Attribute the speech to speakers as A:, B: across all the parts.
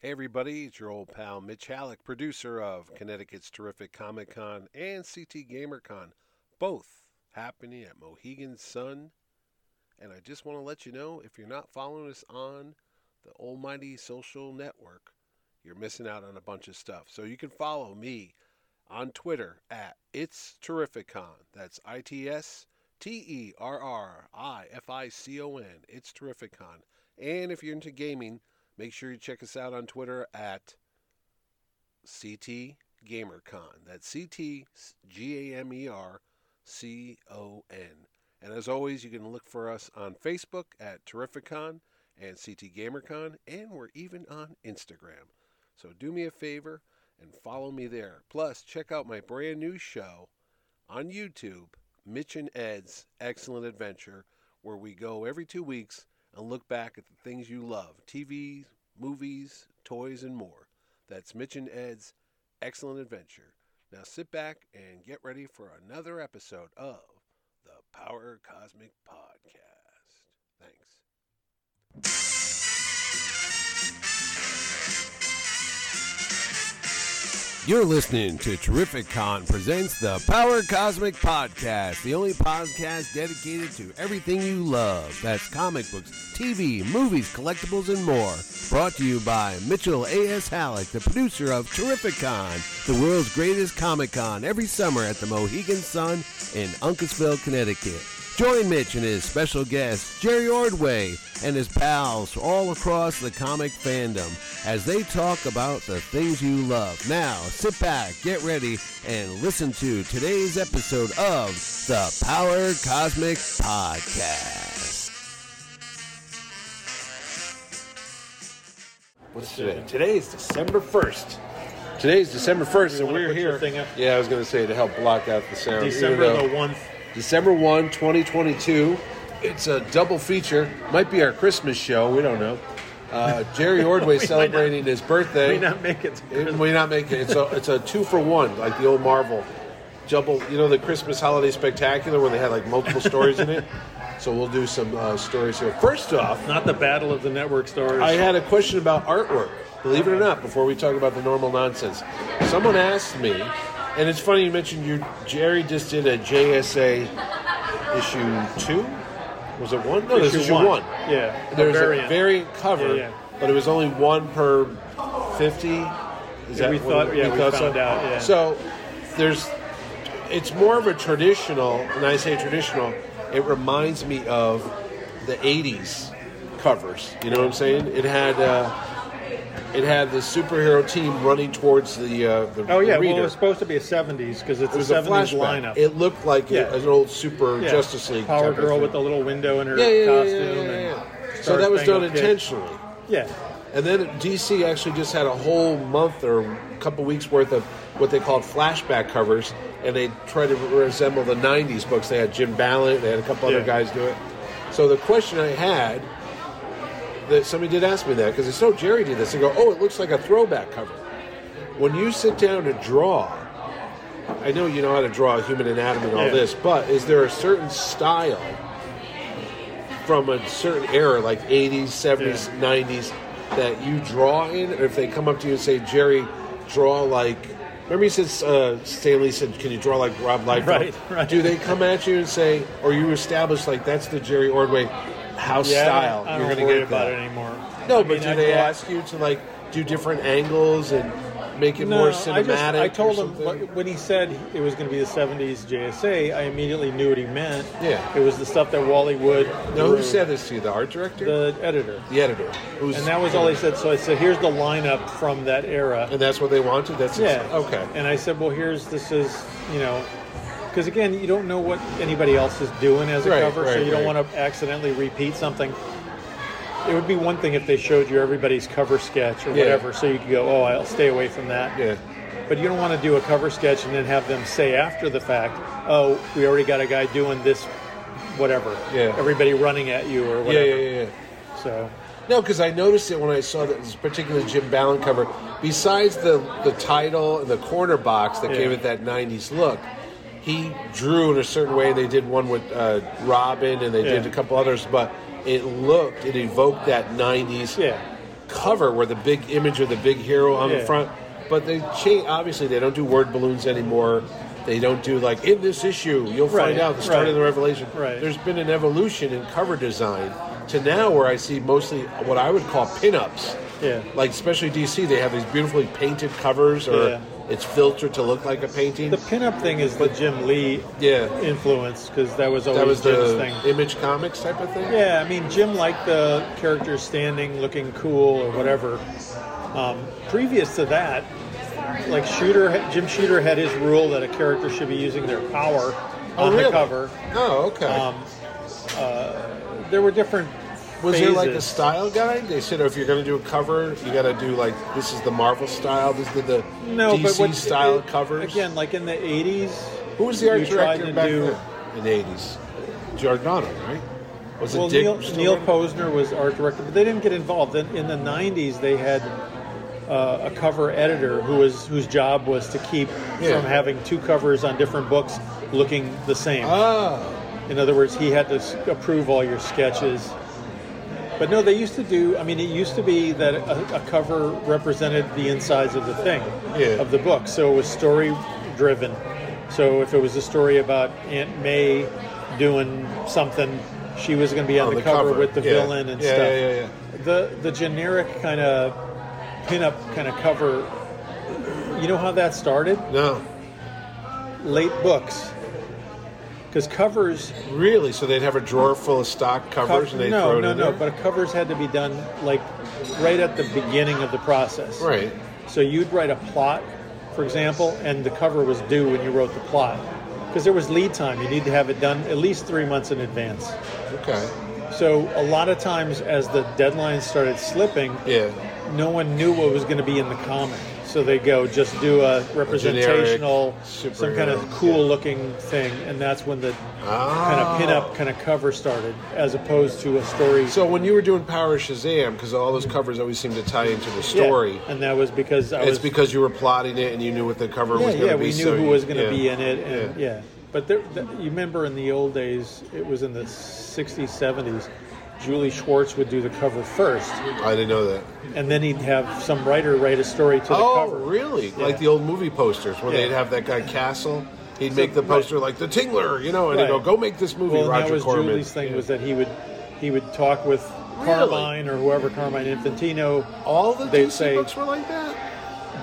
A: Hey, everybody, it's your old pal Mitch Halleck, producer of Connecticut's Terrific Comic Con and CT GamerCon, both happening at Mohegan Sun. And I just want to let you know if you're not following us on the almighty social network, you're missing out on a bunch of stuff. So you can follow me on Twitter at It's Terrific Con. That's I T S T E R R I F I C O N. It's Terrific Con. And if you're into gaming, Make sure you check us out on Twitter at CT GamerCon. That's C T G A M E R C O N. And as always, you can look for us on Facebook at Terrificon and CT GamerCon, and we're even on Instagram. So do me a favor and follow me there. Plus, check out my brand new show on YouTube, Mitch and Ed's Excellent Adventure, where we go every two weeks and look back at the things you love TV, movies, toys, and more. That's Mitch and Ed's Excellent Adventure. Now sit back and get ready for another episode of the Power Cosmic Podcast. Thanks. You're listening to Terrific Con presents the Power Cosmic Podcast, the only podcast dedicated to everything you love. That's comic books, TV, movies, collectibles, and more. Brought to you by Mitchell A.S. Halleck, the producer of Terrific Con, the world's greatest Comic Con, every summer at the Mohegan Sun in Uncasville, Connecticut. Join Mitch and his special guest, Jerry Ordway, and his pals all across the comic fandom as they talk about the things you love. Now, sit back, get ready, and listen to today's episode of the Power Cosmic Podcast. What's today?
B: Today is December 1st.
A: Today's December 1st,
B: You
A: and
B: wanna
A: we're
B: put your
A: here.
B: thing up?
A: Yeah, I was going to say to help block out the sound. even
B: December
A: though-
B: the 1th.
A: December 1, 2022. It's a double feature. Might be our Christmas show. We don't know. Uh, Jerry Ordway
B: might
A: celebrating his birthday.
B: May not make it.
A: It may not make it. It's a, it's a two for one, like the old Marvel. Double, you know, the Christmas holiday spectacular where they had like multiple stories in it. So we'll do some uh, stories here. First off,
B: Not the battle of the network stars.
A: I had a question about artwork. Believe it or not, before we talk about the normal nonsense, someone asked me, and it's funny you mentioned you Jerry just did a JSA issue two. Was it one? No, this is issue one.
B: Yeah.
A: There's
B: a
A: a variant cover,
B: Yeah,
A: but it was only one per fifty. Is
B: we
A: what
B: thought-
A: it-
B: yeah,
A: you
B: we
A: thought
B: found out, yeah.
A: So there's, it's more of a traditional, and I say traditional, it reminds me of the '80s covers. You know what I'm saying? It had. Uh, it had the superhero team running towards the uh, the
B: Oh, yeah.
A: the reader.
B: Well, it was supposed to be a 70s because it's
A: It was
B: a
A: a
B: 70s
A: flashback.
B: lineup.
A: It looked like a-
B: Yeah.
A: an old Super
B: Yeah.
A: Justice League
B: Power
A: type of
B: Girl
A: thing.
B: with the little window in her
A: yeah, yeah, yeah,
B: costume.
A: yeah, yeah,
B: and
A: yeah. So
B: Star
A: that was done
B: Spangled Kid.
A: intentionally.
B: Yeah.
A: And then DC actually just had a whole month or a couple weeks worth of what they called flashback covers, and they tried to resemble the '90s books. They had Jim Ballant, they had a couple other
B: Yeah.
A: guys do it. So the question I had that somebody did ask me that because it's no Jerry did this. They go, "Oh, it looks like a throwback cover." When you sit down to draw, I know you know how to draw human anatomy and all
B: Yeah.
A: this, but is there a certain style from a certain era, like 80s, 70s, 90s, that you draw in? Or if they come up to you and say, Jerry, draw like. Remember, he said, uh, Stanley said, can you draw like Rob Liefeld?
B: Right, right.
A: Do they come at you and say, or you establish, like, that's the Jerry Ordway house
B: yeah
A: style?
B: I don't,
A: You're
B: I don't
A: going to
B: worry
A: get
B: about
A: that.
B: it anymore.
A: No,
B: I
A: but
B: mean,
A: do
B: I
A: they
B: draw-
A: ask you to, like, do different angles and make it
B: No,
A: more
B: I,
A: cinematic?
B: just, I
A: or
B: told him
A: something?
B: what, when he said it was going to be the 70s JSA, I immediately knew what he meant.
A: Yeah.
B: It was the stuff that Wally Wood.
A: No, who
B: drew,
A: said this to you? The art director?
B: The editor.
A: The editor. Who's,
B: And that was all he said. So I said, "Here's the lineup from that era."
A: And that's what they wanted? That's
B: Yeah.
A: Okay.
B: And I said, "Well, here's this is you know, because again, you don't know what anybody else is doing as a
A: Right,
B: cover, so
A: right,
B: you don't
A: right.
B: want to accidentally repeat something." It would be one thing if they showed you everybody's cover sketch or
A: Yeah.
B: whatever, so you could go, "Oh, I'll stay away from that."
A: yeah.
B: But you don't want to do a cover sketch and then have them say after the fact, "Oh, we already got a guy doing this, whatever."
A: Yeah.
B: Everybody running at you or
A: Yeah,
B: whatever.
A: yeah, yeah. yeah.
B: So
A: No, because I noticed it when I saw that this particular Jim Ballon cover. Besides the the title and the corner box that
B: Yeah.
A: gave it that '90s look, he drew in a certain way. They did one with uh, Robin, and they did
B: Yeah.
A: a couple others, but it looked it evoked that '90s.
B: yeah.
C: cover where the big image of the big hero on
B: Yeah.
C: the front. But they change. Obviously, they don't do word balloons anymore. They don't do like in this issue. You'll
B: Right,
C: find out the start
B: right.
C: of the revelation.
B: Right.
C: There's been an evolution in cover design to now where I see mostly what I would call pinups.
B: Yeah.
C: Like especially DC, they have these beautifully painted covers, or
B: Yeah.
C: it's filtered to look like a painting.
B: The pinup thing is the Jim Lee
C: Yeah.
B: influence because that was always
C: that was
B: Jim's
C: the
B: thing.
C: Image Comics type of thing.
B: Yeah, I mean, Jim liked the characters standing, looking cool, or whatever. Um, previous to that, like Shooter, Jim Shooter had his rule that a character should be using their power
C: Oh,
B: on the
C: really?
B: cover.
C: Oh, okay.
B: Um, uh, there were different.
C: Was
B: phases.
C: there like a style guide? They said "Oh, if you're going to do a cover, you got to do like this is the Marvel style, this is the
B: no,
C: DC
B: but what,
C: style
B: it-
C: covers.
B: again, like in the '80s.
C: who was the art
B: you tried
C: director
B: to
C: back
B: do-
C: then in the '80s? Giordano, right? Was
B: Well,
C: it Dick?
B: Neil,
C: still
B: Neil
C: running?
B: Posner was art director, but they didn't get involved. In, in the '90s, they had uh, a cover editor who was whose job was to keep
C: Yeah.
B: from having two covers on different books looking the same.
C: Ah,
B: In other words, he had to s- approve all your sketches. But no, they used to do. I mean, it used to be that a, a cover represented the insides of the thing,
C: Yeah.
B: of the book. So it was story driven. So if it was a story about Aunt May doing something, she was going to be on,
C: on
B: the, cover, with the
C: Yeah.
B: villain and
C: yeah,
B: stuff.
C: Yeah, yeah,
B: The the generic kind of pinup kind of cover. You know how that started?
C: yeah. No,
B: Late books, because covers
C: really. So they'd have a drawer full of stock covers,
B: Cov-
C: and they
B: no,
C: throw it
B: no,
C: in
B: no.
C: there.
B: But covers had to be done like right at the beginning of the process.
C: right.
B: So you'd write a plot, for example, and the cover was due when you wrote the plot because there was lead time. You need to have it done at least three months in advance.
C: Okay.
B: So a lot of times, as the deadlines started slipping,
C: Yeah.
B: no one knew what was going to be in the comic. So they go just do a representational, some kind of
C: superhero,
B: cool
C: yeah.
B: looking thing, and that's when the kind
C: Ah.
B: of pinup kind of cover started, as opposed to a story.
C: So when you were doing Power of Shazam, because all those covers always seem to tie into the
B: Yeah,
C: story.
B: and that was because I
C: It's
B: was.
C: because you were plotting it and you knew what the cover
B: yeah,
C: was going to
B: yeah,
C: be.
B: we knew
C: so
B: who
C: you-
B: was going to
C: yeah.
B: be in it, and yeah. But there, th you remember in the old days, it was in the '60s, '70s. Julie Schwartz would do the cover first,
C: I didn't know that.
B: and then he'd have some writer write a story to the
C: oh,
B: cover.
C: really?
B: Yeah.
C: Like the old movie posters where
B: Yeah.
C: they'd have that guy Castle. He'd make the
B: right.
C: poster like the Tingler, you know, and
B: Right.
C: he'd go, "Go make this movie,
B: Well, and
C: Roger
B: that was
C: Corman."
B: Julie's thing
C: Yeah.
B: was that he would he would talk with Carmine or whoever Carmine Infantino.
C: all the
B: they'd
C: DC
B: say-
C: books were like that.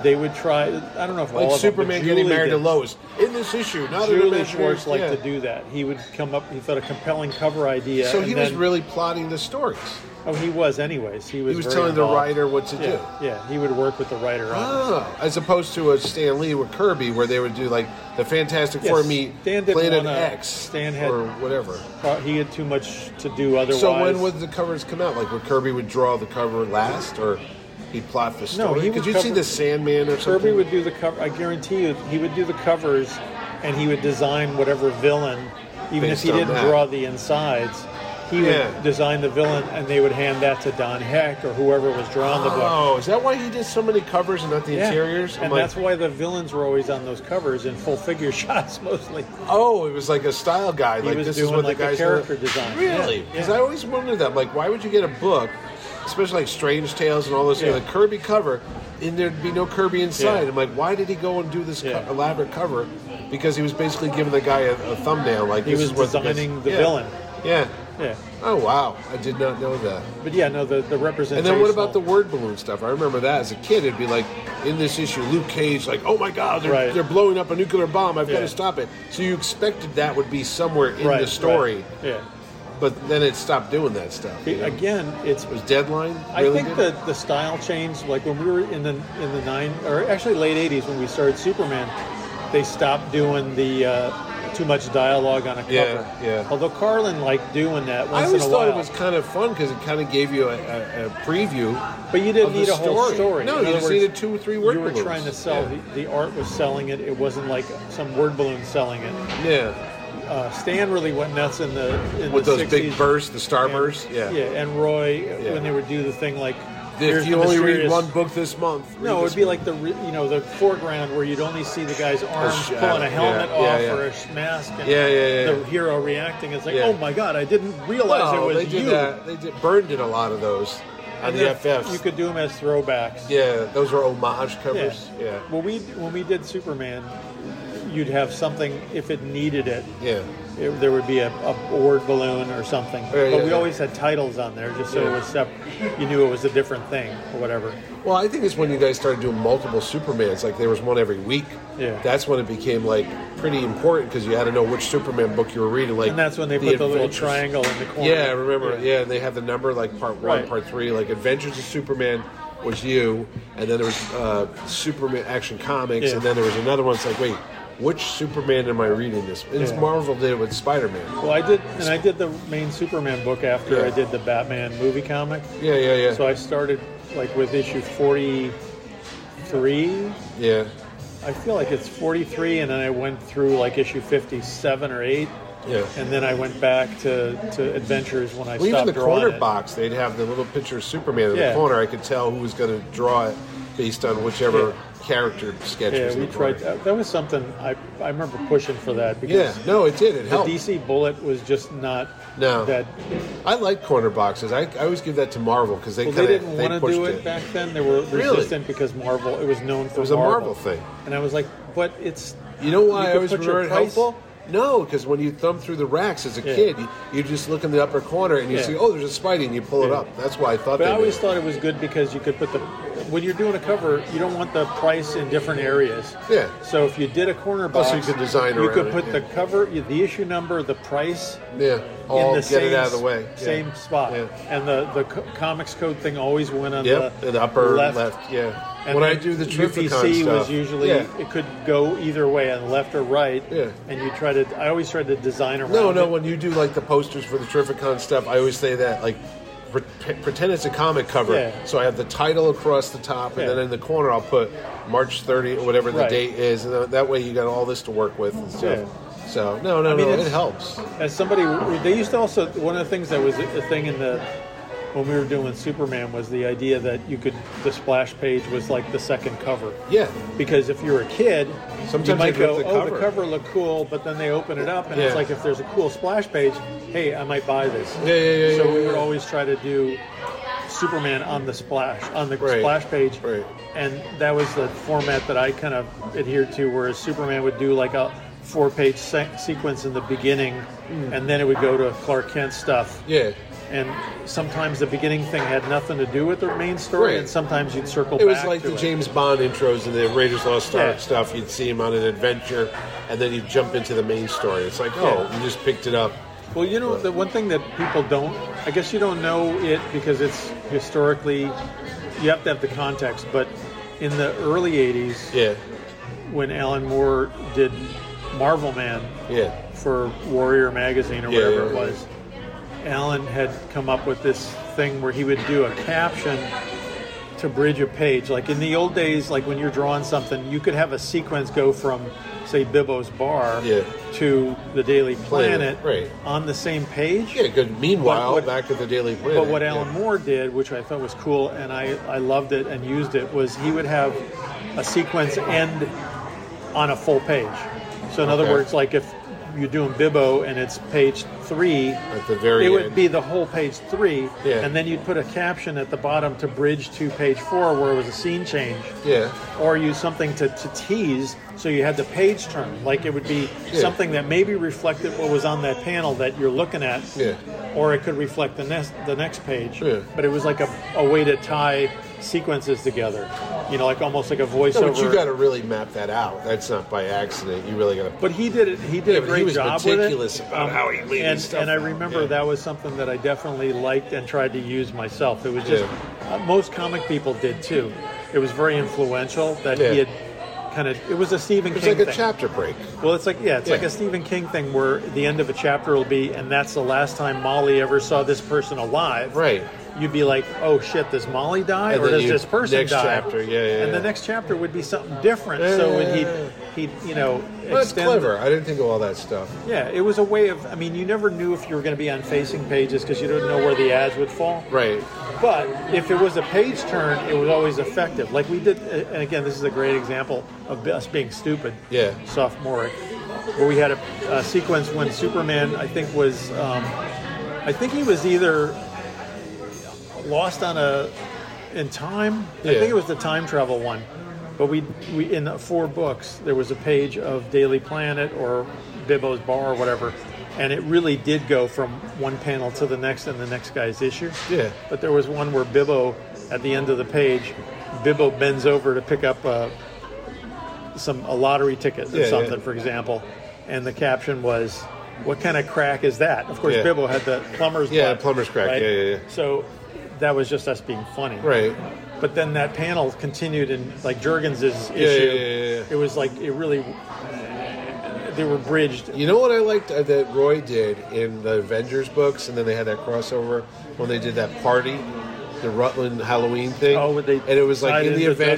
B: They would try. I don't know if all
C: Like
B: of them, but
C: Superman getting
B: Julie
C: married to
B: did.
C: Lois in this issue. Not in
B: Julie
C: Imaginary-
B: Schwartz liked
C: yeah.
B: to do that. He would come up. He thought a compelling cover idea.
C: So
B: and
C: he was
B: then-
C: really plotting the stories.
B: Oh, he was. Anyways, he was.
C: He was
B: very
C: telling the
B: involved.
C: writer what to do.
B: Yeah, yeah, he would work with the writer on. it.
C: Oh, as opposed to a Stan Lee with Kirby, where they would do like the Fantastic
B: Yes,
C: Four meet
B: Dan didn't
C: Planet
B: wanna-
C: X,
B: Stan had-
C: or whatever.
B: Pro- He had too much to do otherwise.
C: So when would the covers come out? Like, would Kirby would draw the cover last, or he'd plot the story?
B: he would
C: Because you'd see
B: cover-
C: the Sandman or something.
B: Kirby would do the cover? I guarantee you, he would do the covers, and he would design whatever villain, even
C: Based
B: if he
C: on
B: didn't
C: that.
B: draw the insides. He
C: Yeah.
B: would design the villain, and they would hand that to Don Heck or whoever was drawing the book.
C: Oh, is that why he did so many covers and not the
B: Yeah.
C: interiors? I'm
B: and
C: like,
B: that's why the villains were always on those covers in full figure shots mostly.
C: oh, it was like a style guide.
B: He
C: like
B: was
C: this
B: doing
C: is what
B: like
C: the
B: a
C: guys
B: character
C: look-
B: design.
C: Really?
B: Yeah,
C: Because
B: yeah.
C: I always wondered that. Like, why would you get a book, especially like Strange Tales and all those,
B: Yeah.
C: like Kirby cover, and there'd be no Kirby inside?
B: Yeah.
C: I'm like, why did he go and do this co-
B: Yeah.
C: elaborate cover? Because he was basically giving the guy a, a thumbnail. Like
B: He
C: this
B: was
C: is what the guys-
B: designing the
C: Yeah.
B: villain.
C: Yeah.
B: Yeah.
C: Oh wow, I did not know that.
B: But yeah, no, the, the representation.
C: And then what about the word balloon stuff? I remember that as a kid, it'd be like in this issue, Luke Cage, like, oh my God, they're,
B: Right.
C: they're blowing up a nuclear bomb. I've got
B: Yeah.
C: to stop it. So you expected that would be somewhere in
B: right,
C: the story,
B: right. Yeah.
C: but then it stopped doing that stuff. you
B: It-
C: know?
B: again, it's.
C: it was deadline.
B: I
C: really
B: think
C: did it?
B: that the style changed. Like when we were in the in the nine or actually late '80s when we started Superman, they stopped doing the uh, too much dialogue on a cover.
C: Yeah, yeah.
B: Although Carlin liked doing that
C: I
B: once in
C: always
B: a
C: thought
B: while.
C: it was kind of fun because it kind of gave you a, a, a preview.
B: But you didn't
C: of the
B: need a whole
C: story.
B: story.
C: No,
B: In
C: you
B: other
C: just
B: words,
C: needed two or three word
B: You were
C: balloons.
B: trying to sell
C: Yeah.
B: the, the art was selling it. It wasn't like some word balloon selling it.
C: Yeah,
B: Uh, Stan really went nuts in the in
C: with
B: the
C: those
B: 60s.
C: big bursts, the star
B: And-
C: bursts. Yeah.
B: yeah, and Roy uh,
C: Yeah.
B: when they would do the thing like here's
C: If you
B: the
C: only read
B: mysterious-
C: one book this month, read
B: No, it
C: this
B: would be
C: one.
B: like the re- you know the foreground where you'd only see the guy's arms
C: shadow,
B: pulling a helmet
C: yeah,
B: off
C: yeah, yeah.
B: or a sh- mask. And
C: Yeah, yeah, yeah,
B: The
C: yeah.
B: hero reacting. It's like,
C: Yeah.
B: oh my god, I didn't realize
C: Well,
B: it was
C: they did
B: you.
C: that. They did, burned did a lot of those. on
B: And
C: the
B: then
C: FFs.
B: You could do them as throwbacks.
C: yeah, those are homage
B: Yeah.
C: covers. Yeah,
B: When we when we did Superman, you'd have something if it needed it.
C: yeah,
B: it there would be a, a word balloon or something.
C: yeah,
B: but we
C: yeah.
B: always had titles on there just so
C: Yeah.
B: it was separate. You knew it was a different thing or whatever.
C: Well, I think it's when you guys started doing multiple Supermans. Like there was one every week.
B: Yeah.
C: that's when it became like pretty important because you had to know which Superman book you were reading. Like,
B: And that's when they put the little
C: Adventures-
B: triangle in the corner.
C: Yeah, I remember. Yeah, and they had the number like part one,
B: Right.
C: part three. Like Adventures of Superman was you, and then there was uh, Superman Action Comics,
B: Yeah.
C: and then there was another one. It's like, wait, which Superman am I reading this? And it's
B: Yeah.
C: Marvel did it with Spider Man.
B: Well, I did, and I did the main Superman book after
C: Yeah.
B: I did the Batman movie comic.
C: Yeah, yeah, yeah,
B: So I started like with issue forty-three.
C: yeah,
B: I feel like it's forty-three, and then I went through like issue fifty-seven or eight,
C: yeah.
B: and then I went back to, to Adventures when I
C: Well, even
B: stopped
C: the
B: drawing
C: corner
B: it.
C: box, they'd have the little picture of Superman in
B: Yeah.
C: the corner. I could tell who was going to draw it based on whichever character sketch
B: Yeah,
C: was in
B: we
C: the
B: tried.
C: corner.
B: That, that was something I, I remember pushing for that
C: Yeah,
B: because
C: no, it did. It
B: the
C: helped.
B: DC Bullet was just not
C: No.
B: that.
C: I like corner boxes. I, I always give that to Marvel because they
B: Well, they
C: kind
B: didn't
C: of they
B: want to
C: pushed
B: do it, back then. They were
C: Really?
B: resistant because Marvel. It was known for
C: It was a Marvel thing.
B: and I was like, but it's
C: You know
B: you
C: why I
B: could
C: always
B: put your
C: remember it
B: price-
C: helpful? No, because when you thumb through the racks as a
B: Yeah.
C: kid, you, you just look in the upper corner and you
B: Yeah.
C: see, oh, there's a Spidey, and you pull it
B: Yeah.
C: up. That's why I thought.
B: But
C: they
B: I always
C: did.
B: thought it was good because you could put the when you're doing a cover, you don't want the price in different areas.
C: Yeah.
B: So if you did a corner
C: Oh,
B: box,
C: so you could design
B: You could
C: around it,
B: put the
C: yeah.
B: cover, the issue number, the price
C: yeah, all
B: in the
C: get
B: same
C: it out of the way. Yeah.
B: same spot.
C: Yeah.
B: And the the co- comics code thing always went on
C: Yep,
B: the,
C: the, upper
B: left.
C: left. yeah.
B: And
C: when I
B: then
C: do the Tripticon
B: UPC
C: stuff,
B: was usually
C: yeah.
B: it could go either way, on left or right.
C: Yeah.
B: And you try to. I always tried to design around.
C: No, no.
B: it.
C: When you do like the posters for the Terrificon stuff, I always say that like pre- pretend it's a comic cover.
B: Yeah.
C: So I have the title across the top, and
B: Yeah.
C: then in the corner I'll put March 30 or whatever the
B: Right.
C: date is, and th- that way you got all this to work with and stuff.
B: Yeah.
C: So no, no,
B: I mean,
C: no.
B: it's-
C: It helps.
B: As somebody, they used to also one of the things that was a thing in the when we were doing Superman was the idea that you could the splash page was like the second cover
C: Yeah.
B: because if you're a kid,
C: Sometimes
B: you might
C: they'd rip
B: go,
C: the
B: oh,
C: cover."
B: the cover looked cool, but then they open it up and it's
C: Yeah.
B: like if there's a cool splash page, hey, I might buy this.
C: Yeah, yeah, yeah,
B: so
C: yeah,
B: we
C: yeah,
B: would
C: yeah.
B: always try to do Superman on the splash on the
C: Right.
B: splash page,
C: Right.
B: and that was the format that I kind of adhered to, whereas Superman would do like a four-page se- sequence in the beginning,
C: Hmm.
B: and then it would go to Clark Kent stuff.
C: Yeah.
B: And sometimes the beginning thing had nothing to do with the main story,
C: Right.
B: and sometimes you'd circle
C: It
B: back.
C: was like
B: to
C: the
B: it.
C: James Bond intros and the Raiders Lost Ark
B: Yeah.
C: stuff. You'd see him on an adventure, and then you'd jump into the main story. It's like, oh,
B: Yeah.
C: you just picked it up.
B: Well, you know, the one thing that people don't, I guess you don't know it because it's historically, you have to have the context, but in the early 80s,
C: Yeah,
B: when Alan Moore did Marvel Man
C: yeah.
B: for Warrior Magazine or
C: Yeah,
B: whatever
C: yeah,
B: it
C: yeah.
B: was, Alan had come up with this thing where he would do a caption to bridge a page. Like in the old days, like when you're drawing something, you could have a sequence go from, say, Bibbo's Bar
C: Yeah.
B: to the Daily Planet
C: Planet, right.
B: on the same page.
C: Yeah, good. Meanwhile,
B: what-
C: back at the Daily Planet.
B: But what
C: yeah.
B: Alan Moore did, which I thought was cool and I, I loved it and used it, was he would have a sequence end on a full page. So, in other
C: Okay.
B: words, like if you're doing Bibbo and it's page three,
C: At the very
B: it would
C: end.
B: be the whole page three,
C: Yeah.
B: and then you'd put a caption at the bottom to bridge to page four where it was a scene change.
C: Yeah,
B: Or use something to, to tease so you had the page turn. Like it would be
C: Yeah.
B: something that maybe reflected what was on that panel that you're looking at
C: yeah,
B: or it could reflect the next the next page.
C: Yeah.
B: But it was like a, a way to tie sequences together, you know, like almost like a voiceover.
C: but you got to really map that out. That's not by accident. You really got to.
B: But he did it. He did
C: Yeah,
B: a
C: but he
B: great
C: was
B: job
C: meticulous
B: with it. Um,
C: about how he laid
B: and,
C: his stuff
B: and I
C: out,
B: remember
C: yeah.
B: that was something that I definitely liked and tried to use myself. It was just uh, most comic people did too. It was very influential that he
C: Yeah.
B: had kind of. It was a Stephen
C: It's
B: King
C: like a
B: thing.
C: chapter break.
B: Well, it's like yeah, it's like
C: Yeah.
B: a Stephen King thing where the end of a chapter will be, and that's the last time Molly ever saw this person alive.
C: Right.
B: You'd be like, oh shit, does Molly die
C: And
B: or
C: then
B: does
C: you-
B: this person
C: next
B: die?
C: chapter, yeah, yeah,
B: And the
C: yeah.
B: next chapter would be something different.
C: Yeah,
B: so
C: yeah,
B: when
C: yeah,
B: he he you know
C: Well, that's
B: extend-
C: clever. I didn't think of all that stuff.
B: Yeah, it was a way of. I mean, you never knew if you were going to be on facing pages because you didn't know where the ads would fall.
C: Right.
B: But if it was a page turn, it was always effective. Like we did, and again, this is a great example of us being stupid.
C: Yeah.
B: Sophomoric, where we had a, a sequence when Superman, I think was, um, I think he was either Lost on a in time. I
C: Yeah.
B: think it was the time travel one. But we we in the four books there was a page of Daily Planet or Bibbo's Bar or whatever, and it really did go from one panel to the next and the next guy's issue.
C: Yeah.
B: But there was one where Bibbo, at the end of the page, Bibbo bends over to pick up a, some a lottery ticket or
C: Yeah, yeah.
B: something, for example, and the caption was, "What kind of crack is that?" Of course,
C: Yeah.
B: Bibbo had the plumber's
C: Yeah,
B: butt,
C: plumber's crack. Yeah, yeah, yeah.
B: So that was just us being funny,
C: Right.
B: But then that panel continued in like Jurgens' issue.
C: yeah, yeah, yeah.
B: It was like it really they were bridged.
C: You know what I liked uh, that Roy did in the Avengers books, and then they had that crossover when they did that party, the Rutland Halloween thing.
B: Oh, would they
C: and it was
B: tie
C: like
B: it
C: in the
B: into Justice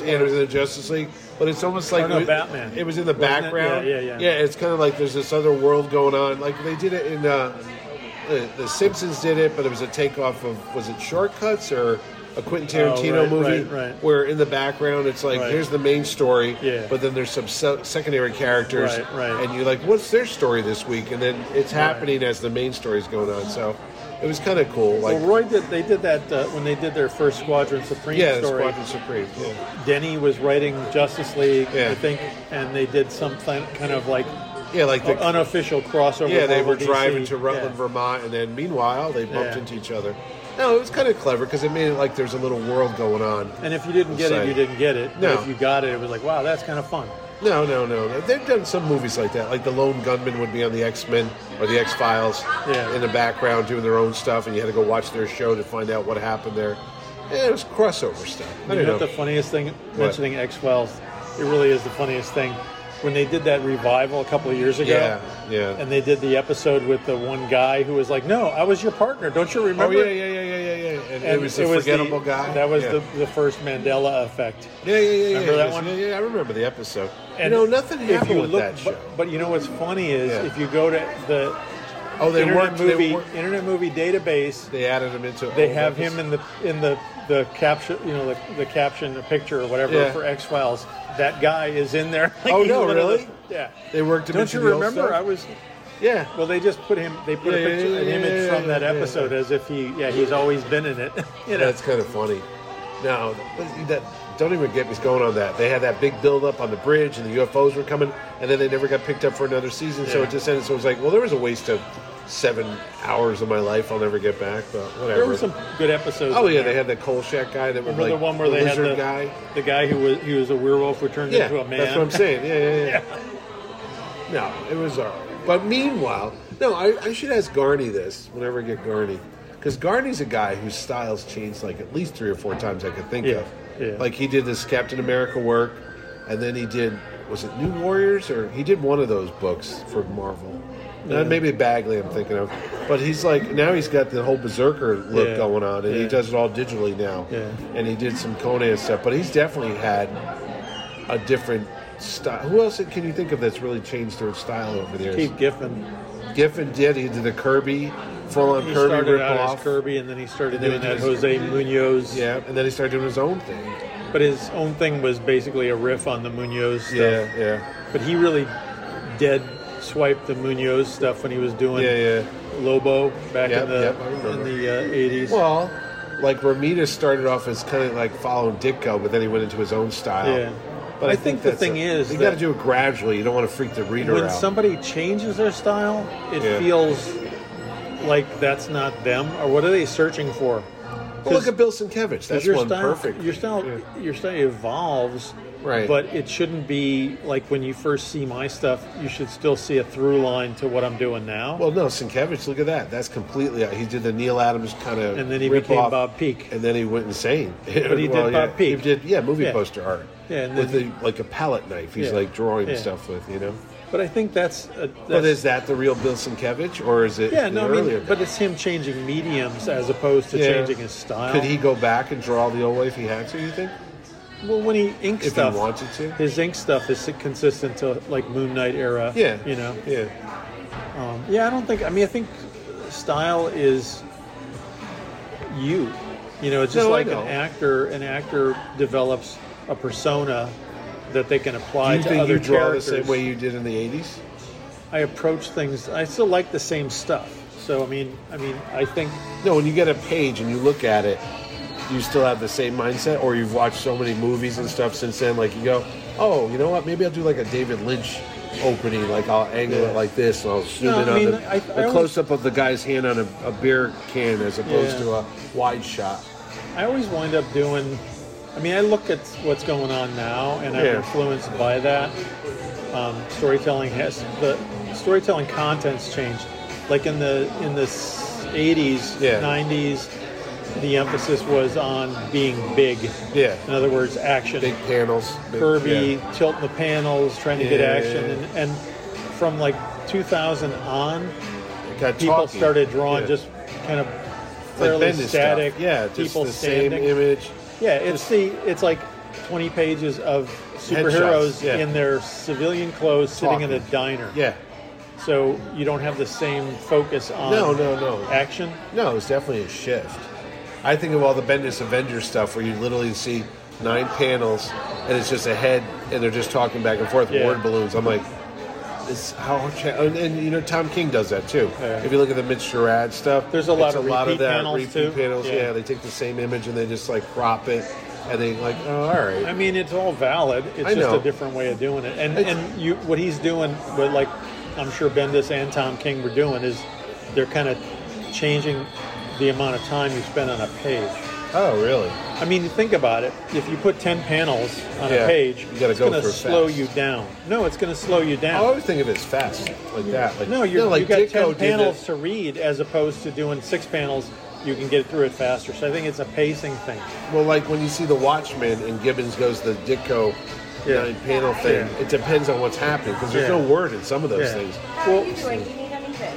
B: League Oh,
C: and it was in the Justice League. But it's almost like
B: no,
C: it was,
B: Batman.
C: It was in the
B: Wasn't it?
C: background.
B: Yeah, yeah, yeah.
C: it's kind of like there's this other world going on. Like they did it in uh, the, the Simpsons did it, but it was a takeoff of was it Shortcuts or a Quentin
B: Oh,
C: Tarantino
B: right,
C: movie?
B: right, right.
C: Where in the background it's like
B: Right.
C: here's the main story,
B: Yeah.
C: but then there's some se- secondary characters,
B: Right, right.
C: and you're like, what's their story this week? And then it's happening as the main story's going on. So it was kind of cool. Like,
B: Well, Roy did. They did that uh, when they did their first Squadron Supreme
C: yeah, the
B: story.
C: Squadron Supreme. Yeah.
B: Denny was writing Justice League,
C: Yeah.
B: I think, and they did some plan- kind of like
C: Yeah, like
B: Oh,
C: the,
B: unofficial crossover.
C: yeah, they
B: Marvel
C: were
B: DC.
C: driving to Rutland,
B: Yeah.
C: Vermont, and then meanwhile they bumped
B: Yeah.
C: into each other. No, it was kind of clever because it made it like there's a little world going on.
B: And if you didn't get it, you
C: Exciting.
B: didn't get it. But
C: No.
B: if you got it, it was like, wow, that's kind of fun.
C: No, no, no. They've done some movies like that. Like the Lone Gunman would be on the X Men or the X Files
B: Yeah.
C: in the background doing their own stuff, and you had to go watch their show to find out what happened there. Yeah, it was crossover stuff. I
B: You
C: don't
B: know
C: know.
B: what the funniest thing? Mentioning X Files, it really is the funniest thing. When they did that revival a couple of years ago,
C: Yeah, yeah.
B: and they did the episode with the one guy who was like, "No, I was your partner. Don't you
C: oh
B: remember?"
C: yeah, yeah, yeah, yeah, yeah, yeah.
B: And
C: And, it was the forgettable guy.
B: That was
C: yeah.
B: the, the first Mandela effect.
C: yeah, yeah, yeah. yeah,
B: Remember that
C: yes,
B: one?
C: Yeah, yeah, I remember the episode. you know, nothing
B: if
C: happened
B: you
C: with
B: look-
C: that show.
B: but, but you know what's funny is
C: Yeah.
B: if you go to the
C: oh, they
B: internet
C: weren't.
B: movie
C: They, weren't,
B: internet movie database,
C: they added him into.
B: they
C: old
B: have
C: episodes.
B: him in the in the the caption, you know, the, the caption, the picture or whatever
C: Yeah.
B: for X Files. That guy is in there. Like,
C: Oh,
B: he's
C: no,
B: one of the-
C: really?
B: yeah.
C: They worked him
B: Don't
C: into
B: you
C: the old
B: remember?
C: stuff?
B: I was
C: Yeah.
B: well. They just put him. They put
C: Yeah,
B: a
C: yeah,
B: picture,
C: yeah,
B: an
C: yeah,
B: image
C: yeah,
B: from that
C: yeah.
B: episode, as if he, yeah, he's always been in it. you know,
C: That's kind of funny. No, but that don't even get me going on that. They had that big buildup on the bridge, and the UFOs were coming, and then they never got picked up for another season. So
B: Yeah.
C: it just ended. So it was like, well, there was a waste of seven hours of my life. I'll never get back. But whatever.
B: there were some good episodes.
C: oh
B: in
C: yeah,
B: there.
C: they had that Kolchak guy. That was
B: Remember
C: like
B: the one where they had
C: lizard
B: the
C: guy.
B: the guy who was he was a werewolf who turned
C: Yeah,
B: into a man.
C: that's what I'm saying. Yeah, yeah, yeah. no, it was all right. But meanwhile, no, I, I should ask Garney this whenever I get Garney. Because Garney's a guy whose styles changed like at least three or four times I could think
B: Yeah,
C: of.
B: yeah.
C: Like he did this Captain America work, and then he did, was it New Warriors? Or he did one of those books for Marvel. And
B: Yeah.
C: Maybe Bagley, I'm thinking of. But he's like, now he's got the whole Berserker look
B: Yeah,
C: going on, and he
B: yeah.
C: does it all digitally now.
B: Yeah.
C: And he did some Conan stuff, but he's definitely had a different style. Who else can you think of that's really changed their style over the years?
B: Keith Giffen.
C: Giffen did. He did the Kirby, full on
B: He
C: Kirby
B: started out as
C: ripoff.
B: Kirby, and then he started
C: And then
B: doing
C: he
B: that
C: did his-
B: Jose Munoz.
C: Yeah, and then he started doing his own thing.
B: But his own thing was basically a riff on the Munoz stuff.
C: Yeah, yeah,
B: But he really dead swiped the Munoz stuff when he was doing
C: yeah, yeah.
B: Lobo back
C: Yep,
B: in the
C: yep, I remember.
B: in the uh, 80s.
C: Well, like Ramita started off as kind of like following Ditko, but then he went into his own style.
B: Yeah.
C: But
B: I
C: I,
B: think the
C: that's
B: thing
C: a-
B: is
C: you got to
B: that-
C: do it gradually. You don't want to freak the reader
B: when
C: out.
B: somebody changes their style, it
C: Yeah.
B: feels like that's not them. Or what are they searching for?
C: well, look at Bill
B: Because
C: Sienkiewicz. That's one perfect.
B: Your style, your style evolves,
C: Right.
B: But it shouldn't be like when you first see my stuff. You should still see a through line to what I'm doing now.
C: Well, no, Sienkiewicz, look at that. That's completely out. He did the Neil Adams kind of.
B: And then he
C: rip
B: became
C: off,
B: Bob Peak.
C: And then he went insane.
B: But he did
C: yeah,
B: Bob Peak.
C: He did, yeah, movie
B: Yeah.
C: poster art.
B: Yeah, and
C: with
B: then-
C: the, like a palette knife. He's
B: Yeah.
C: like drawing
B: Yeah.
C: stuff with, you know?
B: but I think that's, a, that's
C: but is that the real Bill Sienkiewicz or is it
B: yeah,
C: the
B: no, I
C: earlier?
B: mean, but it's him changing mediums as opposed to
C: Yeah.
B: changing his style.
C: Could he go back and draw the old way if he had to, you think?
B: Well, when he ink
C: he
B: stuff,
C: wanted to?
B: his ink stuff is consistent to like Moon Knight era.
C: Yeah.
B: you know.
C: Yeah.
B: Yeah, I don't think. I mean, I think style is you. You know, it's just
C: No, I
B: like an
C: know.
B: actor. An actor develops a persona that they can
C: Do
B: apply
C: you
B: to
C: think
B: other
C: you draw
B: characters.
C: the same way you did in the 80s?
B: I approach things. I still like the same stuff. So I mean, I mean, I think
C: No, when you get a page and you look at it, you still have the same mindset, or you've watched so many movies and stuff since then. Like you go, oh, you know what? Maybe I'll do like a David Lynch opening. Like I'll angle
B: Yeah.
C: it like this, and I'll zoom
B: No,
C: in
B: I
C: on
B: mean,
C: the,
B: I- I
C: the
B: always-
C: close up of the guy's hand on a, a beer can as opposed
B: Yeah.
C: to a wide shot.
B: I always wind up doing. I mean, I look at what's going on now, and I'm
C: Yeah.
B: influenced by that. Um, storytelling has the storytelling contents changed. Like in the in the s- 80s,
C: Yeah.
B: 90s, the emphasis was on being big.
C: Yeah.
B: In other words, action,
C: Big panels, big,
B: Kirby,
C: yeah.
B: tilting the panels, trying to get
C: Yeah.
B: action, and, and from like 2000 on,
C: It got
B: people
C: talky.
B: started drawing
C: Yeah.
B: just kind of
C: Like
B: fairly
C: Bendis stuff.
B: static.
C: Yeah, just
B: people
C: the
B: standing.
C: same image.
B: Yeah, it's the it's like twenty pages of superheroes
C: Headshots, yeah.
B: in their civilian clothes sitting in a
C: Talking.
B: diner.
C: Yeah.
B: So you don't have the same focus on
C: No, no, no.
B: action.
C: No, it's definitely a shift. I think of all the Bendis Avengers stuff where you literally see nine panels and it's just a head and they're just talking back and forth with
B: Yeah.
C: word balloons. I'm like, it's how and, and you know Tom King does that too.
B: Yeah.
C: If you look at the Mitch Gerad stuff,
B: There's a lot
C: it's
B: of repeat panels,
C: repeat
B: too.
C: panels.
B: Yeah.
C: Yeah. they take the same image and they just like crop it and they like, oh, all right.
B: I mean, it's all valid. It's
C: I
B: just
C: know.
B: a different way of doing it. And
C: It's-
B: and you what he's doing, but like I'm sure Bendis and Tom King were doing is they're kind of changing the amount of time you spend on a page.
C: oh, really?
B: I mean, think about it. If you put ten panels on a
C: Yeah,
B: page,
C: you gotta
B: it's
C: go
B: going to
C: through
B: slow
C: fast. Oh,
B: you down. No, it's going to slow you
C: I
B: down.
C: always think of it as fast like that. Like
B: No, you're,
C: like
B: you got
C: Ditko
B: ten
C: did
B: panels
C: it.
B: to read as opposed to doing six panels. You can get through it faster. So I think it's a pacing thing.
C: Well, like when you see The Watchmen and Gibbons goes to the Ditko
B: Yeah.
C: nine panel thing,
B: Yeah.
C: it depends on what's happening because there's
B: Yeah.
C: no word in some of those
B: Yeah.
C: things.
D: How are you doing? Do you need anything?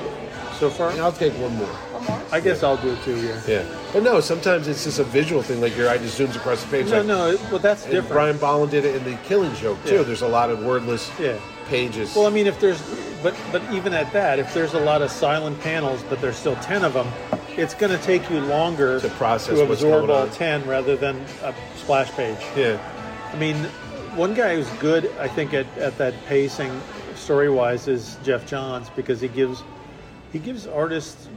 B: So far,
C: And I'll take one more.
D: One more?
B: I guess I'll do two here.
C: Yeah, but no, sometimes it's just a visual thing. Like your eye just zooms across the page.
B: No,
C: like,
B: no, it, well that's
C: And
B: different.
C: Brian Bolland did it in the Killing Joke too.
B: Yeah.
C: There's a lot of wordless
B: Yeah.
C: pages.
B: well, I mean, if there's, but but even at that, if there's a lot of silent panels, but there's still ten of them, it's going to take you longer
C: To process
B: to
C: what's
B: absorb
C: going
B: all
C: on.
B: ten rather than a splash page.
C: yeah,
B: I mean, one guy who's good, I think, at, at that pacing story wise is Jeff Johns because he gives he gives artists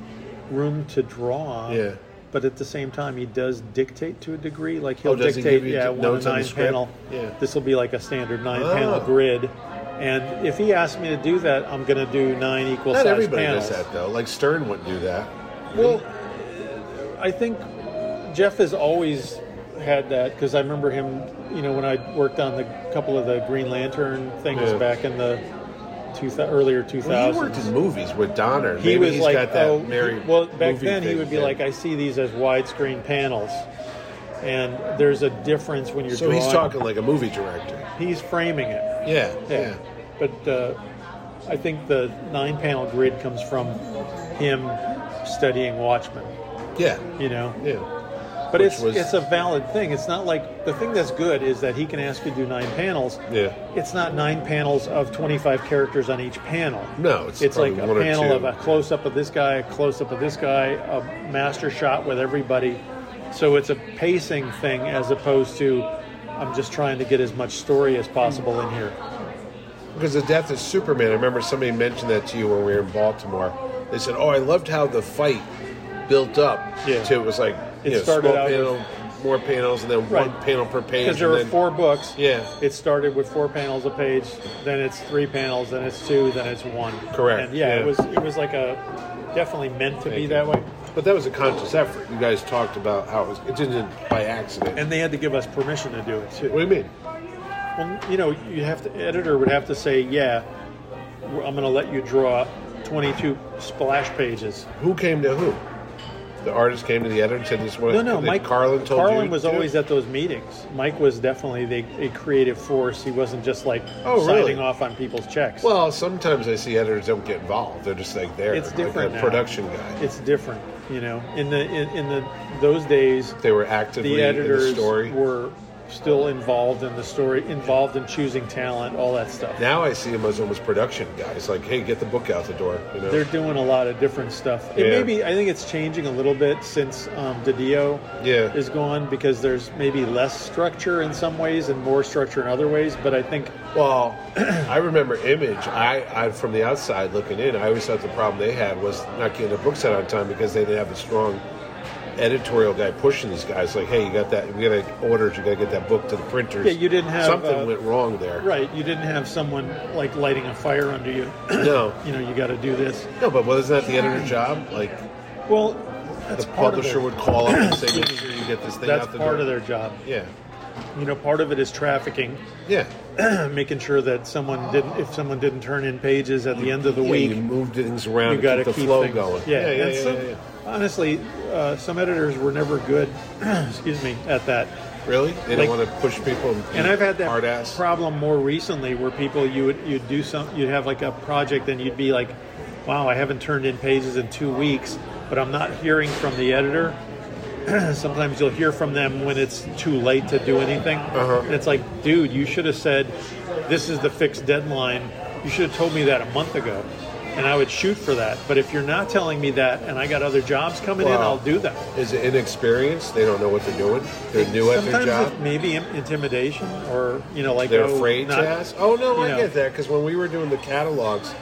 B: room to draw.
C: Yeah.
B: But at the same time, he does dictate to a degree. Like he'll
C: Oh, does he
B: dictate,
C: give you
B: yeah,
C: d-
B: one
C: notes on the
B: nine
C: script?
B: panel.
C: Yeah.
B: This will be like a standard nine panel
C: Oh.
B: grid. And if he asks me to do that, I'm going to do nine equal
C: not
B: size
C: everybody
B: panels.
C: does that though. Like Stern wouldn't do that.
B: Well, I think Jeff has always had that because I remember him. You know, when I worked on the couple of the Green Lantern things
C: Yeah.
B: back in the two thou- earlier two
C: Well,
B: thousands.
C: he worked in movies with Donner. Maybe
B: was
C: he's
B: like,
C: got that
B: oh,
C: Mary.
B: he- well, back
C: movie
B: then he
C: thing,
B: would be
C: yeah.
B: like, I see these as widescreen panels, and there's a difference when you're
C: So
B: drawing.
C: he's talking like a movie director.
B: He's framing it.
C: yeah.
B: Yeah, but uh, I think the nine-panel grid comes from him studying Watchmen.
C: yeah. yeah.
B: You know,
C: Yeah.
B: But
C: which
B: it's
C: was-
B: it's a valid thing. It's not like the thing that's good is that he can ask you to do nine panels.
C: Yeah.
B: It's not nine panels of twenty five characters on each panel.
C: No, it's
B: it's like
C: probably
B: a
C: one or
B: panel
C: two.
B: of a close up of this guy, a close up of this guy, a master shot with everybody. So it's a pacing thing as opposed to I'm just trying to get as much story as possible in here.
C: Because the death of Superman, I remember somebody mentioned that to you when we were in Baltimore. They said, "Oh, I loved how the fight built up
B: Yeah.
C: to it was like
B: It
C: you know,
B: started
C: small
B: out
C: panel, more panels, and then
B: Right.
C: one panel per page."
B: Because there
C: and
B: were
C: then-
B: four books.
C: Yeah.
B: It started with four panels a page, then it's three panels, then it's two, then it's one.
C: Correct,
B: And yeah,
C: yeah.
B: it was it was like a definitely meant to
C: Thank
B: be
C: you.
B: that way.
C: But that was a conscious effort. You guys talked about how it was. It didn't by accident.
B: And they had to give us permission to do it too.
C: what do you mean?
B: Well, you know, you have to editor would have to say, yeah, we're- I'm going to let you draw 22 splash pages.
C: Who came to who? The artist came to the editor and said, "This is what."
B: No, no,
C: that
B: Mike
C: Carlin told you.
B: Carlin was
C: to do?"
B: always at those meetings. Mike was definitely the, a creative force. He wasn't just like
C: Oh, really?
B: signing off on people's checks.
C: Well, sometimes I see editors don't get involved. They're just like there.
B: It's
C: like
B: different
C: a
B: now.
C: production guy.
B: it's different, you know. In the in, in the those days,
C: They were actively
B: the
C: in the
B: editors
C: story.
B: were still involved in the story, involved in choosing talent, all that stuff.
C: Now I see him as almost production guys. Like, hey, get the book out the door. You know?
B: They're doing a lot of different stuff. It
C: Yeah.
B: may be, I think it's changing a little bit since um, Didio
C: Yeah.
B: is gone because there's maybe less structure in some ways and more structure in other ways. But I think
C: Well, I remember Image. I, I from the outside looking in, I always thought the problem they had was not getting their books out on time because they didn't have a strong editorial guy pushing these guys. Like, hey, you got that? We got orders. You got to get that book to the printers.
B: Yeah, you didn't have,
C: something
B: uh,
C: went wrong there.
B: right, you didn't have someone like lighting a fire under you.
C: No,
B: you know, you got to do this.
C: no, but wasn't that the editor's job? Like,
B: Well,
C: the
B: that's part of
C: publisher
B: their-
C: would call up and say, make sure you get this thing
B: that's
C: out the
B: part
C: door.
B: of their job.
C: yeah,
B: You know, part of it is trafficking,
C: yeah.
B: making sure that someone didn't, if someone didn't turn in pages at the end of the
C: yeah,
B: week,
C: you moved things around
B: you
C: to
B: got
C: keep
B: to
C: the
B: keep,
C: flow
B: things
C: going.
B: Yeah,
C: yeah,
B: and
C: yeah,
B: some,
C: yeah, yeah.
B: honestly, uh, some editors were never good. excuse me at that.
C: Really? They
B: Like-
C: don't want to push people.
B: And I've had that
C: hard ass.
B: problem more recently, where people you would you'd do some you'd have like a project and you'd be like, "Wow, I haven't turned in pages in two weeks," but I'm not hearing from the editor. Sometimes you'll hear from them when it's too late to do anything.
C: Uh-huh.
B: And it's like, dude, you should have said, "This is the fixed deadline." You should have told me that a month ago, and I would shoot for that. But if you're not telling me that, and I got other jobs coming in,
C: Wow.
B: I'll do that.
C: Is it inexperience? They don't know what they're doing. They're new at their
B: Sometimes
C: job.
B: it's maybe in- intimidation or you know like
C: They're
B: oh,
C: afraid
B: not-
C: to ask. Oh no, I
B: you know.
C: get that because when we were doing the catalogs,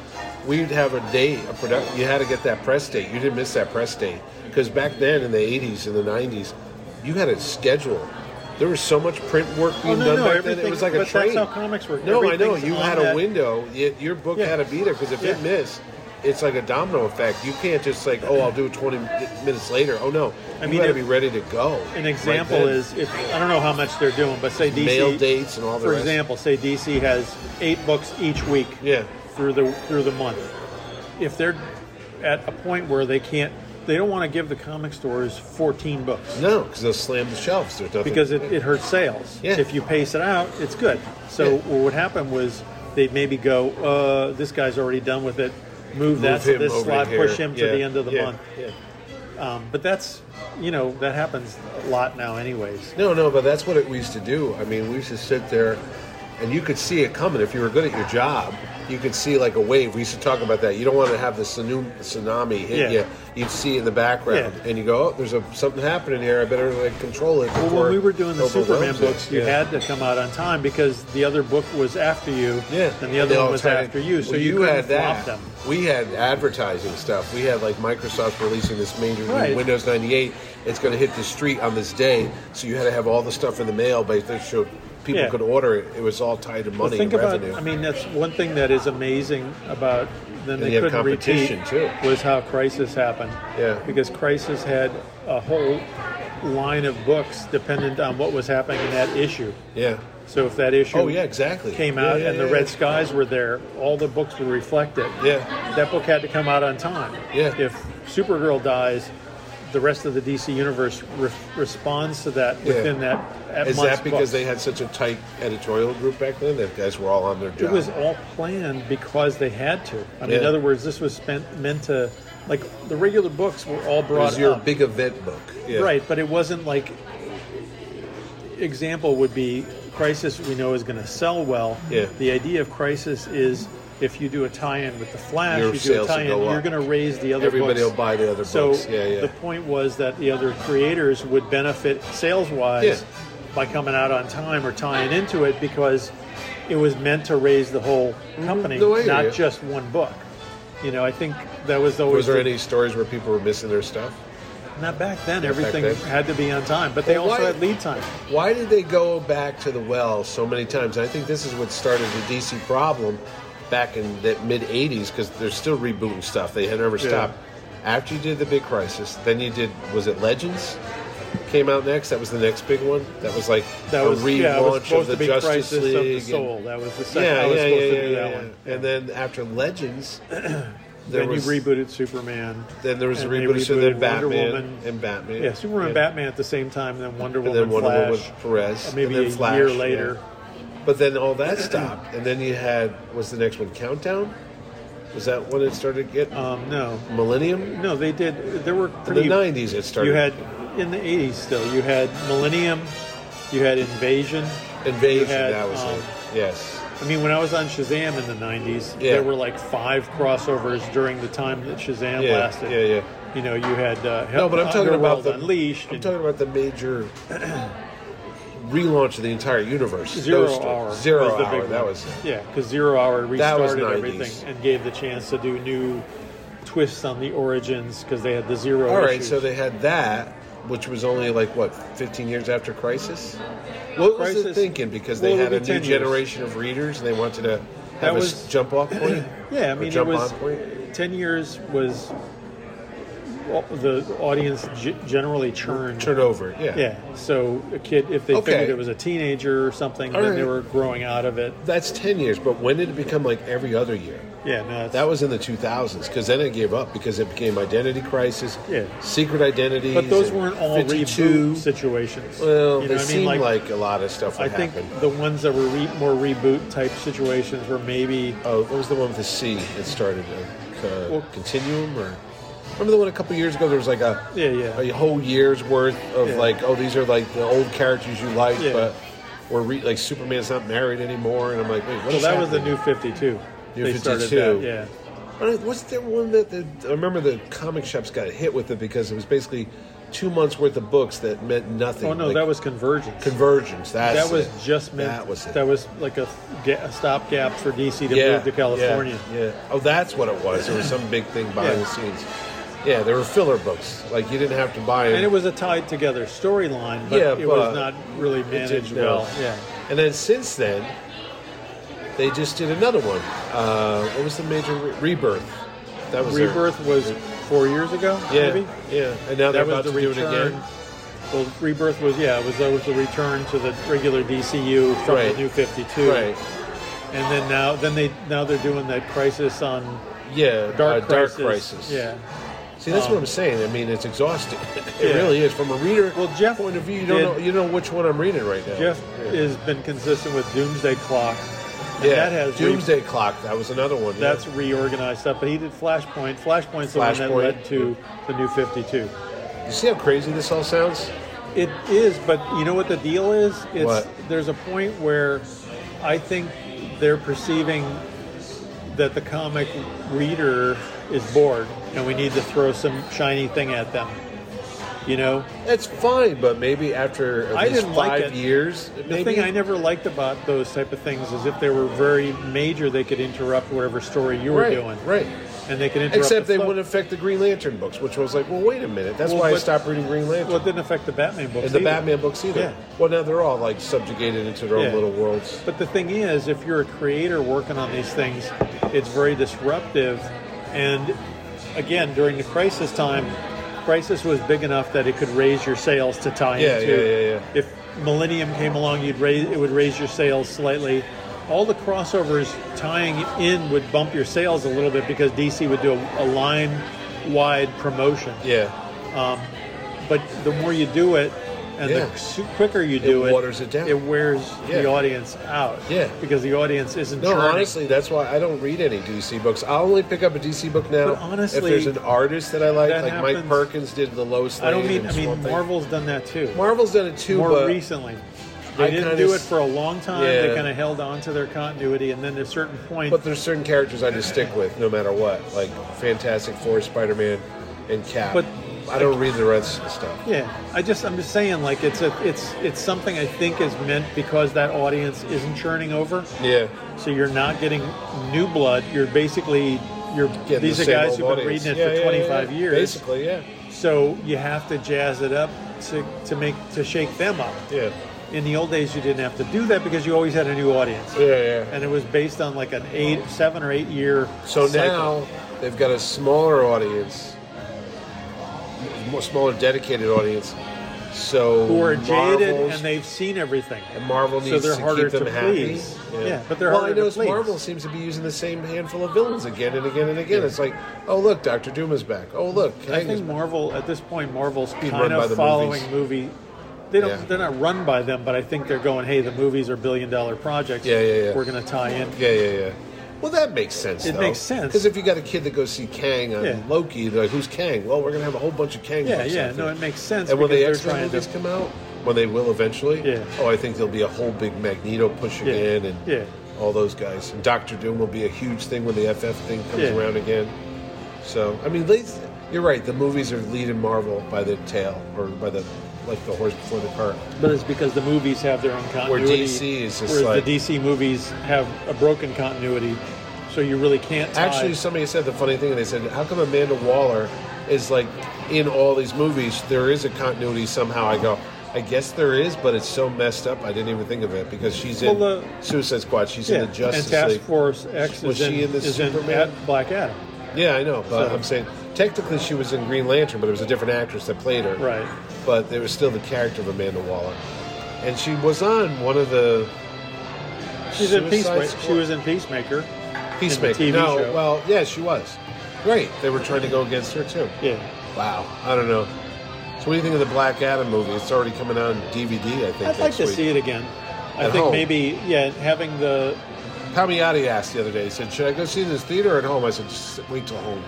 C: we'd have a date, a product. You had to get that press date. You didn't miss that press date because back then in the '80s and the '90s, you had a schedule. There was so much print work
B: Oh,
C: being
B: no,
C: done
B: no,
C: back then. It
B: everything-
C: was like a
B: but that's
C: train.
B: how comics work.
C: No, I know
B: Everything's
C: you
B: on
C: had
B: that-
C: a window. Yet your book
B: Yeah.
C: had to be there because if it
B: Yeah.
C: missed, it's like a domino effect. You can't just like, oh, I'll do it 20 minutes later. Oh no,
B: I
C: you
B: mean,
C: got to
B: if-
C: be ready to go.
B: An
C: right
B: example
C: then.
B: is if I don't know how much they're doing, but say DC
C: Mail dates and all the
B: For
C: rest.
B: example, say DC has eight books each week
C: Yeah.
B: through the through the month. If they're at a point where they can't, they don't want to give the comic stores fourteen books
C: No, because they'll slam the shelves. There's nothing.
B: because it, it hurts sales.
C: Yeah.
B: If you pace it out, it's good. So
C: Yeah.
B: what happened was they'd maybe go, uh, this guy's already done with it. Move, that to
C: him
B: this
C: over
B: slot,
C: here.
B: push him
C: Yeah,
B: to the end of the
C: yeah,
B: month.
C: yeah.
B: Um, but that's, you know, that happens a lot now, anyways.
C: No, no, but that's what it, we used to do. I mean, we used to sit there, and you could see it coming. If you were good at your job, you could see like a wave. We used to talk about that. You don't want to have the tsunami, tsunami hit
B: Yeah.
C: you. You'd see in the background,
B: Yeah.
C: and you go, "Oh, there's a something happening here. I better like control it."
B: Well,
C: before
B: when we
C: it
B: were doing the Superman
C: overwhelms it."
B: books, you
C: Yeah.
B: had to come out on time because the other book was after you,
C: Yeah,
B: and the other
C: They all
B: one was
C: tried to-
B: after you, so
C: Well,
B: you, couldn't flop them.
C: We had advertising stuff. We had like Microsoft releasing this major new
B: Right.
C: Windows 98. It's going to hit the street on this day, so you had to have all the stuff in the mail. But they showed people
B: Yeah.
C: could order it. It was all tied to money
B: Well, think
C: and
B: about.
C: revenue.
B: I mean, that's one thing that is amazing about then
C: And
B: they
C: you have
B: couldn't
C: competition,
B: repeat
C: too.
B: was how Crisis happened.
C: Yeah.
B: because Crisis had a whole line of books dependent on what was happening in that issue.
C: yeah,
B: So if that issue,
C: Oh, yeah, exactly.
B: came
C: Yeah,
B: out
C: yeah,
B: and
C: yeah,
B: the red
C: yeah.
B: skies were there, all the books were reflected.
C: yeah,
B: That book had to come out on time.
C: Yeah.
B: If Supergirl dies, the rest of the DC universe re- responds to that within that. At
C: Is
B: month's
C: that because
B: book.
C: they had such a tight editorial group back then that guys were all on their job?
B: It was all planned because they had to. I mean, in
C: Yeah.
B: other words, this was spent meant to, like the regular books were all
C: It
B: brought
C: was your
B: up,
C: big event book, Yeah.
B: right? But it wasn't like. Example would be Crisis. We know is going to sell well.
C: Yeah.
B: The idea of Crisis is if you do a tie-in with the Flash,
C: Your
B: you do a
C: sales will
B: tie-in,
C: go up.
B: you're going to raise the other.
C: Everybody
B: books.
C: will buy the other
B: So
C: books. Yeah, yeah.
B: the point was that the other creators would benefit sales wise
C: Yeah.
B: by coming out on time or tying into it because it was meant to raise the whole company,
C: No, I hear
B: not
C: you.
B: just one book. You know, I think that was always
C: Was there
B: the-
C: any stories where people were missing their stuff?
B: not back then. everything
C: then.
B: had to be on time, but they
C: Well,
B: also
C: why-
B: had lead time.
C: Why did they go back to the well so many times? I think this is what started the DC problem back in the mid 80s because they're still rebooting stuff. They had never
B: Yeah.
C: stopped. After you did the big crisis, then you did, was it Legends? Came out next. That was the next big one. That was like
B: That
C: a
B: was
C: relaunch
B: yeah, it was
C: of
B: supposed
C: the
B: to be
C: Justice
B: Crisis
C: League.
B: of the
C: and-
B: Soul. That was the second.
C: yeah,
B: I was
C: yeah, yeah,
B: supposed
C: yeah,
B: to do that
C: yeah.
B: one.
C: And then after Legends, there
B: Then
C: was
B: you rebooted Superman.
C: then there was a
B: and they
C: reboot, so
B: rebooted
C: then
B: Wonder
C: Batman
B: Woman.
C: and Batman,
B: Yeah, Superman,
C: Yeah.
B: Batman at the same time, then Wonder
C: and
B: Woman,
C: then Wonder Woman
B: Flash,
C: with Perez, and
B: maybe
C: then
B: a
C: Flash,
B: year
C: yeah.
B: later.
C: But then all that stopped, and then you had was the next one Countdown? Was that when it started to get
B: Um, no,
C: Millennium?
B: no, they did. There were
C: In the
B: pretty.
C: nineties, it started.
B: You had in the '80s still. You had Millennium, You had Invasion.
C: Invasion,
B: had,
C: that was
B: um,
C: it. Yes.
B: I mean, when I was on Shazam in the 90s,
C: Yeah.
B: there were like five crossovers during the time that Shazam
C: Yeah,
B: lasted.
C: yeah, yeah.
B: You know, you had uh,
C: No, but I'm talking about
B: Underworld
C: the
B: Unleashed.
C: I'm
B: and-
C: talking about the major relaunch of the entire universe.
B: Zero
C: Those two.
B: hour.
C: Zero
B: was the
C: hour.
B: big
C: that
B: one.
C: was it.
B: Yeah, because zero hour
C: That was
B: restarted
C: 90s.
B: everything and gave the chance to do new twists on the origins because they had the zero.
C: All right,
B: issues.
C: so they had that, which was only like what 15 years after Crisis. What was the
B: Crisis-
C: thinking? Because they
B: well,
C: had
B: it'll
C: a
B: be
C: new
B: 10 years.
C: generation of readers, and they wanted to have
B: That
C: a
B: was-
C: s- jump off point.
B: yeah, I
C: Or
B: mean it
C: jump
B: was
C: on point.
B: ten years was well, the audience g- generally churned.
C: Turn over. Yeah.
B: Yeah, so a kid if they
C: Okay.
B: figured it was a teenager or something,
C: All
B: then they
C: right.
B: were growing out of it.
C: That's 10 years, but when did it become like every other year?
B: Yeah, no, it's-
C: That was in the 2000s because then it gave up because it became Identity Crisis,
B: Yeah.
C: Secret Identity.
B: But those weren't all
C: 52.
B: reboot situations.
C: Well,
B: You know what
C: they
B: I mean?
C: seemed like,
B: Like-
C: a lot of stuff
B: I
C: would
B: think
C: happen.
B: the ones that were re- more reboot type situations were maybe
C: Oh, what was the one with the C that started? Uh, uh,
B: Well-
C: Continuum or remember the one a couple years ago? There was like a
B: Yeah, yeah.
C: a whole year's worth of
B: Yeah.
C: like oh these are like the old characters you like,
B: Yeah.
C: but we're re- like Superman's not married anymore, and I'm like wait, what
B: well
C: is
B: that was the
C: happening?
B: new 52.
C: New
B: they started that,
C: 52.
B: yeah.
C: But What's the one that the, I remember the comic shops got hit with it because it was basically two months worth of books that meant nothing.
B: Oh no,
C: like
B: that was Convergence.
C: Convergence. That's
B: that was
C: it.
B: just meant
C: That was it.
B: that was like a, ga- a stopgap for DC to move to California.
C: Yeah, yeah. Oh, that's what it was. There was some big thing behind
B: Yeah.
C: the scenes. Yeah, there were filler books. Like you didn't have to buy them.
B: And it was a tied together storyline, but
C: Yeah,
B: it
C: but
B: was not really managed well. Yeah.
C: And then since then, they just did another one. Uh, what was the major re- rebirth? That was their-
B: Rebirth was 4 years ago
C: yeah,
B: maybe.
C: yeah. And now
B: That
C: they're about
B: was the
C: to do it
B: return.
C: again.
B: Well, Rebirth was yeah, it was that was the return to the regular DCU from
C: Right.
B: the new 52.
C: Right.
B: And then now, then they now they're doing that crisis on
C: Yeah.
B: dark,
C: uh,
B: crisis.
C: Dark crisis.
B: Yeah,
C: See, that's
B: Um,
C: what I'm saying. I mean, it's exhausting. It really is from a reader
B: Well, Jeff
C: point of view. You don't
B: did-
C: know. You don't know which one I'm reading right now.
B: Jeff
C: Yeah.
B: has been consistent with Doomsday Clock. And
C: Yeah,
B: that has re-
C: Doomsday Clock. That was another one. yeah.
B: that's reorganized stuff. But he did Flashpoint. Flashpoint's the one that
C: Flashpoint.
B: led to the New Fifty Two.
C: You see how crazy this all sounds?
B: It is, but you know what the deal is? It's
C: What?
B: there's a point where I think they're perceiving that the comic reader is bored and we need to throw some shiny thing at them. You know?
C: That's fine, but maybe after at
B: I
C: least
B: didn't like it.
C: five years,
B: The
C: maybe.
B: thing I never liked about those type of things is if they were very major, they could interrupt whatever story you were
C: right,
B: doing.
C: right.
B: And they could interrupt.
C: Except
B: the
C: they
B: flow.
C: wouldn't affect the Green Lantern books, which was like, well, wait a minute. That's
B: Well,
C: why I
B: but-
C: stopped reading Green Lantern
B: Well, it didn't affect the Batman books.
C: and the
B: either.
C: Batman books either.
B: Yeah.
C: Well, now they're all like subjugated into their own
B: Yeah.
C: little worlds.
B: But the thing is, if you're a creator working on these things, it's very disruptive. And again, during the crisis time, crisis was big enough that it could raise your sales to tie
C: Yeah,
B: into.
C: yeah, yeah, yeah.
B: If Millennium came along, you'd raise it would raise your sales slightly. All the crossovers tying in would bump your sales a little bit because DC would do a, a line wide promotion.
C: Yeah.
B: But the more you do it, and
C: Yeah.
B: the su- quicker you do it,
C: waters it down.
B: It wears the
C: Yeah.
B: audience out.
C: Yeah.
B: because the audience isn't.
C: No,
B: churning.
C: honestly, that's why I don't read any DC books. I only pick up a DC book now
B: But honestly,
C: if there's an artist that I like,
B: that
C: like Mike
B: happens.
C: Perkins did the Lois Lane.
B: I don't mean.
C: and
B: I mean,
C: Swamp Thing.
B: Marvel's done that too.
C: Marvel's done it too,
B: More
C: but
B: recently, they
C: uh, I
B: didn't
C: kinda
B: do it
C: s-
B: for a long time. They
C: Yeah.
B: kind of held on to their continuity, and then at a certain point,
C: But there's certain characters I just stick with no matter what, like Fantastic Four, Spider Man, and Cap.
B: But-
C: I don't read the rest of the stuff.
B: Yeah, I just I'm just saying like it's a it's it's something I think is meant because that audience isn't churning over.
C: Yeah,
B: So you're not getting new blood. You're basically you're
C: Getting
B: these
C: the
B: are
C: same
B: guys
C: old
B: who've been
C: audience.
B: reading it
C: Yeah,
B: for
C: yeah,
B: 25
C: yeah.
B: years.
C: Basically, yeah,
B: So you have to jazz it up to, to make to shake them up.
C: yeah,
B: In the old days, you didn't have to do that because you always had a new audience,
C: yeah, yeah.
B: and it was based on like an eight, seven or eight year.
C: so
B: cycle.
C: now they've got a smaller audience, more smaller dedicated audience. So
B: who are jaded
C: Marvel's-
B: and they've seen everything.
C: and Marvel
B: so
C: needs
B: they're
C: to
B: harder
C: keep them
B: to
C: happy.
B: please. Yeah, but they're
C: well,
B: harder
C: I know
B: to
C: it's
B: please.
C: Marvel seems to be using the same handful of villains again and again and again. It's like, oh look, Doctor Doom is back. Oh look, Kang
B: I
C: is
B: think Marvel at this point, Marvel's
C: Being
B: kind
C: run by
B: of
C: the
B: following movie.
C: movies.
B: They don't.
C: Yeah.
B: They're not run by them, but I think they're going. Hey, the movies are billion dollar projects.
C: Yeah, yeah, yeah.
B: We're going to tie in.
C: Yeah, yeah, yeah. Well, that makes sense.
B: It
C: though.
B: makes sense.
C: because if you got a kid that goes see Kang on
B: Yeah.
C: Loki, they're like, "Who's Kang?" Well, we're gonna have a whole bunch of Kang.
B: Yeah,
C: books
B: yeah.
C: out
B: No,
C: there.
B: it makes sense.
C: And when
B: because
C: the
B: they're
C: X Men
B: trying to-
C: movies come out, when they will eventually.
B: Yeah.
C: Oh, I think there'll be a whole big Magneto push
B: Yeah.
C: again, and
B: Yeah.
C: all those guys. And Doctor Doom will be a huge thing when the FF thing comes
B: Yeah.
C: around again. So I mean, they, you're right. The movies are leading Marvel by the tail, or by the like the horse before the cart.
B: But it's because the movies have their own continuity.
C: DC is just
B: whereas
C: like-
B: the DC movies have a broken continuity, so you really can't. Tie.
C: Actually, somebody said the funny thing. They said, "How come Amanda Waller is like in all these movies? There is a continuity somehow." I go, "I guess there is, but it's so messed up. I didn't even think of it because she's in
B: Well, the-
C: Suicide Squad. She's
B: yeah.
C: in the Justice
B: and Task
C: League.
B: Force X
C: Was
B: is in,
C: she in the
B: is in
C: Superman?
B: Ad- Black Adam,
C: Yeah, I know, but
B: So-
C: I'm saying technically she was in Green Lantern, but it was a different actress that played her.
B: right?
C: But there was still the character of Amanda Waller, and she was on one of the
B: She's in
C: Suicide
B: Peacemaker. She
C: Squad-
B: was in Peacemaker.
C: Peacemaker.
B: TV
C: no,
B: show.
C: well, yeah, she was. Right, they were trying to go against her too.
B: Yeah.
C: Wow, I don't know. So what do you think of the Black Adam movie? It's already coming out on DVD, I
B: I'd
C: think.
B: like
C: next
B: to
C: week.
B: see it again. I
C: At
B: think
C: home.
B: maybe yeah, having the
C: Kamiati asked the other day. He said, "Should I go see it in this theater or at home?" I said, "Just wait till home."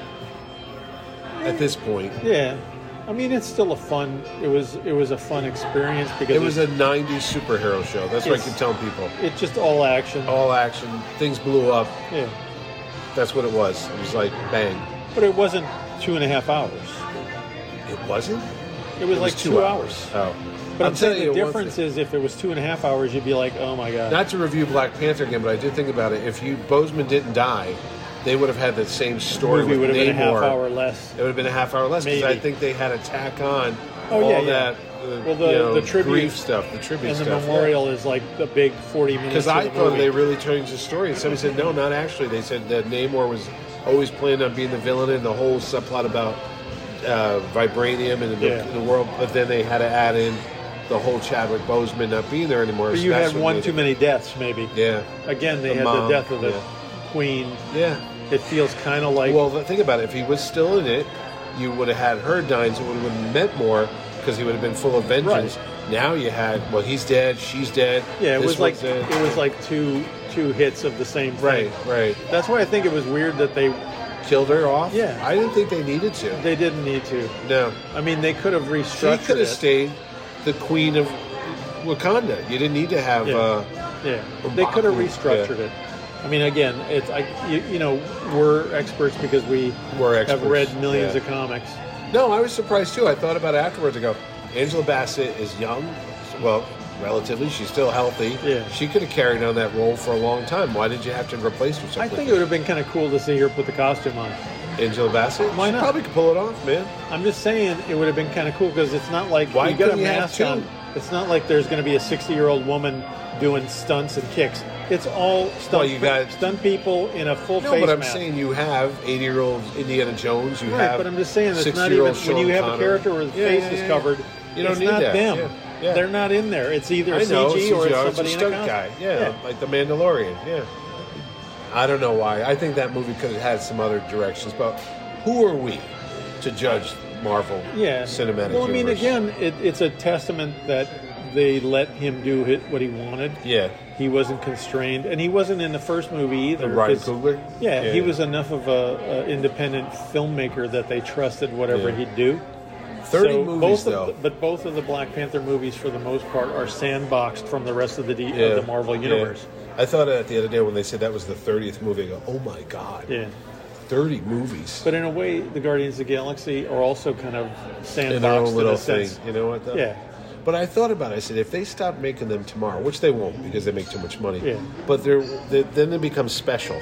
C: At this point,
B: yeah. I mean, it's still a fun. It was it was a fun experience because
C: it was a '90s superhero show. That's what I
B: Yes.
C: keep telling people.
B: it's just all action.
C: All action, things blew up.
B: Yeah,
C: That's what it was. It was like bang.
B: but it wasn't two and a half hours.
C: It wasn't.
B: It was
C: It
B: like
C: was
B: two, hours.
C: Oh,
B: But I'm, saying the
C: you one
B: difference
C: thing.
B: is if it was two and a half hours, you'd be like, oh my god.
C: Not to review Black Panther again, but I did think about it. If you Bozeman didn't die, they would have had the same
B: the
C: story.
B: movie
C: with
B: would have been a half
C: Namor.
B: hour less.
C: It would have been a half hour less because I
B: Maybe.
C: think they had a tack on
B: Oh,
C: all
B: yeah, yeah.
C: that uh,
B: Well, the-
C: you know,
B: the tribute
C: grief stuff, the tribute
B: And the
C: stuff.
B: memorial is like the big 40 minutes.
C: Because
B: of
C: I
B: the
C: thought
B: movie.
C: they really changed the story. And somebody said, no, not actually. They said that Namor was always planned on being the villain and the whole subplot about uh, vibranium and the,
B: Yeah.
C: the world. But then they had to add in the whole Chadwick Boseman not being there anymore.
B: But
C: so
B: you
C: that's
B: had
C: what
B: one
C: made
B: too
C: it-
B: many deaths, maybe.
C: Yeah.
B: Again, they
C: The
B: had
C: mom,
B: the death of the
C: yeah.
B: queen.
C: Yeah.
B: It feels kind of like
C: Well, think about it. If he was still in it, you would have had her dying, so it would have meant more because he would have been full of vengeance. Now you had, well, he's dead, she's dead.
B: yeah, it
C: this
B: was like
C: one's dead.
B: it was like two two hits of the same thing.
C: right, right.
B: That's why I think it was weird that they
C: Killed her off.
B: Yeah.
C: I didn't think they needed to.
B: they didn't need to.
C: no,
B: I mean, they could have
C: she
B: restructured.
C: could have
B: it.
C: stayed the queen of Wakanda. You didn't need to have.
B: Yeah.
C: Uh,
B: Yeah, they could have
C: Mbaku,
B: restructured it. I mean, again, it's I, you, you know, we're experts because we
C: We're
B: have
C: experts,
B: read millions
C: yeah.
B: of comics.
C: no, I was surprised too. I thought about it afterwards. I go, Angela Bassett is young. Well, relatively, she's still healthy.
B: Yeah.
C: She could have carried on that role for a long time. Why did you have to replace her? so
B: I
C: quickly?
B: think it would have been kind of cool to see her put the costume on.
C: Angela Bassett?
B: Why
C: She
B: not?
C: probably could pull it off, man.
B: I'm just saying it would have been kind of cool because it's not like
C: Why
B: you got a
C: couldn't you have
B: mask
C: two?
B: on. It's not like there's going to be a 60 year old woman doing stunts and kicks. It's all stunt,
C: Well, you
B: pe-
C: got-
B: stunt people in a full
C: No,
B: face
C: but I'm
B: mask.
C: saying you have 80 year old Indiana Jones. You
B: Right,
C: have.
B: but I'm just saying it's not even
C: 60-year-old
B: when you
C: Sean
B: have a
C: Connery.
B: character where the
C: Yeah,
B: face
C: yeah,
B: is
C: yeah,
B: covered.
C: You don't
B: it's
C: need
B: not
C: that.
B: them.
C: Yeah, yeah.
B: They're not in there. It's either
C: I know,
B: CG or
C: CGI,
B: it's somebody
C: oh, a
B: in
C: stunt
B: costume.
C: guy. Yeah, like the Mandalorian. Yeah. I don't know why. I think that movie could have had some other directions, but who are we to judge Marvel
B: yeah.
C: cinematic
B: Well, I mean,
C: universe?
B: again, it, it's a testament that they let him do hi- what he wanted.
C: Yeah.
B: He wasn't constrained, and he wasn't in the first movie either.
C: Ryan
B: 'cause-
C: Coogler?
B: Yeah, he was enough of a, a independent filmmaker that they trusted whatever
C: Yeah.
B: he'd do.
C: 30
B: So
C: movies,
B: both of
C: though.
B: the- but both of the Black Panther movies, for the most part, are sandboxed from the rest of the, D, of the Marvel
C: yeah.
B: universe.
C: I thought of that the other day when they said that was the 30th movie. I go, oh my God.
B: Yeah.
C: 30 movies.
B: But in a way, the Guardians of the Galaxy are also kind of
C: in their
B: sandboxed
C: own
B: in,
C: little
B: a
C: thing.
B: sense.
C: You know what? Though?
B: Yeah.
C: But I thought about it. I said, if they stop making them tomorrow, which they won't because they make too much money.
B: Yeah.
C: But they're, they then they become special.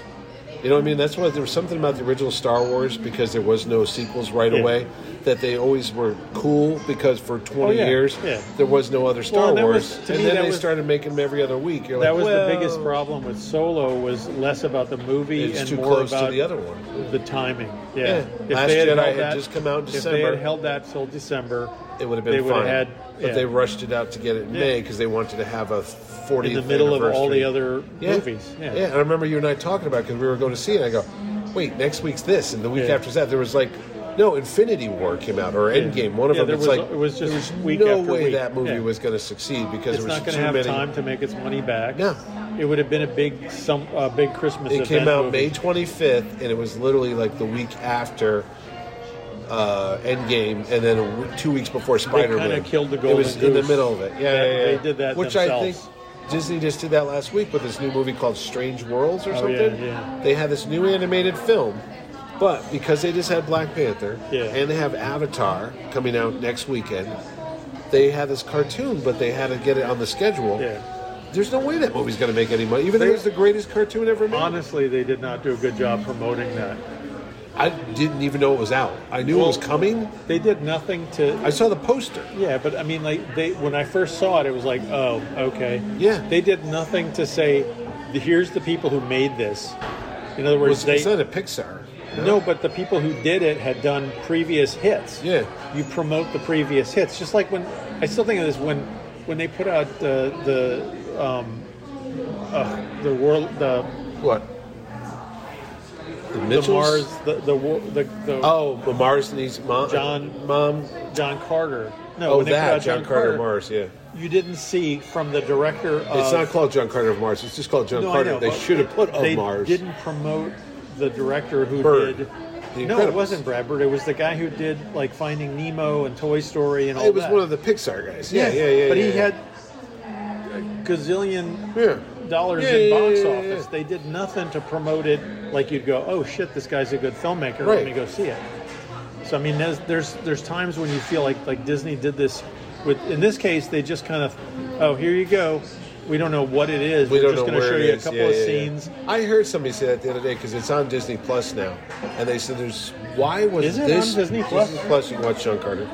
C: You know what I mean? That's why there was something about the original Star Wars because there was no sequels right
B: Yeah.
C: away that they always were cool because for 20
B: Oh, yeah.
C: years
B: Yeah.
C: there was no other Star
B: and that
C: Wars.
B: was-
C: and
B: to me,
C: then
B: that
C: they
B: was-
C: started making them every other week. You're
B: That
C: like,
B: was
C: well,
B: the biggest problem with Solo was less about the movie
C: It's
B: and
C: too
B: more
C: close to
B: about
C: the other one.
B: the timing. Yeah,
C: Yeah.
B: If
C: Last
B: they had,
C: Jedi
B: held
C: had
B: that-
C: just come out in
B: If they
C: December.
B: had held that till December,
C: It would have
B: they
C: been
B: would
C: fine.
B: Had, yeah,
C: But they rushed it out to get it in
B: Yeah.
C: May because they wanted to have a 40th
B: in the middle of all
C: anniversary.
B: the other movies. Yeah.
C: and I remember you and I talking about because we were going to see it. And I go, wait, next week's this, and the week
B: Yeah.
C: after that, there was like, no, Infinity War came out or Endgame. One of
B: Yeah,
C: them.
B: there
C: it's
B: was-
C: like
B: it was just
C: there was
B: week
C: no
B: after
C: way
B: week.
C: that movie
B: Yeah.
C: was going to succeed because
B: It's
C: there was
B: not going
C: too
B: to have
C: many.
B: time to make its money back.
C: No.
B: It would have been a big some a big Christmas.
C: It
B: event
C: came out
B: movie.
C: May 25th, and it was literally like the week after uh, Endgame, and then a w- two weeks before Spider Man.
B: kinda killed the
C: It
B: golden
C: was in the
B: goose.
C: middle of it. Yeah,
B: Yeah,
C: yeah, yeah.
B: they did that
C: Which
B: themselves.
C: I think Disney just did that last week with this new movie called Strange Worlds
B: Oh,
C: or
B: yeah,
C: something.
B: yeah.
C: They had this new animated film, but because they just had Black Panther
B: Yeah.
C: and they have Avatar coming out next weekend, they had this cartoon, but they had to get it on the schedule.
B: Yeah.
C: There's no way that movie's going to make any money, even
B: They-
C: though it's the greatest cartoon ever made.
B: Honestly, they did not do a good job promoting that.
C: I didn't even know it was out. I knew it was
B: Well-
C: coming.
B: They did nothing to.
C: I saw the poster.
B: Yeah, but I mean, like they when I first saw it, it was like, oh, okay.
C: Yeah.
B: They did nothing to say, here's the people who made this. In other words,
C: It's,
B: they
C: it's not a Pixar.
B: No, but the people who did it had done previous hits.
C: Yeah.
B: You promote the previous hits. Just like when, I still think of this, when when they put out the, the, um, uh, the world, the,
C: What? The
B: the
C: Mitchells?
B: Mars, the, the, wor- the, the
C: Oh, the Mars and his mom.
B: John-
C: Mom.
B: John Carter. No,
C: Oh,
B: when they put
C: that
B: out
C: John, Carter, of Mars. Yeah.
B: You didn't see from the director of.
C: It's not called John Carter of Mars. It's just called John
B: Uh, No, I
C: Carter.
B: know,
C: they
B: but
C: should have put of
B: they
C: Mars.
B: didn't promote the director who
C: Bird.
B: did.
C: The
B: No, it
C: Incredibles.
B: wasn't Brad Bird. It was the guy who did like Finding Nemo and Toy Story and all that.
C: It was one of the Pixar guys. Yeah, yeah, yeah.
B: But
C: yeah,
B: he
C: yeah.
B: had a gazillion
C: Yeah.
B: dollars
C: Yeah,
B: in
C: yeah,
B: box
C: yeah, yeah,
B: office.
C: yeah.
B: They did nothing to promote it. Like you'd go, oh shit, this guy's a good filmmaker. Let
C: Right.
B: me go see it. So I mean, there's there's there's times when you feel like like Disney did this. With in this case, they just kind of, oh here you go. We don't know what it is.
C: We
B: We're
C: don't
B: just
C: know
B: gonna
C: where
B: show
C: it
B: you a
C: is.
B: couple
C: Yeah,
B: of
C: yeah, yeah.
B: scenes.
C: I heard somebody say that the other day because it's on Disney Plus now, and they said, "There's why was
B: Is it
C: this
B: on Disney Plus?
C: Disney Plus? You can watch John Carter.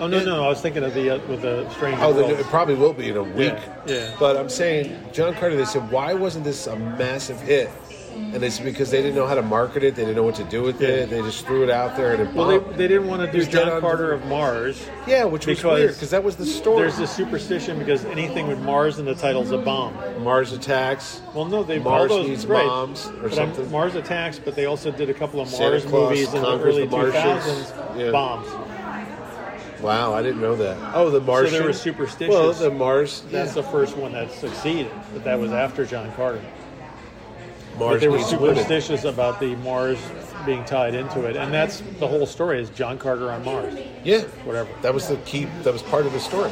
B: Oh no no, I was thinking of the uh, with the strange.
C: Oh, then
B: Worlds.
C: it probably will be in a week.
B: yeah.
C: But I'm saying, John Carter, they said, why wasn't this a massive hit? And they said, because they didn't know how to market it. They didn't know what to do with
B: Yeah.
C: it. They just threw it out there and it
B: Well, they,
C: bombed.
B: they didn't want to do
C: He's dead
B: John
C: on-
B: Carter of Mars.
C: yeah, which was
B: because
C: weird because that was the story.
B: There's this superstition because anything with Mars in the title's a bomb.
C: Mars attacks.
B: Well, no, they
C: Mars
B: all those,
C: needs
B: right,
C: bombs or
B: but I'm-
C: something.
B: Mars attacks, but they also did a couple of
C: Santa
B: Mars
C: Claus
B: movies in the
C: conquers
B: early
C: the Martians.
B: 2000s.
C: Yeah.
B: Bombs.
C: Wow, I didn't know that. Oh, the Martian.
B: they were superstitious.
C: Well, the Mars.
B: That's
C: yeah.
B: the first one that succeeded, but that was after John Carter.
C: Mars
B: but they were
C: needs women.
B: superstitious about the Mars being tied into it, and that's the whole story is John Carter on Mars.
C: Yeah,
B: Whatever.
C: That was the key. That was part of the story.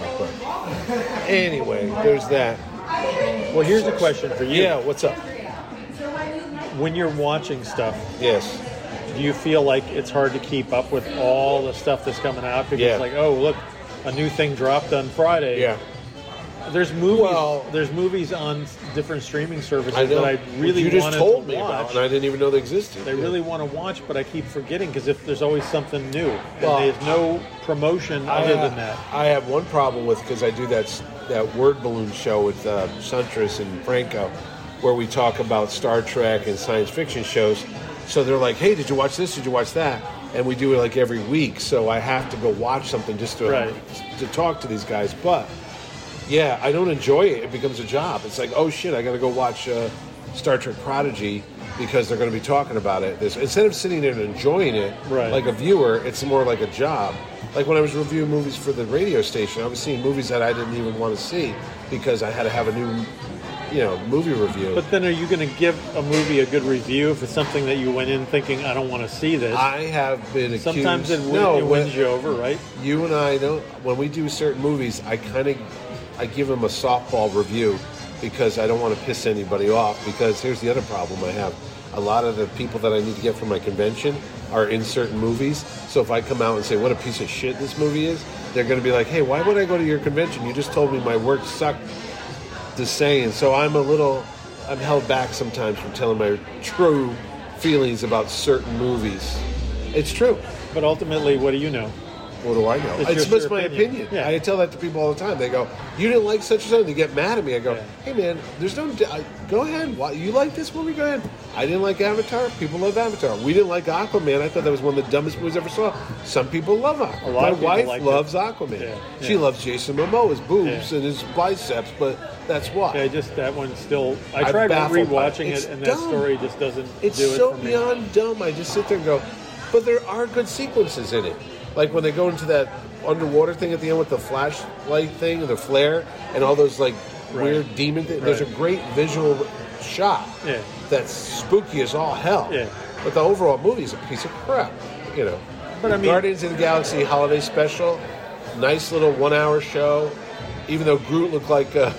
C: But anyway, there's that.
B: Well, here's a question for you:
C: Yeah, what's up?
B: When you're watching stuff,
C: Yes.
B: do you feel like it's hard to keep up with all the stuff that's coming out? Because
C: Yeah.
B: it's like, oh, look, a new thing dropped on Friday.
C: Yeah.
B: There's movies.
C: Well-
B: there's movies on s- different streaming services
C: I know.
B: that I really
C: you just
B: wanted
C: told
B: to
C: me
B: watch.
C: about, and I didn't even know they existed.
B: that I
C: Yeah.
B: really want to watch, but I keep forgetting because if there's always something new,
C: Well,
B: and there's no promotion other
C: I, uh,
B: than that.
C: I have one problem with because I do that s- that word balloon show with uh, Suntress and Franco, where we talk about Star Trek and science fiction shows. So they're like, "Hey, did you watch this? Did you watch that?" And we do it like every week. So I have to go watch something just to
B: Right.
C: to talk to these guys. But yeah, I don't enjoy it. It becomes a job. It's like, oh shit, I got to go watch uh, Star Trek Prodigy because they're going to be talking about it. This instead of sitting there and enjoying it
B: Right.
C: like a viewer, it's more like a job. Like when I was reviewing movies for the radio station, I was seeing movies that I didn't even want to see because I had to have a new, you know, movie review.
B: But then, are you going to give a movie a good review if it's something that you went in thinking I don't want to see this?
C: I have been accused.
B: Sometimes it, win,
C: no,
B: it
C: when-
B: wins you over, right?
C: you and I don't when we do certain movies, I kind of I give them a softball review because I don't want to piss anybody off. Because here's the other problem I have: a lot of the people that I need to get for my convention are in certain movies. So if I come out and say what a piece of shit this movie is, they're going to be like, "Hey, why would I go to your convention? You just told me my work sucked." Just saying. So I'm a little I'm held back sometimes from telling my true feelings about certain movies. It's true.
B: But ultimately, what do you know?
C: What do I know?
B: It's
C: It's,
B: just
C: just
B: your
C: my
B: opinion.
C: opinion.
B: Yeah.
C: I tell that to people all the time. They go, "You didn't like such and such." They get mad at me. I go,
B: Yeah.
C: "Hey, man, there's no. d- I- Go ahead. Why, you like this movie? Go ahead. I didn't like Avatar. People love Avatar. We didn't like Aquaman. I thought that was one of the dumbest movies I ever saw. Some people love Aquaman.
B: A lot
C: my
B: of people
C: wife
B: liked it.
C: loves Aquaman.
B: Yeah.
C: She
B: Yeah.
C: loves Jason Momoa, his boobs
B: Yeah.
C: and his biceps, but that's why.
B: Yeah, just that one still. I
C: I'm
B: tried
C: baffled by it.
B: rewatching it,
C: It's
B: and that
C: dumb.
B: story just doesn't
C: It's
B: do it
C: so
B: for me.
C: beyond dumb. I just sit there and go, but there are good sequences in it. Like when they go into that underwater thing at the end with the flashlight thing and the flare and all those like
B: Right.
C: weird demon things. There's
B: Right.
C: a great visual shot
B: Yeah.
C: that's spooky as all hell.
B: Yeah.
C: But the overall movie is a piece of crap, you know.
B: But I mean,
C: Guardians of the Galaxy Holiday Special, nice little one-hour show. Even though Groot looked like uh,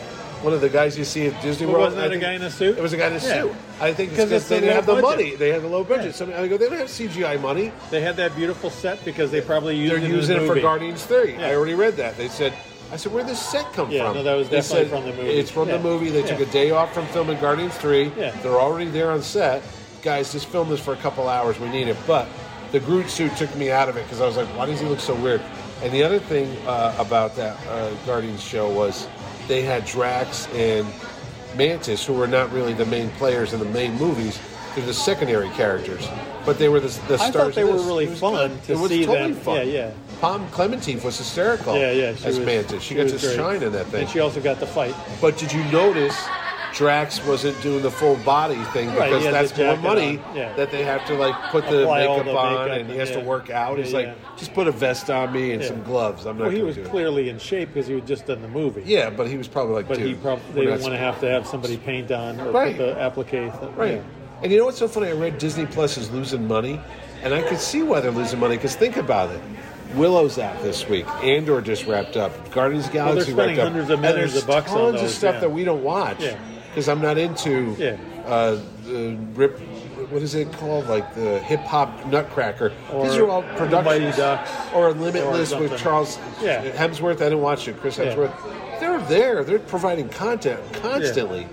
C: one of the guys you see at Disney
B: But
C: World,
B: wasn't that
C: I
B: a
C: think-
B: guy in a suit?
C: It was a guy in a
B: Yeah.
C: suit. I think it's
B: Because
C: because
B: it's
C: they
B: a
C: didn't
B: low
C: have the
B: budget.
C: money. They had the low budget.
B: Yeah.
C: So I go, they don't have CGI money.
B: they had that beautiful set because they probably used
C: They're
B: it in
C: using
B: the
C: it for
B: movie.
C: Guardians Three. I
B: Yeah.
C: already read that. They said. I said, where did this set come
B: Yeah,
C: from?
B: no, that was
C: They
B: definitely
C: said,
B: from the movie.
C: It's from
B: Yeah.
C: the movie. They
B: Yeah.
C: took a day off from filming Guardians 3.
B: Yeah.
C: They're already there on set. Guys, just film this for a couple hours. We need it. But the Groot suit took me out of it because I was like, why does he look so weird? And the other thing uh, about that uh, Guardians show was they had Drax and Mantis, who were not really the main players in the main movies. They're the secondary characters. But they were the, the
B: I
C: stars.
B: thought they
C: of
B: were
C: this.
B: really
C: It was
B: fun
C: good.
B: to
C: it was
B: see
C: totally
B: them.
C: Fun.
B: Yeah, yeah.
C: Palm Clementine was hysterical.
B: Yeah, yeah. She
C: as
B: was,
C: Mantis, she, got
B: was
C: to
B: great.
C: shine in that thing.
B: And she also got the fight.
C: But did you notice Drax wasn't doing the full body thing
B: Right,
C: because
B: he had
C: that's
B: the
C: more
B: jacket
C: money
B: on, yeah.
C: that they have to like put the
B: Apply all
C: makeup
B: the
C: on
B: makeup
C: and he
B: and-
C: has to
B: yeah.
C: work out.
B: Yeah,
C: He's
B: yeah.
C: like, just put a vest on me and
B: Yeah.
C: some gloves. I'm not.
B: Well, he
C: gonna
B: was
C: do it."
B: clearly in shape because he had just done the movie.
C: Yeah, but he was probably like,
B: But
C: dude,
B: he probably
C: we're
B: they didn't
C: not
B: want to have to have somebody paint on or
C: Right.
B: put the applique. th-
C: Right.
B: yeah.
C: And you know what's so funny? I read Disney Plus is losing money, and I could see why they're losing money because think about it. Willow's out this week. Andor just wrapped up. Guardians of the
B: they're
C: Galaxy
B: spending
C: wrapped up.
B: hundreds of
C: And
B: millions
C: there's
B: of bucks on
C: tons of
B: those,
C: stuff
B: yeah.
C: that we don't watch
B: Yeah.
C: because I'm not into
B: Yeah.
C: uh, the rip. What is it called? Like the hip hop Nutcracker.
B: Or
C: These are all
B: Mighty
C: productions.
B: Ducks
C: or
B: or
C: Limitless
B: something.
C: with Charles
B: Yeah.
C: Hemsworth. I didn't watch it. Chris
B: Yeah.
C: Hemsworth. They're there. They're providing content constantly.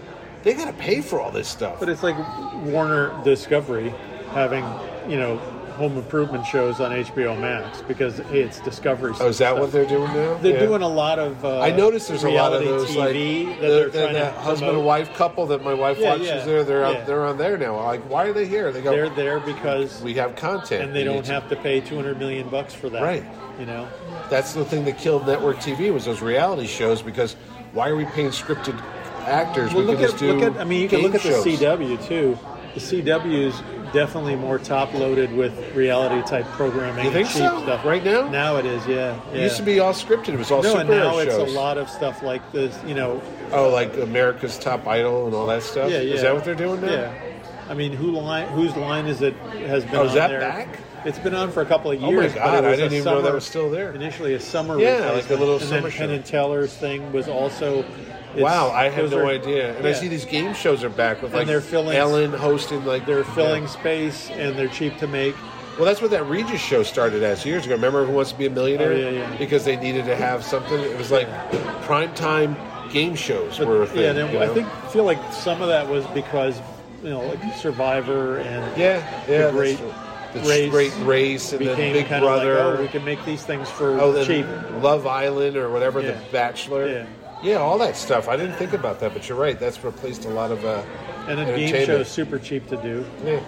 C: They got to pay for all this stuff.
B: But it's like Warner Discovery having, you know, home improvement shows on HBO Max because hey, it's Discovery.
C: Oh, is that
B: stuff.
C: what they're doing now?
B: They're
C: Yeah.
B: doing a lot of. Uh,
C: I noticed there's a lot of
B: reality
C: those like
B: TV that
C: the-
B: they're
C: the-
B: trying
C: that
B: to
C: husband and
B: promote.
C: wife couple that my wife
B: Yeah,
C: watches
B: yeah.
C: there. They're out,
B: Yeah.
C: they're on there now. Like, why are they here? They go.
B: They're there because
C: we have content,
B: and they
C: We
B: don't
C: need to-"
B: have to pay 200 million bucks for that.
C: Right.
B: You know.
C: That's the thing that killed network TV was those reality shows because why are we paying scripted actors?
B: Well,
C: we
B: look
C: could
B: at,
C: just do.
B: look at. I mean, you can
C: game
B: look at the
C: shows.
B: CW too. The CW's definitely more top loaded with reality type programming.
C: You think
B: and cheap
C: so?
B: Stuff
C: Right now?
B: Now it is. Yeah.
C: It
B: yeah.
C: used to be all scripted. It was all
B: No,
C: superhero
B: and now it's
C: shows.
B: a lot of stuff like this. You know.
C: Oh, like America's Top Idol and all that stuff.
B: Yeah. Yeah.
C: Is that what they're doing now?
B: Yeah. I mean, who line? Whose line is it? Has been
C: Oh, is
B: on
C: that
B: there.
C: back? Oh
B: It's been on for a couple of
C: my
B: years. but
C: God,
B: it
C: I
B: was a
C: didn't even know that
B: summer-
C: was still there.
B: Initially, a summer.
C: Yeah, like a
B: replacement,
C: little
B: and
C: summer
B: then Penn
C: show.
B: and Teller's thing was also. it's-
C: Wow, I had
B: those
C: no
B: are-
C: idea. And I
B: yeah.
C: see these game shows are back with
B: And
C: like
B: they're filling-
C: Ellen hosting like
B: They're filling
C: Yeah.
B: space and they're cheap to make.
C: Well, that's what that Regis show started as years ago. Remember Who Wants to Be a Millionaire?
B: Oh, yeah, yeah.
C: Because they needed to have something. It was like primetime game shows were a thing.
B: yeah, then
C: you
B: I
C: know?
B: think feel like some of that was because you know like Survivor and
C: Yeah, yeah.
B: the Great
C: the
B: Race
C: Great Race and then
B: became
C: Big
B: kind of like,
C: Brother.
B: oh, we can make these things for
C: Oh, then
B: cheap.
C: Love Island or whatever,
B: Yeah.
C: The Bachelor.
B: Yeah.
C: Yeah, all that stuff. I didn't think about that, but you're right. That's replaced a lot of uh,
B: And then game
C: entertainment.
B: shows super cheap to do.
C: Yeah.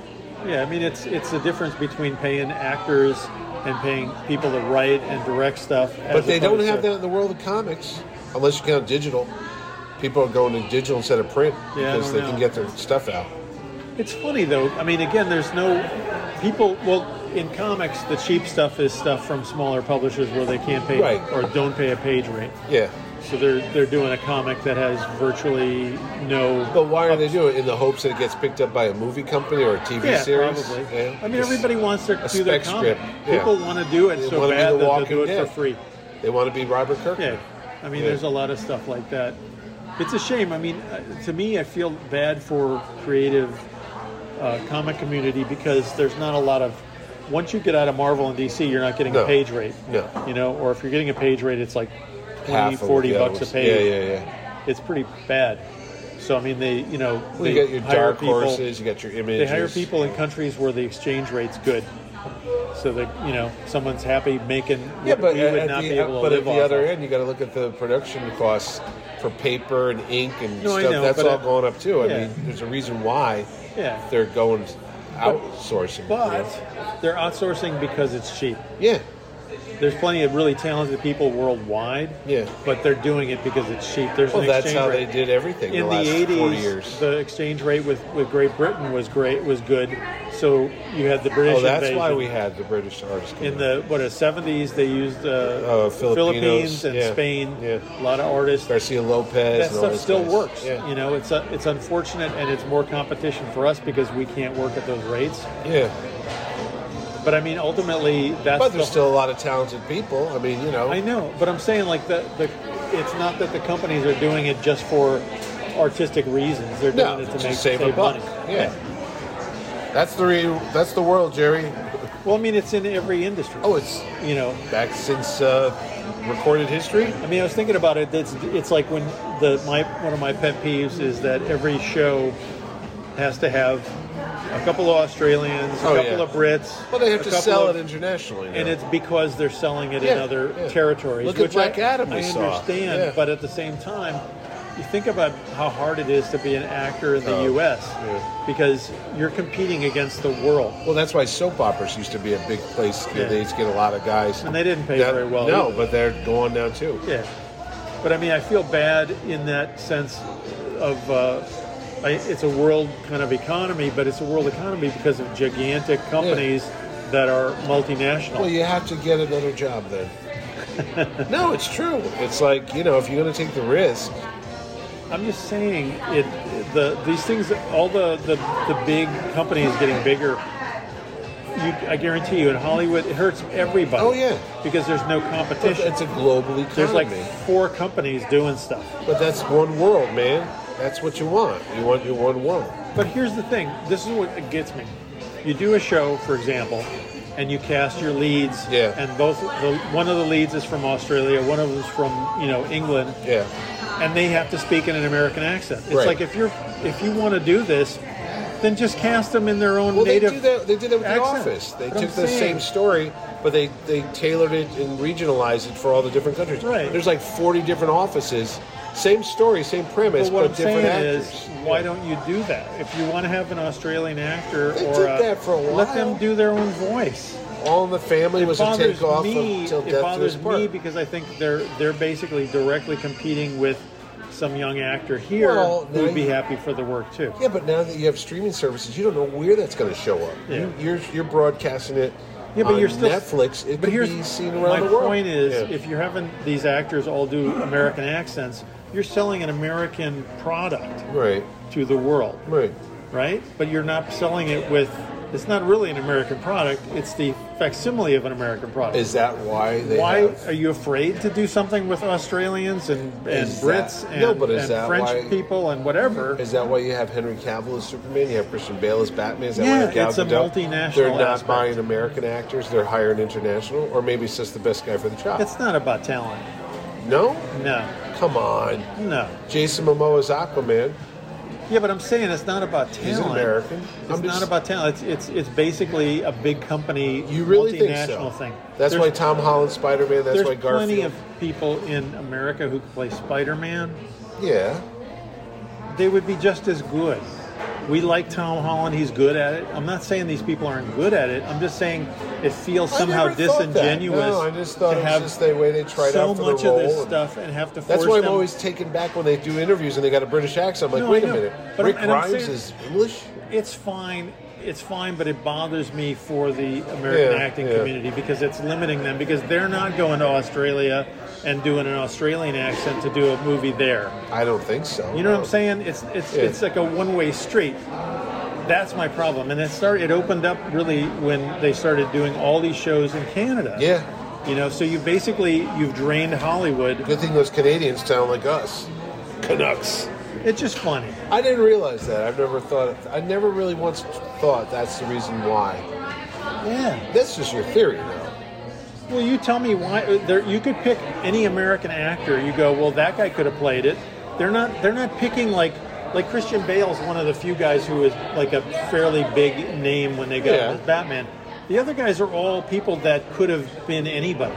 B: Yeah, I mean it's it's the difference between paying actors and paying people to write and direct stuff.
C: But they don't have that in the world of comics, unless you count digital. People are going to digital instead of print
B: Yeah, I
C: because
B: don't
C: they
B: know.
C: can get their stuff out.
B: It's funny though. I mean, again, there's no people. Well, in comics, the cheap stuff is stuff from smaller publishers where they can't pay
C: Right.
B: or don't pay a page rate.
C: Yeah.
B: So they're they're doing a comic that has virtually no.
C: But why are they doing it in the hopes that it gets picked up by a movie company or a TV
B: yeah,
C: series?
B: probably.
C: Yeah.
B: I mean,
C: Just-
B: everybody wants to do
C: spec
B: their comic.
C: script, yeah.
B: People want to do it
C: They
B: so
C: wanna be
B: bad
C: The
B: that they'll
C: Walking
B: do it
C: Dead.
B: for free.
C: They want to be Robert Kirkman.
B: Yeah, I mean,
C: Yeah.
B: there's a lot of stuff like that. It's a shame. I mean, uh, to me, I feel bad for creative uh, comic community because there's not a lot of. Once you get out of Marvel and DC, you're not getting
C: No.
B: a page rate.
C: No.
B: You know, or if you're getting a page rate, it's like 20,
C: Half of
B: 40
C: the
B: bucks
C: others.
B: a page.
C: Yeah, yeah, yeah.
B: It's pretty bad. So I mean, they you know
C: Well,
B: they
C: you got your
B: hire
C: dark
B: people,
C: horses, you got your
B: They
C: images.
B: hire people in countries where the exchange rate's good, so that you know someone's happy making.
C: Yeah,
B: what
C: but
B: we
C: at,
B: would
C: at
B: not
C: the,
B: be able to
C: but
B: live
C: at the
B: off
C: other
B: of.
C: end, you got to look at the production costs for paper and ink and
B: No, I
C: stuff.
B: know,
C: That's
B: but
C: all
B: I-
C: going up too. I
B: yeah.
C: mean, there's a reason why
B: Yeah.
C: they're going outsourcing. you
B: But
C: know?
B: they're outsourcing because it's cheap.
C: yeah,
B: There's plenty of really talented people worldwide.
C: Yeah.
B: But they're doing it because it's cheap. There's
C: Well,
B: an
C: that's
B: exchange
C: how
B: rate.
C: they did everything
B: in
C: the
B: the,
C: last 40
B: 80s,
C: years. Oh,
B: the exchange rate with, with Great Britain was great was good. So you had the British.
C: oh, that's
B: invasion.
C: why we had the British artists. come
B: in the what the 70s they used uh,
C: Oh, Filipinos,
B: Philippines and
C: yeah,
B: Spain.
C: yeah.
B: A lot of artists.
C: Garcia Lopez.
B: that
C: and all
B: stuff
C: those
B: still
C: guys.
B: works.
C: Yeah.
B: You know, it's uh it's unfortunate and it's more competition for us because we can't work at those rates.
C: yeah.
B: But I mean, ultimately, that's
C: But
B: the
C: there's still a lot of talented people. I mean, you know,
B: I know, but I'm saying like the, the it's not that the companies are doing it just for artistic reasons. They're doing
C: no,
B: it to
C: just
B: make
C: save, a buck.
B: money.
C: Yeah, that's the re- that's the world, Jerry.
B: Well, I mean, it's in every industry.
C: Oh, it's
B: you know,
C: back since uh, recorded history.
B: I mean, I was thinking about it. It's it's like when the my one of my pet peeves is that every show has to have a couple of Australians, a
C: Oh,
B: couple
C: yeah.
B: of Brits.
C: Well, they
B: a
C: have to
B: couple
C: sell
B: of-
C: it internationally, now.
B: and it's because they're selling it in
C: Yeah,
B: other
C: yeah.
B: territories.
C: Look at
B: which
C: Black
B: I,
C: Adam we
B: I
C: saw.
B: understand,
C: Yeah.
B: but at the same time, you think about how hard it is to be an actor in the
C: Oh,
B: U.S.
C: yeah.
B: because you're competing against the world.
C: Well, that's why soap operas used to be a big place.
B: Yeah.
C: They used to get a lot of guys,
B: And they didn't pay
C: that-
B: very well
C: No,
B: either.
C: but they're going now too.
B: Yeah, but I mean, I feel bad in that sense of uh, I, it's a world kind of economy, but it's a world economy because of gigantic companies that are multinational.
C: Well, you have to get another job then. no, it's true. It's like you know, if you're going to take the risk,
B: I'm just saying it. The these things, all the the, the big companies getting bigger. You, I guarantee you, in Hollywood, it hurts everybody.
C: Oh, yeah.
B: because there's no competition.
C: it's a global economy.
B: there's like four companies doing stuff.
C: but that's one world, man. That's what you want. You want your one world.
B: But here's the thing. This is what gets me. You do a show, for example, and you cast your leads.
C: Yeah.
B: And both the, one of the leads is from Australia, one of them is from you know England.
C: Yeah.
B: and they have to speak in an American accent. It's
C: Right.
B: like if you're if you want to do this, then just cast them in their own
C: Well,
B: native.
C: they do that. They did that with
B: accent.
C: The Office. They
B: But I'm
C: took the
B: saying-
C: same story, but they they tailored it and regionalized it for all the different countries.
B: Right.
C: There's like 40 different offices. Same story, same premise,
B: But what I'm
C: but different
B: saying
C: actors.
B: is, why don't you do that? If you want to have an Australian actor,
C: They
B: or
C: did
B: a-
C: that for a
B: let
C: while.
B: them do their own voice.
C: All in the Family was a
B: bothers
C: takeoff
B: me.
C: of Till
B: it
C: Death Do Us
B: bothers me
C: Part.
B: because I think they're they're basically directly competing with some young actor here
C: Well,
B: who would
C: they-
B: be happy for the work too.
C: Yeah, but now that you have streaming services, you don't know where that's going to show up.
B: Yeah.
C: You, you're you're broadcasting it.
B: Yeah, but
C: on
B: you're still
C: Netflix. It
B: but
C: could
B: here's
C: be seen
B: my
C: around the world.
B: point is,
C: Yeah.
B: if you're having these actors all do American accents, you're selling an American product
C: right,
B: to the world,
C: right.
B: right? But you're not selling it with. It's not really an American product. It's the facsimile of an American product.
C: Is that why they?
B: why
C: have-
B: are you afraid to do something with Australians and, and
C: Is that-
B: Brits and,
C: No, but is
B: and
C: that
B: French
C: why-
B: people and whatever?
C: Is that why you have Henry Cavill as Superman? You have Christian Bale as Batman? Is that
B: Yeah,
C: why you have Gal
B: it's a
C: Gadot?
B: multinational
C: They're not
B: aspect.
C: buying American actors; they're hiring international, or maybe it's just the best guy for the job.
B: it's not about talent.
C: no,
B: No,
C: come on,
B: no.
C: Jason Momoa's Aquaman.
B: Yeah, but I'm saying it's not about talent.
C: He's an American.
B: It's
C: I'm
B: not
C: just-
B: about talent. It's, it's it's basically a big company,
C: You really think so?
B: multinational thing.
C: That's
B: There's-
C: why Tom Holland Spider Man. That's
B: there's
C: why Garfield.
B: plenty of people in America who could play Spider-Man.
C: yeah,
B: They would be just as good. We like Tom Holland. He's good at it. I'm not saying these people aren't good at it. I'm just saying it feels
C: I
B: somehow
C: never thought that.
B: disingenuous
C: No, I just thought
B: to
C: it was
B: have
C: just the way they tried
B: so
C: out for the
B: much of this
C: role and-
B: stuff and have to force
C: that's why I'm
B: them-
C: always taken back when they do interviews and they got a British accent. I'm like,
B: No, I
C: wait a
B: know.
C: minute,
B: But I'm-
C: Rick
B: and I'm
C: Grimes
B: saying-
C: is English.
B: it's fine it's fine but it bothers me for the american
C: Yeah,
B: acting
C: yeah.
B: community because it's limiting them because they're not going to australia and doing an australian accent to do a movie there
C: I don't think so.
B: you know what
C: no.
B: i'm saying it's it's
C: Yeah.
B: it's like a one-way street that's my problem and it started it opened up really when they started doing all these shows in canada
C: Yeah,
B: you know so you basically you've drained hollywood
C: Good thing those Canadians sound like us. Canucks.
B: it's just funny
C: I didn't realize that. I've never thought. I never really once thought that's the reason why.
B: yeah
C: That's just your theory, though.
B: Well, you tell me why uh, there, you could pick any American actor. You go, well, that guy could have played it. They're not. They're not picking like like Christian Bale's one of the few guys who is like a fairly big name when they got
C: Yeah.
B: him as Batman. The other guys are all people that could have been anybody.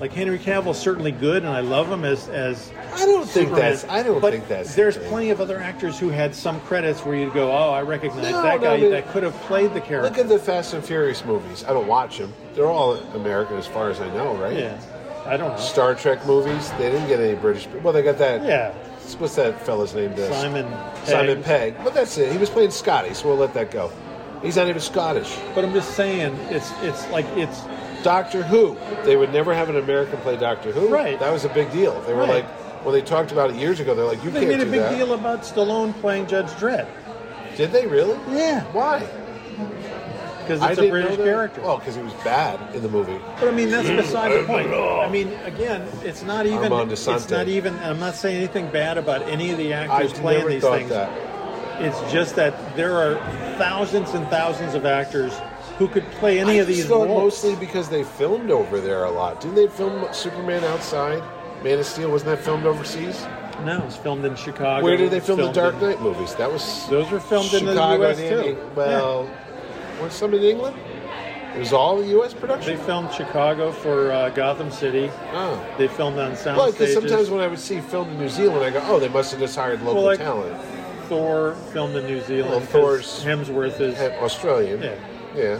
B: Like Henry Cavill's certainly good, and I love him as as.
C: I don't think
B: Superman,
C: that's. I don't
B: but
C: think that's.
B: There's
C: the thing.
B: plenty of other actors who had some credits where you'd go, oh, I recognize
C: No,
B: that
C: no,
B: guy
C: I mean-
B: that could have played the character.
C: Look at the Fast and Furious movies. I don't watch them. They're all American, as far as I know, right?
B: yeah, I don't know.
C: Star Trek movies. They didn't get any British. Well, they got that.
B: yeah.
C: What's that fella's name? The-
B: Simon
C: Simon
B: Pegg.
C: Pegg. But that's it. He was playing Scotty, so we'll let that go. He's not even Scottish.
B: But I'm just saying, it's it's like it's
C: Doctor Who. They would never have an American play Doctor Who.
B: Right.
C: That was a big deal. They were
B: Right.
C: like, when they talked about it years ago, they're like, you
B: they
C: can't
B: made a
C: do
B: big
C: that.
B: deal about Stallone playing Judge Dredd.
C: Did they really?
B: Yeah.
C: Why?
B: because
C: I
B: it's a
C: didn't know
B: British
C: that.
B: character.
C: Well, because he was bad in the movie.
B: But I mean, that's beside the
C: I'm
B: point.
C: wrong.
B: I mean, again, it's not even.
C: Armand
B: It's
C: DeSante.
B: not even. and I'm not saying anything bad about any of the actors
C: I've
B: playing
C: never
B: these
C: thought
B: things.
C: that.
B: It's just that there are thousands and thousands of actors who could play any
C: I
B: of
C: just
B: these
C: thought
B: roles.
C: mostly because they filmed over there a lot. Didn't they film Superman outside? Man of Steel wasn't that filmed overseas?
B: No, it's filmed in Chicago.
C: Where did they film the
B: filmed
C: Dark
B: in-
C: Knight movies? That was
B: Those were filmed in the
C: Chicago
B: US
C: and
B: too.
C: Eng- Well, were some in England? It was all U.S.
B: They
C: production.
B: filmed Chicago for uh, Gotham City.
C: oh.
B: They filmed on sound
C: Well, because
B: stages.
C: sometimes when I would see filmed in New Zealand, I go, "Oh, they must have just hired local
B: Well, like-
C: talent."
B: Thor filmed in New Zealand.
C: Well,
B: 'cause
C: Thor's-
B: Hemsworth is
C: And Australian,
B: Yeah.
C: yeah.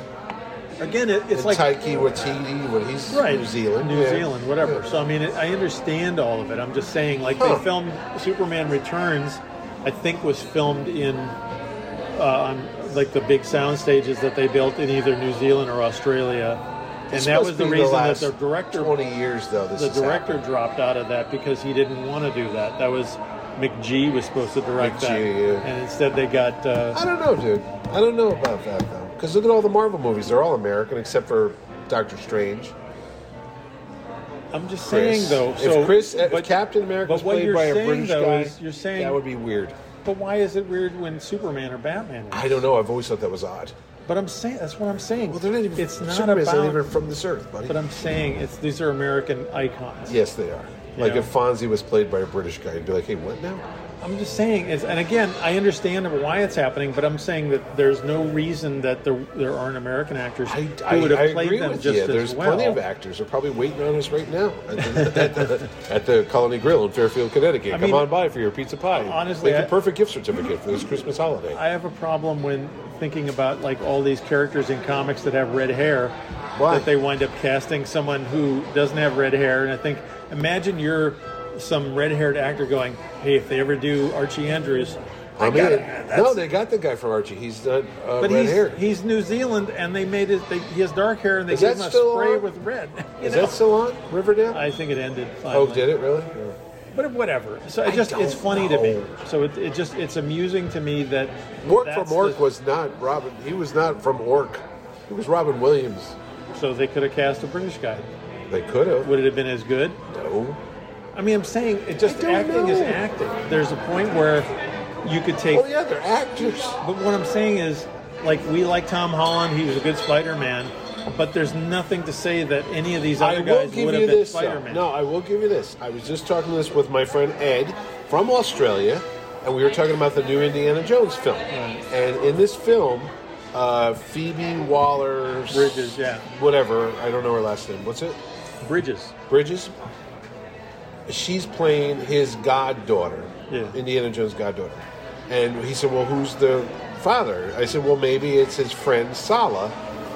B: again. It, it's
C: and
B: like
C: Taiki Watiti, when he's
B: right,
C: New Zealand,
B: New
C: yeah.
B: Zealand, whatever. So I mean, it, I understand all of it. I'm just saying, like
C: Huh.
B: they filmed Superman Returns. I think was filmed in uh, on like the big sound stages that they built in either New Zealand or Australia, and
C: This
B: that
C: must
B: was the
C: be
B: reason that
C: last
B: the director
C: Twenty years though, this
B: the
C: has
B: director
C: happened.
B: dropped out of that because he didn't want to do that. That was McGee was supposed to direct that,
C: McGee, yeah.
B: and instead they got uh,
C: I don't know, dude. I don't know about that though, because look at all the Marvel movies; they're all American except for Doctor Strange.
B: I'm just saying
C: Chris.
B: though.
C: if
B: So
C: Chris, uh, if
B: but-
C: Captain America was
B: but what
C: played
B: you're
C: by a
B: saying,
C: British
B: though,
C: guy,
B: is you're saying-
C: that would be weird.
B: But why is it weird when Superman or Batman? Is?
C: I don't know. I've always thought that was odd.
B: But I'm saying that's what I'm saying.
C: Well, they're not even.
B: it's not
C: Superman's
B: about.
C: not even from this earth, buddy.
B: but I'm saying it's these are American icons.
C: Yes, they are.
B: You
C: Like
B: know?
C: if Fonzie was played by a British guy, he'd be like, "Hey, what now?"
B: I'm just saying it's, and again, I understand why it's happening, but I'm saying that there's no reason that there there aren't American actors
C: I,
B: who
C: I,
B: would have
C: I
B: played
C: agree
B: them
C: with
B: just
C: you.
B: as
C: There's
B: well.
C: plenty of actors. They're probably waiting on us right now at the, at the, at the Colony Grill in Fairfield,
B: I
C: Connecticut. Come
B: mean, uh,
C: on by for your pizza pie.
B: honestly,
C: make a
B: I-
C: perfect gift certificate for this Christmas holiday.
B: I have a problem when thinking about like all these characters in comics that have red hair.
C: Why?
B: That they wind up casting someone who doesn't have red hair, and I think imagine you're some red-haired actor going, "Hey, if they ever do Archie Andrews, I
C: I mean,
B: gotta-
C: no,
B: that's-
C: they got the guy from Archie. He's not uh,
B: but
C: red
B: he's
C: hair.
B: he's New Zealand, and they made it. They, he has dark hair, and they
C: Is
B: gave
C: that
B: him a
C: still
B: spray
C: on?
B: with red. you
C: Is
B: know?
C: that still on Riverdale?
B: I think it ended.
C: oh,
B: Finally.
C: did it really? Yeah.
B: But whatever. So
C: I
B: it just it's
C: don't
B: funny to
C: know.
B: me. So it, it just it's amusing to me that
C: Mork
B: that's
C: from Ork
B: the-
C: was not Robin. He was not from Ork. He was Robin Williams.
B: so they could have cast a British guy.
C: They could have.
B: Would it have been as good?
C: No.
B: I mean, I'm saying it just
C: I don't
B: acting is
C: know.
B: acting. There's a point where you could take.
C: Oh yeah, they're actors.
B: But what I'm saying is, like we like Tom Holland, he was a good Spider-Man, but there's nothing to say that any of these
C: I
B: other
C: will
B: guys
C: give
B: would
C: you
B: have been
C: this. though.
B: Spider-Man.
C: No, I will give you this. I was just talking this with my friend Ed from Australia, and we were talking about the new Indiana Jones film. And in this film, uh, Phoebe Waller
B: Bridges, yeah.
C: whatever. I don't know her last name. What's it?
B: Bridges.
C: Bridges. She's playing his goddaughter,
B: Yeah.
C: Indiana Jones' goddaughter. And he said, Well, who's the father? I said, Well, maybe it's his friend Sala,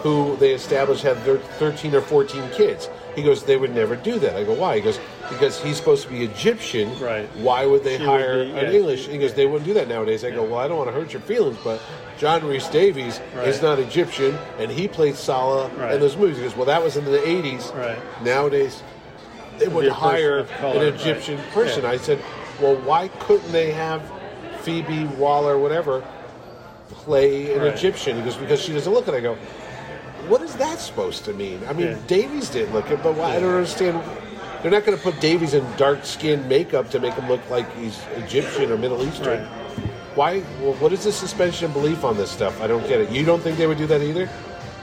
C: who they established had thir- 13 or 14 kids. He goes, They would never do that. I go, Why? He goes, Because he's supposed to be Egyptian.
B: Right.
C: Why would they
B: She would
C: hire
B: be-
C: an
B: yeah,
C: English?
B: she-
C: He goes, They wouldn't do that nowadays. I go, Well, I don't want to hurt your feelings, but John Reese Davies
B: Right.
C: is not Egyptian, and he played Sala
B: Right.
C: in those movies. He goes, Well, that was in the 80s.
B: Right.
C: Nowadays, they would
B: be a person
C: hire
B: of color,
C: an Egyptian
B: right.
C: person.
B: Yeah.
C: I said, well, why couldn't they have Phoebe Waller, whatever, play an
B: Right.
C: Egyptian? He goes, because she doesn't look it. I go, what is that supposed to mean? I mean,
B: Yeah.
C: Davies didn't look it, but why, I don't understand. They're not going to put Davies in dark skin makeup to make him look like he's Egyptian or Middle Eastern.
B: Right.
C: Why? Well, what is the suspension of belief on this stuff? I don't get it. You don't think they would do that either?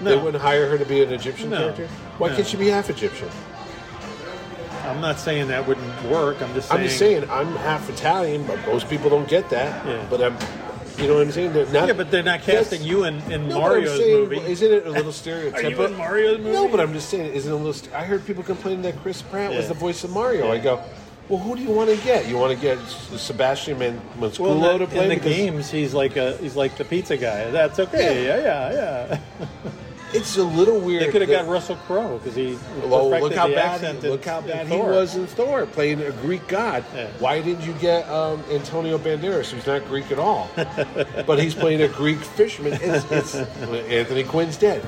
C: They
B: No.
C: wouldn't hire her to be an Egyptian
B: No.
C: character? Why
B: No.
C: can't she be half Egyptian?
B: I'm not saying that wouldn't work. I'm just saying.
C: I'm just saying I'm half Italian, but most people don't get that.
B: Yeah.
C: But I'm, you know what I'm saying? They're not,
B: Yeah, but they're not
C: That's-
B: casting you in, in
C: No, but I'm
B: Mario's
C: saying,
B: movie.
C: Isn't it a little stereotypical?
B: Are you in Mario's
C: No,
B: movie?
C: but I'm just saying, isn't it a little? St- I heard people complaining that Chris Pratt was
B: Yeah.
C: the voice of Mario. I
B: Yeah.
C: go, well, who do you want to get? You want to get S- Sebastian Man-
B: Well,
C: Maniscalco
B: in the,
C: to play
B: in the
C: Because
B: games, he's like a he's like the pizza guy. That's okay. Yeah, yeah, yeah.
C: It's a little weird.
B: They could have
C: that-
B: got Russell Crowe because he
C: Well,
B: perfected
C: look how
B: the
C: bad
B: accent
C: he,
B: in-
C: look how
B: in
C: bad he
B: Thor.
C: was in Thor, playing a Greek god.
B: Yeah.
C: Why didn't you get um, Antonio Banderas, who's not Greek at all, but he's playing a Greek fisherman? It's, it's Anthony Quinn's dead.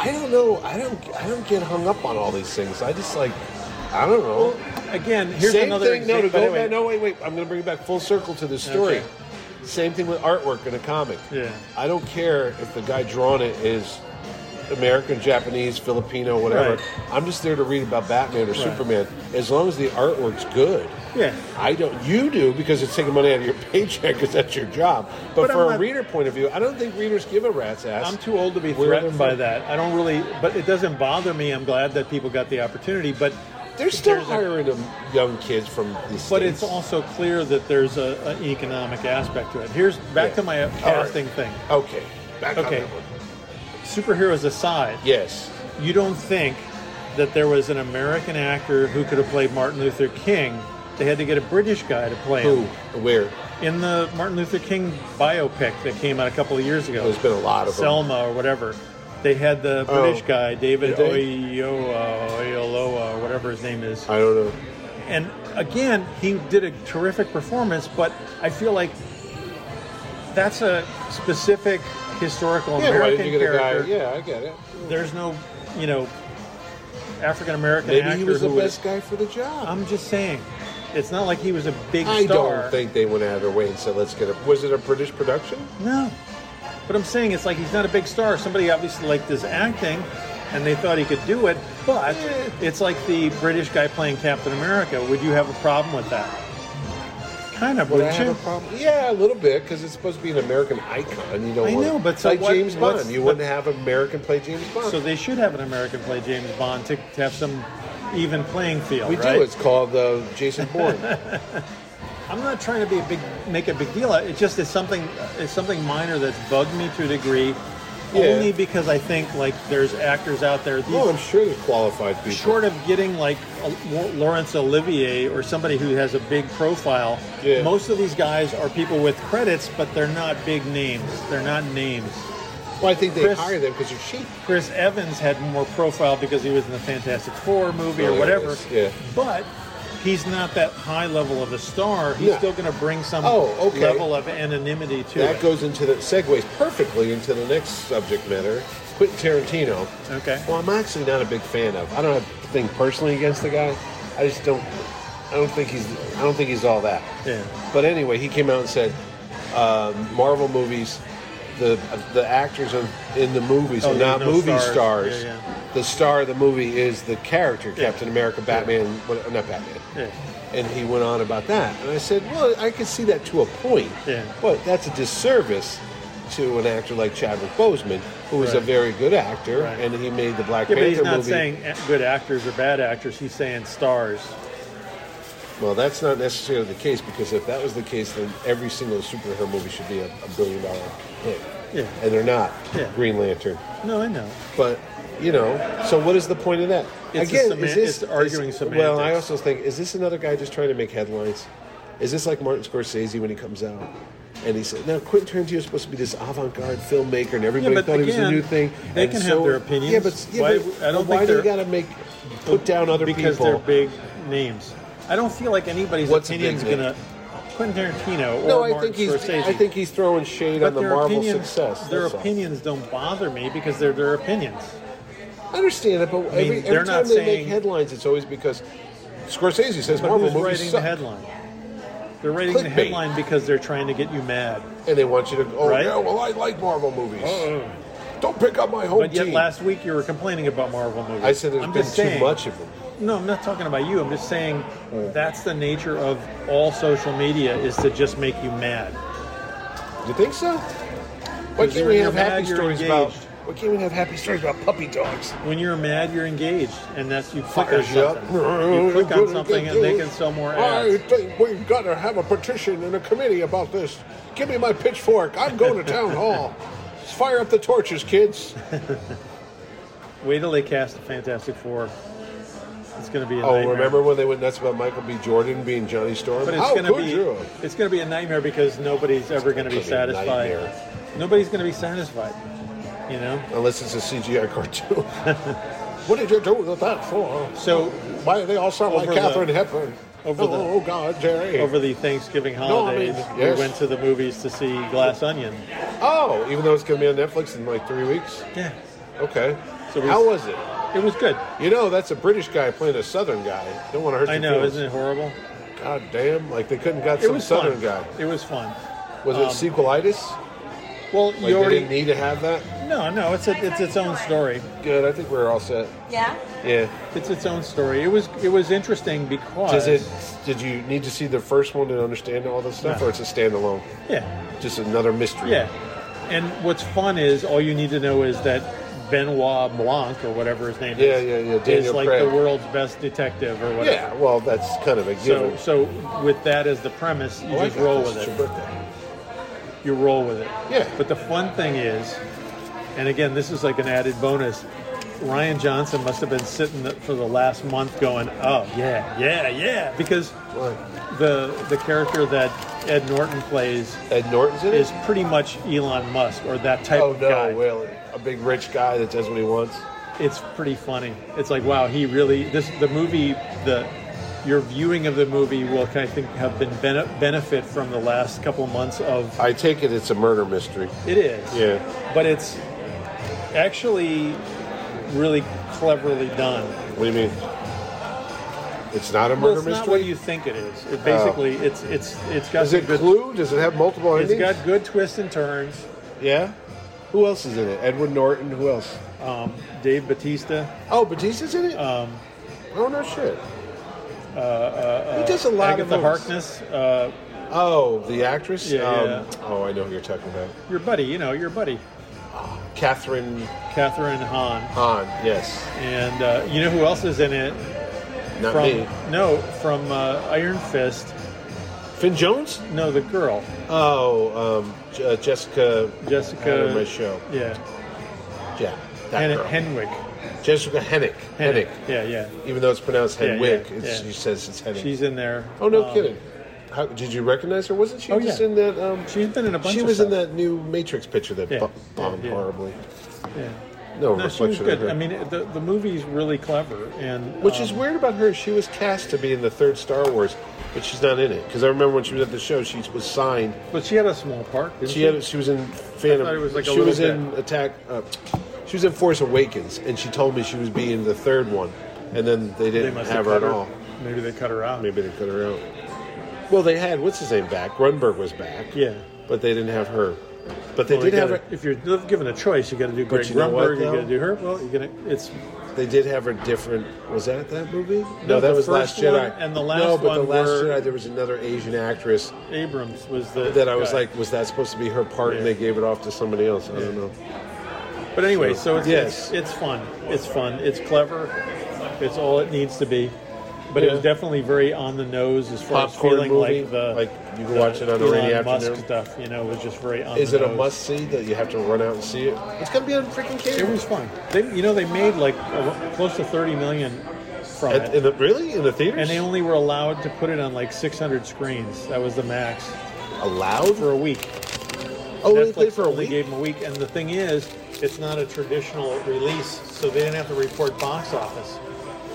C: I don't know. I don't. I don't get hung up on all these things. I just like. I don't know.
B: Again, here's
C: Same
B: another
C: thing. No, to
B: example-
C: go
B: wait,
C: back. No, wait, wait. I'm going to bring it back full circle to this story.
B: Okay.
C: Same thing with artwork in a comic.
B: Yeah.
C: I don't care if the guy drawing it is American, Japanese, Filipino, whatever.
B: Right.
C: I'm just there to read about Batman or Superman. As long as the artwork's good.
B: Yeah.
C: I don't. You do because it's taking money out of your paycheck because that's your job. But,
B: But
C: for
B: I'm
C: a
B: not-
C: reader point of view, I don't think readers give a rat's ass.
B: I'm too old to be
C: Where
B: threatened
C: they're
B: by
C: from.
B: that. I don't really, but it doesn't bother me. I'm glad that people got the opportunity, but
C: They're still
B: there's a-
C: hiring them young kids from the states.
B: but it's also clear that there's a, an economic aspect to it. Here's back
C: Yeah.
B: to my
C: All right.
B: casting thing.
C: okay. Back on
B: Okay.
C: that one.
B: Superheroes aside,
C: Yes.
B: you don't think that there was an American actor who could have played Martin Luther King. They had to get a British guy to play
C: Who?
B: him
C: Where?
B: in the Martin Luther King biopic that came out a couple of years ago.
C: There's been a lot of them. Oh.
B: Selma or whatever. They had the British guy David
C: Did they?
B: Oyelowo, Oyelowo, whatever his name is.
C: I don't know.
B: And again, he did a terrific performance, but I feel like that's a specific historical
C: Yeah, why
B: American
C: didn't you get a guy?
B: character.
C: Yeah, I get it.
B: There's no, you know, African American
C: Maybe
B: actor
C: he was the
B: who
C: best guy for the job.
B: I'm just saying, it's not like he was a big
C: I
B: star.
C: don't think they went out of their way and said, "Let's get a." Was it a British production?
B: No. But I'm saying it's like he's not a big star. Somebody obviously liked his acting and they thought he could do it, but it's like the British guy playing Captain America. Would you have a problem with that? Kind of,
C: Would I
B: wouldn't
C: have
B: you?
C: a problem? Yeah, a little bit because it's supposed to be an American icon. You don't.
B: I
C: want
B: know, but so
C: like
B: what-
C: James
B: what's
C: Bond, you
B: the-
C: wouldn't have American play James Bond.
B: So they should have an American play James Bond to, to have some even playing field,
C: we
B: right?
C: do. It's called the Jason Bourne.
B: I'm not trying to be a big make a big deal. out- It just is something it's something minor that's bugged me to a degree,
C: Yeah.
B: only because I think like there's actors out there. These,
C: oh, I'm sure there's qualified people.
B: short of getting like a, Wa- Laurence Olivier or somebody who has a big profile,
C: Yeah.
B: most of these guys are people with credits, but they're not big names. They're not names.
C: well, I think they
B: Chris-
C: hire them because they're cheap.
B: Chris Evans had more profile because he was in the Fantastic Four movie
C: Oh,
B: or
C: there it
B: whatever.
C: is. Yeah.
B: But he's not that high level of a star. He's
C: Yeah.
B: still going to bring some
C: Oh, okay.
B: level of anonymity to
C: That
B: it.
C: goes into the segues perfectly into the next subject matter. Quentin Tarantino.
B: Okay.
C: Well, I'm actually not a big fan of. I don't have a thing personally against the guy. I just don't. I don't think he's. I don't think he's all that.
B: Yeah.
C: But anyway, he came out and said, um, Marvel movies, the the actors in, in the movies
B: Oh,
C: are
B: there's
C: not
B: no
C: movie
B: stars.
C: stars.
B: Yeah, yeah.
C: The star of the movie is the character,
B: Yeah.
C: Captain America, Batman, what, not Batman.
B: Yeah.
C: And he went on about that. And I said, well, I can see that to a point.
B: Yeah.
C: But that's a disservice to an actor like Chadwick Boseman, who is a
B: Right.
C: very good actor,
B: Right.
C: and he made the Black
B: Yeah, but
C: Panther
B: he's not
C: movie.
B: saying a- good actors or bad actors. He's saying stars.
C: Well, that's not necessarily the case because if that was the case, then every single superhero movie should be a, a billion dollar hit.
B: Yeah.
C: And they're not.
B: Yeah.
C: Green Lantern.
B: No, I know.
C: But, you know, so what is the point of that?
B: It's a seman- it's arguing
C: Well, I
B: semantics.
C: also think, is this another guy just trying to make headlines? Is this like Martin Scorsese when he comes out? And he said, now Quentin Tarantino is supposed to be this avant-garde filmmaker, and everybody
B: but
C: thought he was a
B: again,
C: new thing.
B: they
C: and
B: can have
C: so-
B: their opinions.
C: Yeah, but, yeah,
B: Why-
C: but
B: I don't
C: why
B: think
C: do you
B: they're-
C: got to make put down other
B: because
C: people?
B: they're big names. I don't feel like anybody's
C: What's a big
B: opinion's
C: name?
B: gonna Quentin Tarantino or
C: No, I
B: Martin
C: think he's.
B: Scorsese.
C: I think he's throwing shade
B: but
C: on the
B: their
C: Marvel
B: opinions,
C: success.
B: Their
C: that's all.
B: opinions don't bother me because they're their opinions.
C: I understand it, but every,
B: they're
C: every
B: not
C: time they make
B: saying-
C: headlines, it's always because Scorsese says
B: But
C: Marvel
B: who's
C: movies
B: writing
C: suck,
B: the headline? They're writing the
C: Clickbait.
B: headline because they're trying to get you mad.
C: and they want you to. Oh
B: Right?
C: yeah, well I like Marvel movies. Don't pick up my home
B: But yet
C: team.
B: last week you were complaining about Marvel movies.
C: I said there's
B: I'm
C: been too
B: just saying-
C: much of them. Oh.
B: No, I'm not talking about you. I'm just saying that's the nature of all social media is to just make you mad.
C: You think so? Why can't
B: you're-
C: we
B: you're
C: have
B: mad,
C: happy
B: you're
C: stories about?
B: engaged.
C: Why can't we have happy stories about puppy dogs?
B: When you're mad, you're engaged, and that's you click on
C: Fires you up.
B: something. You click on something, and they can sell more
C: I
B: ads.
C: think we gotta have a petition and a committee about this. Give me my pitchfork. I'm going to town hall. Let's fire up the torches, kids.
B: Wait till they cast the Fantastic Four. It's going to be a
C: Oh,
B: nightmare.
C: remember when they went nuts about Michael B. Jordan being Johnny Storm?
B: But it's
C: How
B: going to
C: could
B: be
C: you?
B: it's going to be a nightmare because nobody's ever going to be
C: It's gonna be a
B: satisfied.
C: nightmare.
B: Nobody's going to be satisfied. You know.
C: Unless it's a CGI cartoon. what did you do with that for?
B: So
C: Why do they all sound like
B: Over the-
C: Katherine Hepburn?
B: over
C: oh,
B: the-
C: oh, God, Jerry.
B: over the Thanksgiving
C: No, I mean,
B: holidays,
C: yes.
B: we went to the movies to see Glass Onion.
C: oh, even though it's going to be on Netflix in like three weeks?
B: Yeah.
C: Okay.
B: So we-
C: How was it?
B: It was good.
C: You know, that's a British guy playing a Southern guy. Don't want to hurt
B: I
C: your
B: know,
C: feelings.
B: isn't it horrible?
C: God damn, like they couldn't got
B: It
C: some
B: was
C: Southern
B: fun.
C: guy.
B: It was fun.
C: Was it sequelitis?
B: Well,
C: Like
B: you
C: you
B: already
C: didn't need to have that.
B: no, no. It's a, it's its own story.
C: Good. I think we're all set.
D: Yeah?
C: Yeah.
B: It's its own story. It was it was interesting because
C: Does it? Did you need to see the first one to understand all this stuff,
B: No.
C: or it's a standalone?
B: yeah
C: Just another mystery.
B: Yeah. And what's fun is all you need to know is that Benoit Blanc or whatever his name
C: Yeah,
B: is
C: yeah, yeah,
B: is
C: Daniel
B: like
C: Craig.
B: the world's best detective or whatever.
C: Yeah. Well, that's kind of a
B: So
C: given.
B: so with that as the premise, you
C: Oh, I
B: just
C: got
B: roll
C: this.
B: with
C: It's
B: it.
C: your birthday.
B: You roll with it.
C: Yeah.
B: But the fun thing is, and again, this is like an added bonus. Ryan Johnson must have been sitting the, for the last month going, oh yeah, yeah, yeah, because
C: What?
B: the the character that Ed Norton plays
C: Ed Norton's in it.
B: is pretty much Elon Musk or that type
C: oh
B: of
C: no,
B: guy.
C: really? A big rich guy that does what he wants.
B: it's pretty funny. It's like wow, he really this the movie the your viewing of the movie will I think have been bene- benefit from the last couple months of
C: I take it it's a murder mystery.
B: it is
C: Yeah.
B: but it's actually really cleverly done.
C: What do you mean? It's not a
B: Well,
C: murder
B: it's not
C: mystery.
B: what you think it is. It basically it's it's it's got
C: Is it
B: some good
C: Clue? Does it have multiple
B: it's
C: endings?
B: got good twists and turns.
C: yeah. Who else is in it? Edward Norton. Who else?
B: Um, Dave Batista,
C: Oh, Batista's in it. Um. Oh no shit. Uh, uh, he does a lot of
B: Agatha
C: movies.
B: Harkness, uh,
C: Oh, the actress.
B: Yeah,
C: um,
B: yeah.
C: Oh, I know who you're talking about.
B: your buddy, you know your buddy,
C: Catherine
B: Catherine Hahn.
C: Hahn. Yes.
B: And uh, you know who else is in it?
C: Not
B: from
C: me.
B: no, from uh, Iron Fist.
C: Finn Jones.
B: No, the girl,
C: Oh, um, J- uh, Jessica. I had her
B: Jessica.
C: on my show.
B: Yeah,
C: Yeah. That
B: Hen-
C: girl.
B: Henwick.
C: Jessica Hennick. Hennick.
B: Yeah, yeah.
C: Even though it's pronounced
B: Yeah,
C: Henwick,
B: yeah,
C: it's,
B: yeah.
C: she says it's Hennick.
B: She's in there.
C: oh no,
B: Um,
C: kidding. How, did you recognize her? Wasn't she
B: Oh,
C: just
B: yeah.
C: in that? Um,
B: She's been in a bunch.
C: she
B: of
C: was in
B: stuff.
C: that new Matrix picture that
B: Yeah,
C: bu-
B: yeah,
C: bombed
B: yeah.
C: horribly.
B: Yeah.
C: No,
B: No, she
C: reflection
B: was good.
C: of her.
B: I mean, it- the the movie's really clever, and
C: Which
B: um,
C: is weird about her. She was cast to be in the third Star Wars, but she's not in it. Because I remember when she was at the show, she was signed.
B: But she had a small part. Didn't
C: She had. She was in Phantom.
B: I thought it was like a
C: she was
B: little
C: in Attack. Uh, she was in Force Awakens, and she told me she was being the third one, and then they
B: They
C: didn't
B: must
C: have her
B: cut
C: at all.
B: Maybe they cut her out.
C: Maybe they cut her out. Well, they had what's his name back. Grunberg was back.
B: Yeah.
C: but they didn't have her. But they
B: Well,
C: did
B: you
C: have
B: gotta-
C: her.
B: If you're given a choice, you got to do Greg
C: you know what,
B: Grumberg. You
C: though?
B: got to do her. Well, you're gonna. It's
C: They did have her different. Was that that movie?
B: No,
C: that
B: the
C: was Last
B: first
C: Jedi.
B: one and the
C: no,
B: last
C: but the
B: one
C: Last
B: were-
C: Jedi there was another Asian actress
B: Abrams was the
C: that I was
B: guy.
C: like, was that supposed to be her part? And
B: Yeah.
C: they gave it off to somebody else. I don't know.
B: But anyway, so it's,
C: Yes.
B: it's it's fun. It's fun. It's clever. It's all it needs to be. But it was
C: Yeah.
B: definitely very on the nose as far as
C: Popcorn
B: feeling
C: movie,
B: like the
C: like you can
B: the
C: watch it on a rainy
B: Elon Musk
C: afternoon.
B: stuff. You know, was just very on.
C: Is
B: the
C: it a
B: nose.
C: must see that you have to run out and see it? It's gonna be on freaking
B: It
C: cable.
B: was fun. They, you know, they made like a, close to thirty million from
C: At- in
B: it,
C: the, really in the theaters?
B: and they only were allowed to put it on like six hundred screens. That was the max
C: allowed?
B: for a week.
C: oh, they
B: Netflix
C: played for a
B: only
C: week.
B: gave them a week, and the thing is, it's not a traditional release, so they didn't have to report box office.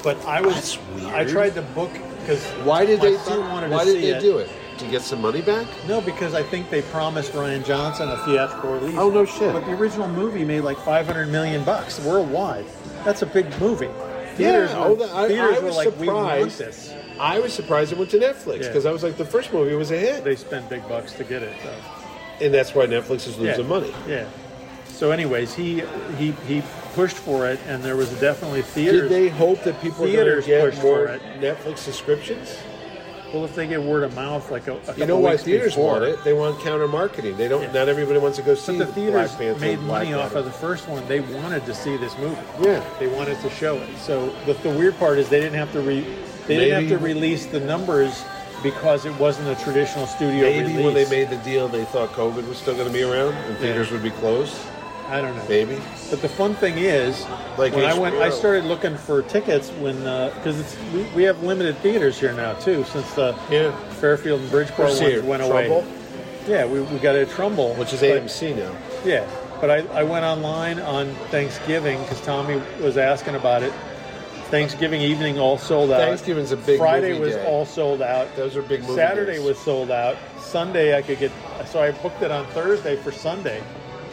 B: But I was,
C: That's weird.
B: I tried to book because
C: why did
B: my
C: they
B: son
C: do?
B: Wanted
C: Why
B: to
C: did
B: see
C: they
B: it.
C: do it? To get some money back?
B: No, because I think they promised Ryan Johnson a theatrical release.
C: Oh, no shit.
B: But the original movie made like 500 million bucks worldwide. That's a big movie. Theaters were,
C: oh, that- I,
B: theaters
C: I
B: were
C: was
B: like, we want
C: surprised.
B: this.
C: I was surprised it went to Netflix
B: Yeah.
C: because I was like, the first movie was a hit,
B: They spent big bucks to get it. So.
C: and that's why Netflix is losing money.
B: Yeah. So, anyways, he he he pushed for it, and there was definitely theaters.
C: Did they hope that people are going to
B: Theaters
C: get
B: pushed
C: more
B: for it.
C: Netflix subscriptions?
B: Well, if they get word of mouth, like a, a couple
C: You know why
B: weeks
C: theaters
B: before,
C: want it? They want counter marketing. They don't.
B: Yeah.
C: Not everybody wants to go
B: But
C: see
B: the theaters
C: Black Panther.
B: made
C: and Black
B: money off
C: Adam.
B: of the first one. They wanted to see this movie.
C: Yeah.
B: they wanted to show it. So the, the weird part is they didn't have to re, they didn't have
C: Maybe-
B: to release the numbers because it wasn't a traditional studio
C: Maybe
B: release.
C: when they made the deal, they thought COVID was still going to be around and theaters would be closed.
B: I don't know.
C: Maybe.
B: But the fun thing is,
C: Like
B: when I went, I
C: HBO.
B: started looking for tickets when because it's we, we have limited theaters here now too since the
C: Yeah.
B: Fairfield and Bridgeport ones
C: Here,
B: went
C: Trumbull,
B: away. Yeah, we, we got a Trumbull,
C: which is
B: but-
C: AMC now.
B: Yeah, but I, I went online on Thanksgiving because Tommy was asking about it. Thanksgiving evening all sold out.
C: Thanksgiving's a big
B: Friday
C: movie
B: was
C: day.
B: all sold out.
C: Those are big movie
B: Saturday
C: days.
B: was sold out. Sunday I could get so I booked it on Thursday for Sunday,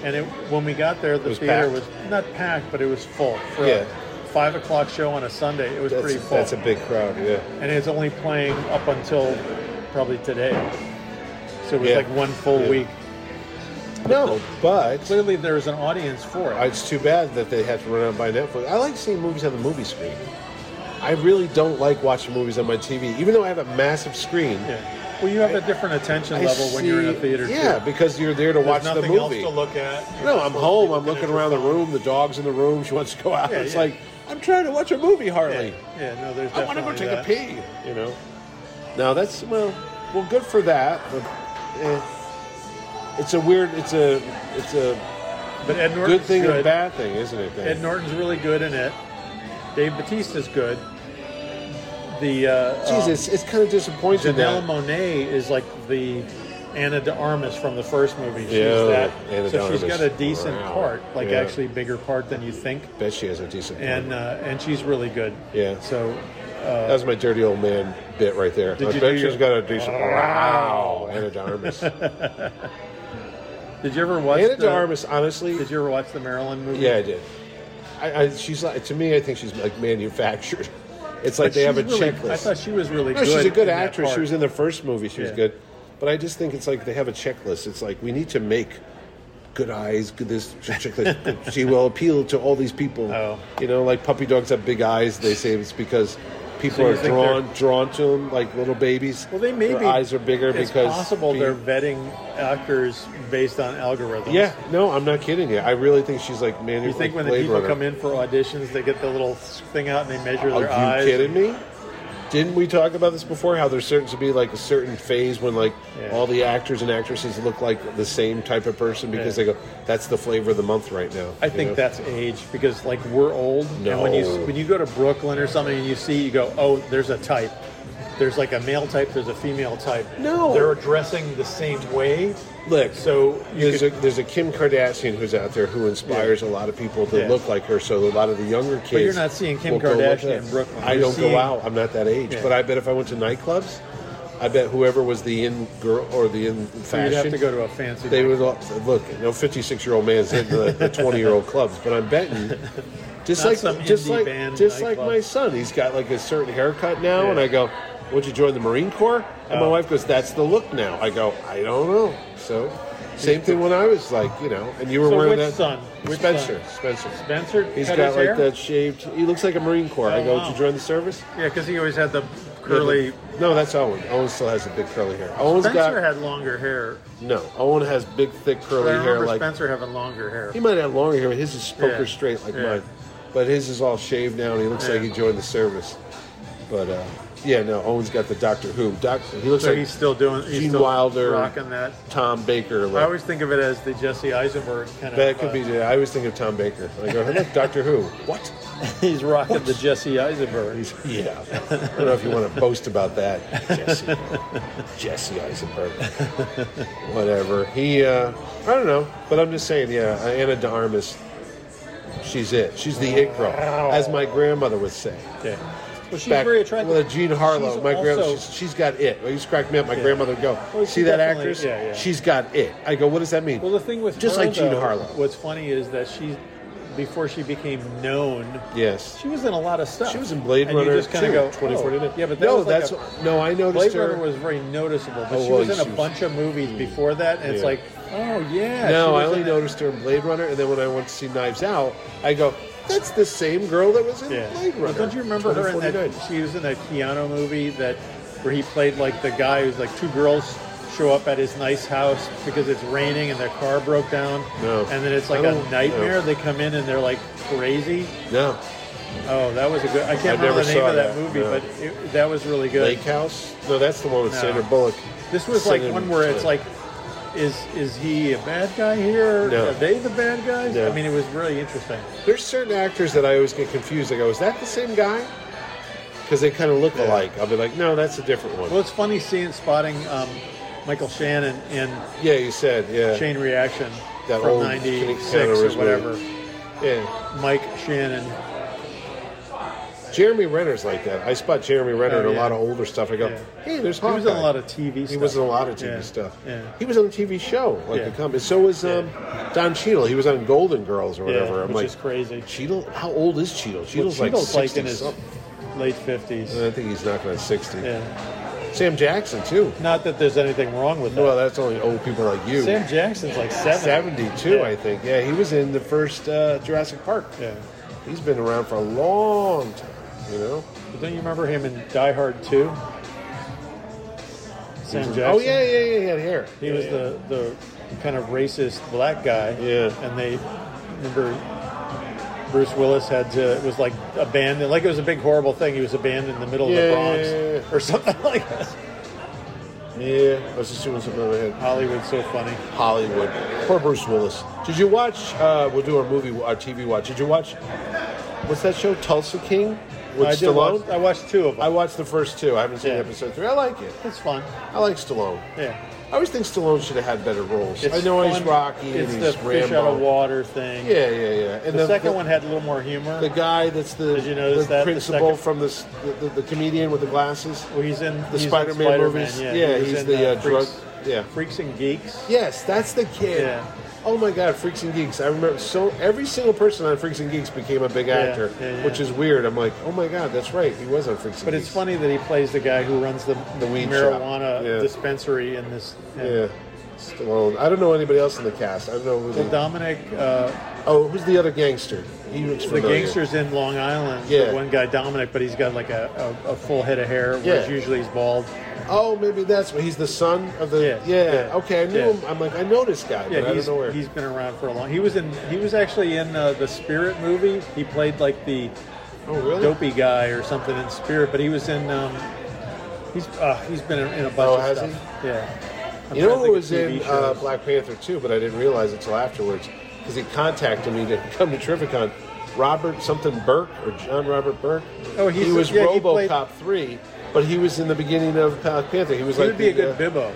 B: and it, when we got there, the
C: was
B: theater
C: packed.
B: was not packed, but it was full. For
C: Yeah.
B: a five o'clock show on a Sunday, it was
C: That's,
B: pretty full,
C: that's a big crowd. Yeah.
B: and it's only playing up until probably today. so it was
C: Yeah.
B: like one full
C: Yeah.
B: week.
C: No, but
B: Clearly, there was an audience for it.
C: it's too bad that they had to run out by Netflix. I like seeing movies on the movie screen. I really don't like watching movies on my TV, even though I have a massive screen.
B: yeah. Well, you have a different attention
C: I
B: level when you're in a
C: see-
B: theater.
C: Yeah,
B: too.
C: because you're there to
B: There's
C: watch the
B: nothing
C: movie.
B: else to look at.
C: No, I'm home. I'm
B: Looking at
C: looking
B: your
C: around the room. The dog's in the room. She wants to go out.
B: Yeah,
C: it's
B: yeah.
C: like I'm trying to watch a movie, Harley.
B: Yeah, yeah, no, there's.
C: I want to go
B: definitely
C: take
B: that.
C: a pee. You know. No, that's well, well, good for that. But eh, it's a weird. It's a it's a
B: But Ed Norton's
C: good thing and
B: good.
C: a bad thing, isn't it?
B: Ed
C: Then?
B: Norton's really good in it. Dave Batista's good. The uh,
C: Jeez,
B: um,
C: it's, it's kind of disappointing.
B: Janelle
C: that-
B: Monet is like the Anna de Armas from the first movie. She's
C: Yeah,
B: that,
C: Ana
B: so
C: de
B: she's
C: Armas.
B: got a decent
C: Wow.
B: part, like
C: Yeah.
B: actually bigger part than you think,
C: Bet she has a decent.
B: and
C: And
B: uh, and she's really good.
C: Yeah.
B: So
C: that was my dirty old man bit right there.
B: Did
C: I
B: you
C: bet
B: do
C: she's
B: your-
C: got a decent. Wow, Anna de Armas. Anna
B: did you ever watch
C: de
B: the,
C: Armas, honestly,
B: Did you ever watch the Maryland movie?
C: Yeah, I did. I, I, she's like to me. I think she's like manufactured. It's like
B: But
C: they have a
B: she's really-
C: checklist.
B: I thought she was really
C: no,
B: good.
C: she's a
B: in
C: good
B: that
C: actress.
B: part.
C: She was in the first movie. She was
B: Yeah.
C: good, but I just think it's like they have a checklist. It's like we need to make good eyes. Good this checklist. she will appeal to all these people.
B: Oh.
C: You know, like puppy dogs have big eyes. They say it's because people
B: So you
C: are
B: think
C: drawn drawn to them like little babies.
B: Well, they may
C: Their
B: be.
C: eyes are bigger
B: it's
C: because
B: possible
C: be-
B: they're vetting actors based on algorithms.
C: Yeah, no, I'm not kidding you. I really think she's like man.
B: You think when the people come in for auditions, they get the little thing out and they measure
C: Are
B: their
C: you
B: eyes?
C: kidding me? Didn't we talk about this before? How there's certain to be like a certain phase when like
B: Yeah.
C: all the actors and actresses look like the same type of person because
B: Yeah.
C: they go, "That's the flavor of the month right now."
B: I
C: you
B: think
C: know?
B: that's age because like we're old, and when
C: No.
B: you when you go to Brooklyn or something and you see, you go, oh, there's a type. There's like a male type. There's a female type.
C: No.
B: they're dressing the same way.
C: look.
B: So you
C: there's
B: could-
C: a there's a Kim Kardashian who's out there who inspires a lot of people to
B: Yeah.
C: look like her. So a lot of the younger kids.
B: you're not seeing Kim
C: will go look
B: Kardashian
C: at-
B: in Brooklyn.
C: I
B: You're
C: don't
B: seeing-
C: go out. I'm not that age.
B: Yeah.
C: But I bet if I went to nightclubs, I bet whoever was the in girl or the in
B: so
C: fashion
B: you'd have to go to a fancy.
C: They
B: night.
C: would all, look. No fifty-six-year-old man's in the twenty-year-old clubs, but I'm betting, just
B: Not
C: like
B: some
C: just
B: indie
C: like
B: band
C: just like
B: nightclub.
C: my son, he's got like a certain haircut now,
B: Yeah.
C: and I go, "Would you join the Marine Corps?" And my
B: Oh.
C: wife goes, "That's the look now." I go, "I don't know." So, same thing when I was like, you know, and you were
B: So
C: wearing
B: which
C: that
B: son? Which
C: Spencer,
B: son?
C: Spencer.
B: Spencer
C: He's
B: cut
C: got
B: his
C: like
B: hair?
C: that shaved. He looks like a Marine Corps. I
B: Oh,
C: go,
B: wow.
C: "Would you join the service?"
B: Yeah, because he always had the curly.
C: No, that's Owen. Owen still has a big curly hair. Owen's got
B: Spencer had longer hair.
C: no. Owen has big, thick
B: But I
C: curly hair
B: remember
C: like.
B: Spencer having longer hair.
C: He might have longer hair, but his is poker
B: Yeah.
C: straight like
B: Yeah.
C: mine. But his is all shaved now, and he looks like
B: Yeah.
C: he joined the service. But uh, yeah, no, Owen's got the Doctor Who. Doctor, he looks
B: So
C: like
B: he's still doing. He's
C: Gene
B: still
C: Wilder.
B: rocking that.
C: Tom Baker.
B: I
C: Like,
B: always think of it as the Jesse Eisenberg kind of.
C: that could
B: uh,
C: be. I always think of Tom Baker. I go, look, Doctor Who. What?
B: He's rocking the Jesse Eisenberg.
C: He's, yeah. I don't know if you want to boast about that, Jesse. Jesse Eisenberg. Whatever. He, uh, I don't know, but I'm just saying, yeah, Anna de Armas, she's it. She's the it girl, as my grandmother would say.
B: Okay. Well, she's
C: Back
B: very attractive.
C: With a Jean Harlow,
B: She's
C: my grandmother,
B: also-
C: she's, she's got it. Well, You just cracked me up. My grandmother would go,
B: Well, she
C: see that
B: definitely-
C: actress?
B: yeah, yeah.
C: She's got it. I go, what does that mean?
B: Well, the thing with
C: just
B: her,
C: like Jean
B: though,
C: Harlow.
B: What's funny is that she, before she became known,
C: yes.
B: she was in a lot of stuff.
C: She was in Blade
B: and
C: Runner.
B: You just kind
C: too,
B: of go,
C: 2049.
B: oh. yeah, but that
C: no,
B: was like
C: that's
B: a-
C: no. I noticed
B: Blade
C: her.
B: Runner was very noticeable, but
C: Oh,
B: she
C: well,
B: was in
C: she
B: a
C: was-
B: bunch of movies before that, and it's
C: Yeah.
B: like, oh yeah. she
C: No,
B: was
C: I only
B: in that-
C: noticed her in Blade Runner, and then when I went to see Knives Out, I go, "That's the same girl that was in
B: Yeah.
C: Blade
B: But
C: Runner."
B: don't you remember her in that?
C: 2049.
B: She was in that Keanu movie that where he played like the guy who's like two girls show up at his nice house because it's raining and their car broke down.
C: No.
B: And then it's
C: I
B: like a
C: don't- no.
B: nightmare. They come in and they're like crazy.
C: No,
B: Oh, that was a good. I can't
C: I never
B: remember the name
C: saw
B: of that,
C: that,
B: movie,
C: no.
B: but it, that was really good.
C: Lake House. No, that's the one with
B: No.
C: Sandra Bullock.
B: This was like
C: Singing-
B: one where it's like, is is he a bad guy here?
C: No.
B: Are they the bad guys?
C: No.
B: I mean, it was really interesting.
C: There's certain actors that I always get confused. I go, "Is that the same guy?" Because they kind of look alike. I'll be like, "No, that's a different one."
B: Well, it's funny seeing spotting um, Michael Shannon in
C: yeah, you said, yeah,
B: Chain Reaction
C: That
B: from
C: old
B: '96
C: Keanu Reeves
B: or
C: movie.
B: whatever.
C: yeah.
B: Mike Shannon.
C: Jeremy Renner's like that. I spot Jeremy Renner
B: Oh,
C: in a
B: yeah.
C: lot of older stuff. I go,
B: Yeah.
C: "Hey, there's
B: He
C: Hawkeye."
B: was on a lot of TV. stuff.
C: He was in a lot of TV
B: Yeah,
C: stuff.
B: Yeah.
C: He was on a TV show, like
B: Yeah.
C: a comedy. So was um, Don Cheadle. He was on Golden Girls or
B: Yeah,
C: whatever. I'm
B: which
C: like,
B: is crazy.
C: Cheadle? How old is Cheadle?
B: Well,
C: Cheadle's,
B: Cheadle's like,
C: like, 60
B: in his
C: something.
B: late 50s.
C: I think he's knocking on 60.
B: Yeah.
C: Sam Jackson too.
B: Not that there's anything wrong with that.
C: Well, that's only old people like you.
B: Sam Jackson's like seven.
C: 72,
B: Yeah.
C: I think. Yeah, he was in the first uh, Jurassic Park.
B: Yeah.
C: He's been around for a long time, you know?
B: But don't you remember him in Die Hard 2? Sam Jackson.
C: Oh, yeah, yeah, yeah, he had hair.
B: He
C: Yeah,
B: was
C: yeah.
B: the, the kind of racist black guy.
C: Yeah.
B: And they remember Bruce Willis had to it was like abandoned like it was a big horrible thing. He was abandoned in the middle of
C: Yeah,
B: the
C: yeah,
B: Bronx
C: yeah, yeah.
B: or something like that.
C: Yeah, I was just doing something in my head.
B: Hollywood's so funny.
C: Hollywood. Poor Bruce Willis. Did you watch, uh, we'll do our movie, our TV watch. Did you watch, what's that show, Tulsa King? With
B: I did
C: Stallone?
B: watch, I watched two of them.
C: I watched the first two. I haven't seen
B: Yeah.
C: episode three. I like it.
B: it's fun.
C: I like Stallone.
B: Yeah.
C: I always think Stallone should have had better roles.
B: It's
C: I know he's
B: fun.
C: Rocky
B: It's
C: and
B: the
C: he's
B: fish out
C: Rambo.
B: of water thing.
C: Yeah, yeah, yeah. And
B: The, second one had a little more humor.
C: The guy that's the,
B: Did you notice
C: the
B: that? The
C: principal
B: second-
C: from this, the, the, the comedian with the glasses.
B: Well, he's in
C: The
B: he's in
C: Spider-Man movies?
B: Yeah,
C: Yeah,
B: he was
C: he's
B: in,
C: the, uh,
B: Freaks,
C: drug- yeah.
B: Freaks and Geeks.
C: Yes, that's the kid.
B: Yeah.
C: Oh my God, Freaks and Geeks! I remember so every single person on Freaks and Geeks became a big actor,
B: yeah, yeah.
C: which is weird. I'm like, oh my God, that's right, he was on Freaks and
B: But
C: Geeks.
B: it's funny that he plays the guy who runs the,
C: The weed
B: marijuana
C: shop. Yeah.
B: dispensary in this.
C: Yeah, Stallone. I don't know anybody else in the cast. I don't know who
B: Well,
C: the.
B: Dominic, uh,
C: Oh, who's the other gangster? He looks
B: the
C: familiar.
B: gangster's in Long Island.
C: Yeah.
B: The one guy, Dominic, but he's got like a, a, a full head of hair, whereas
C: Yeah.
B: usually he's bald.
C: Oh, maybe that's he's the son of the.
B: Yeah,
C: Yeah.
B: yeah,
C: Okay, I knew
B: yeah.
C: him. I'm like, I know this guy,
B: Yeah,
C: but I
B: he's,
C: don't know where.
B: he's been around for a long. He was in. He was actually in uh, the Spirit movie. He played like the
C: oh, really?
B: dopey guy or something in Spirit, but he was in. Um, he's uh, he's been in, in a bunch
C: Oh,
B: of
C: has
B: stuff. Yeah. I'm trying to
C: You know
B: think
C: who
B: of
C: was
B: TV
C: in uh,
B: shows.
C: Black Panther too, but I didn't realize it till afterwards because he contacted me to come to Trificon. Robert something Burke or John Robert Burke.
B: Oh, he's
C: he
B: the-
C: was
B: yeah, he
C: RoboCop
B: played-
C: three, but he was in the beginning of Black Panther. He was
B: He
C: like
B: would be a
C: the, uh,
B: good Bibbo.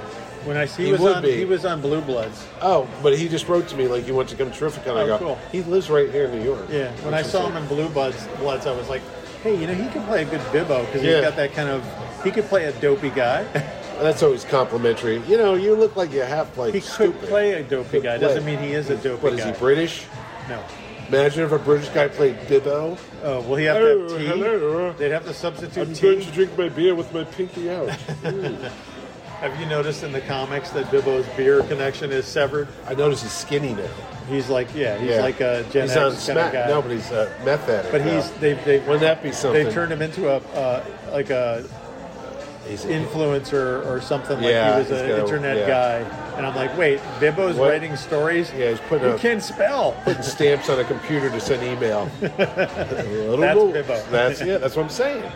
B: When I see
C: He
B: he was
C: would
B: on,
C: be.
B: he was on Blue Bloods.
C: uh, oh, but he just wrote to me like he wants to come to Trificon. I
B: Oh,
C: go,
B: cool.
C: he lives right here in New York.
B: Yeah. When
C: Which
B: I
C: is
B: saw
C: like-
B: him in Blue Bloods, Bloods, I was like, hey, you know, he could play a good Bibbo because
C: Yeah.
B: he's got that kind of. He could play a dopey guy.
C: that's always complimentary. You know, you look like you have like
B: He
C: stupid.
B: could play a dopey
C: Could
B: guy.
C: play.
B: Doesn't mean he is a dopey
C: What is
B: guy.
C: he British?
B: No.
C: Imagine if a British guy played Bibbo.
B: Oh, well, he have
C: Hello,
B: to have tea.
C: hello.
B: They'd have to substitute
C: I'm
B: tea.
C: going to drink my beer with my pinky out.
B: Have you noticed in the comics that Bibbo's beer connection is severed?
C: I notice he's skinny now.
B: He's like, yeah, he's
C: Yeah.
B: like a Gen
C: he's
B: X
C: on
B: kind
C: smack.
B: of guy.
C: No, but he's uh, meth addict.
B: but
C: now.
B: he's they've they've
C: Wouldn't that be something?
B: They've turned him into a uh, like a
C: he's
B: influencer or something like
C: Yeah,
B: he
C: he's
B: was an
C: got a-
B: internet
C: yeah.
B: guy. And I'm like, wait, Bibbo's
C: What?
B: writing stories?
C: Yeah, he's putting
B: You
C: up-
B: can't spell.
C: putting stamps on a computer to send email. A little
B: That's
C: wolf.
B: Bibbo.
C: That's it. That's what I'm saying.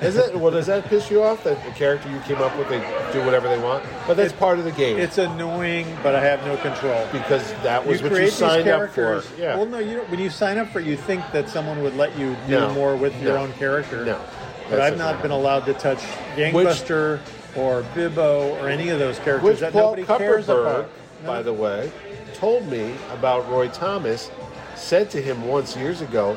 C: Is it? Well, does that piss you off that the character you came up with they do whatever they want? But that's
B: It-
C: part of the game
B: It's annoying, but I have no control.
C: because that was
B: you
C: what you
B: create these
C: signed up for.
B: characters.
C: Yeah.
B: Well, no, you don't, when you sign up for it, you think that someone would let you do
C: No.
B: more with your
C: No.
B: own character.
C: No.
B: But
C: That's
B: I've
C: it.
B: not been allowed to touch Gangbuster or Bibbo or any of those characters
C: Which
B: that
C: Paul
B: nobody cares
C: Kupperberg,
B: about.
C: by the way, told me about Roy Thomas, said to him once years ago,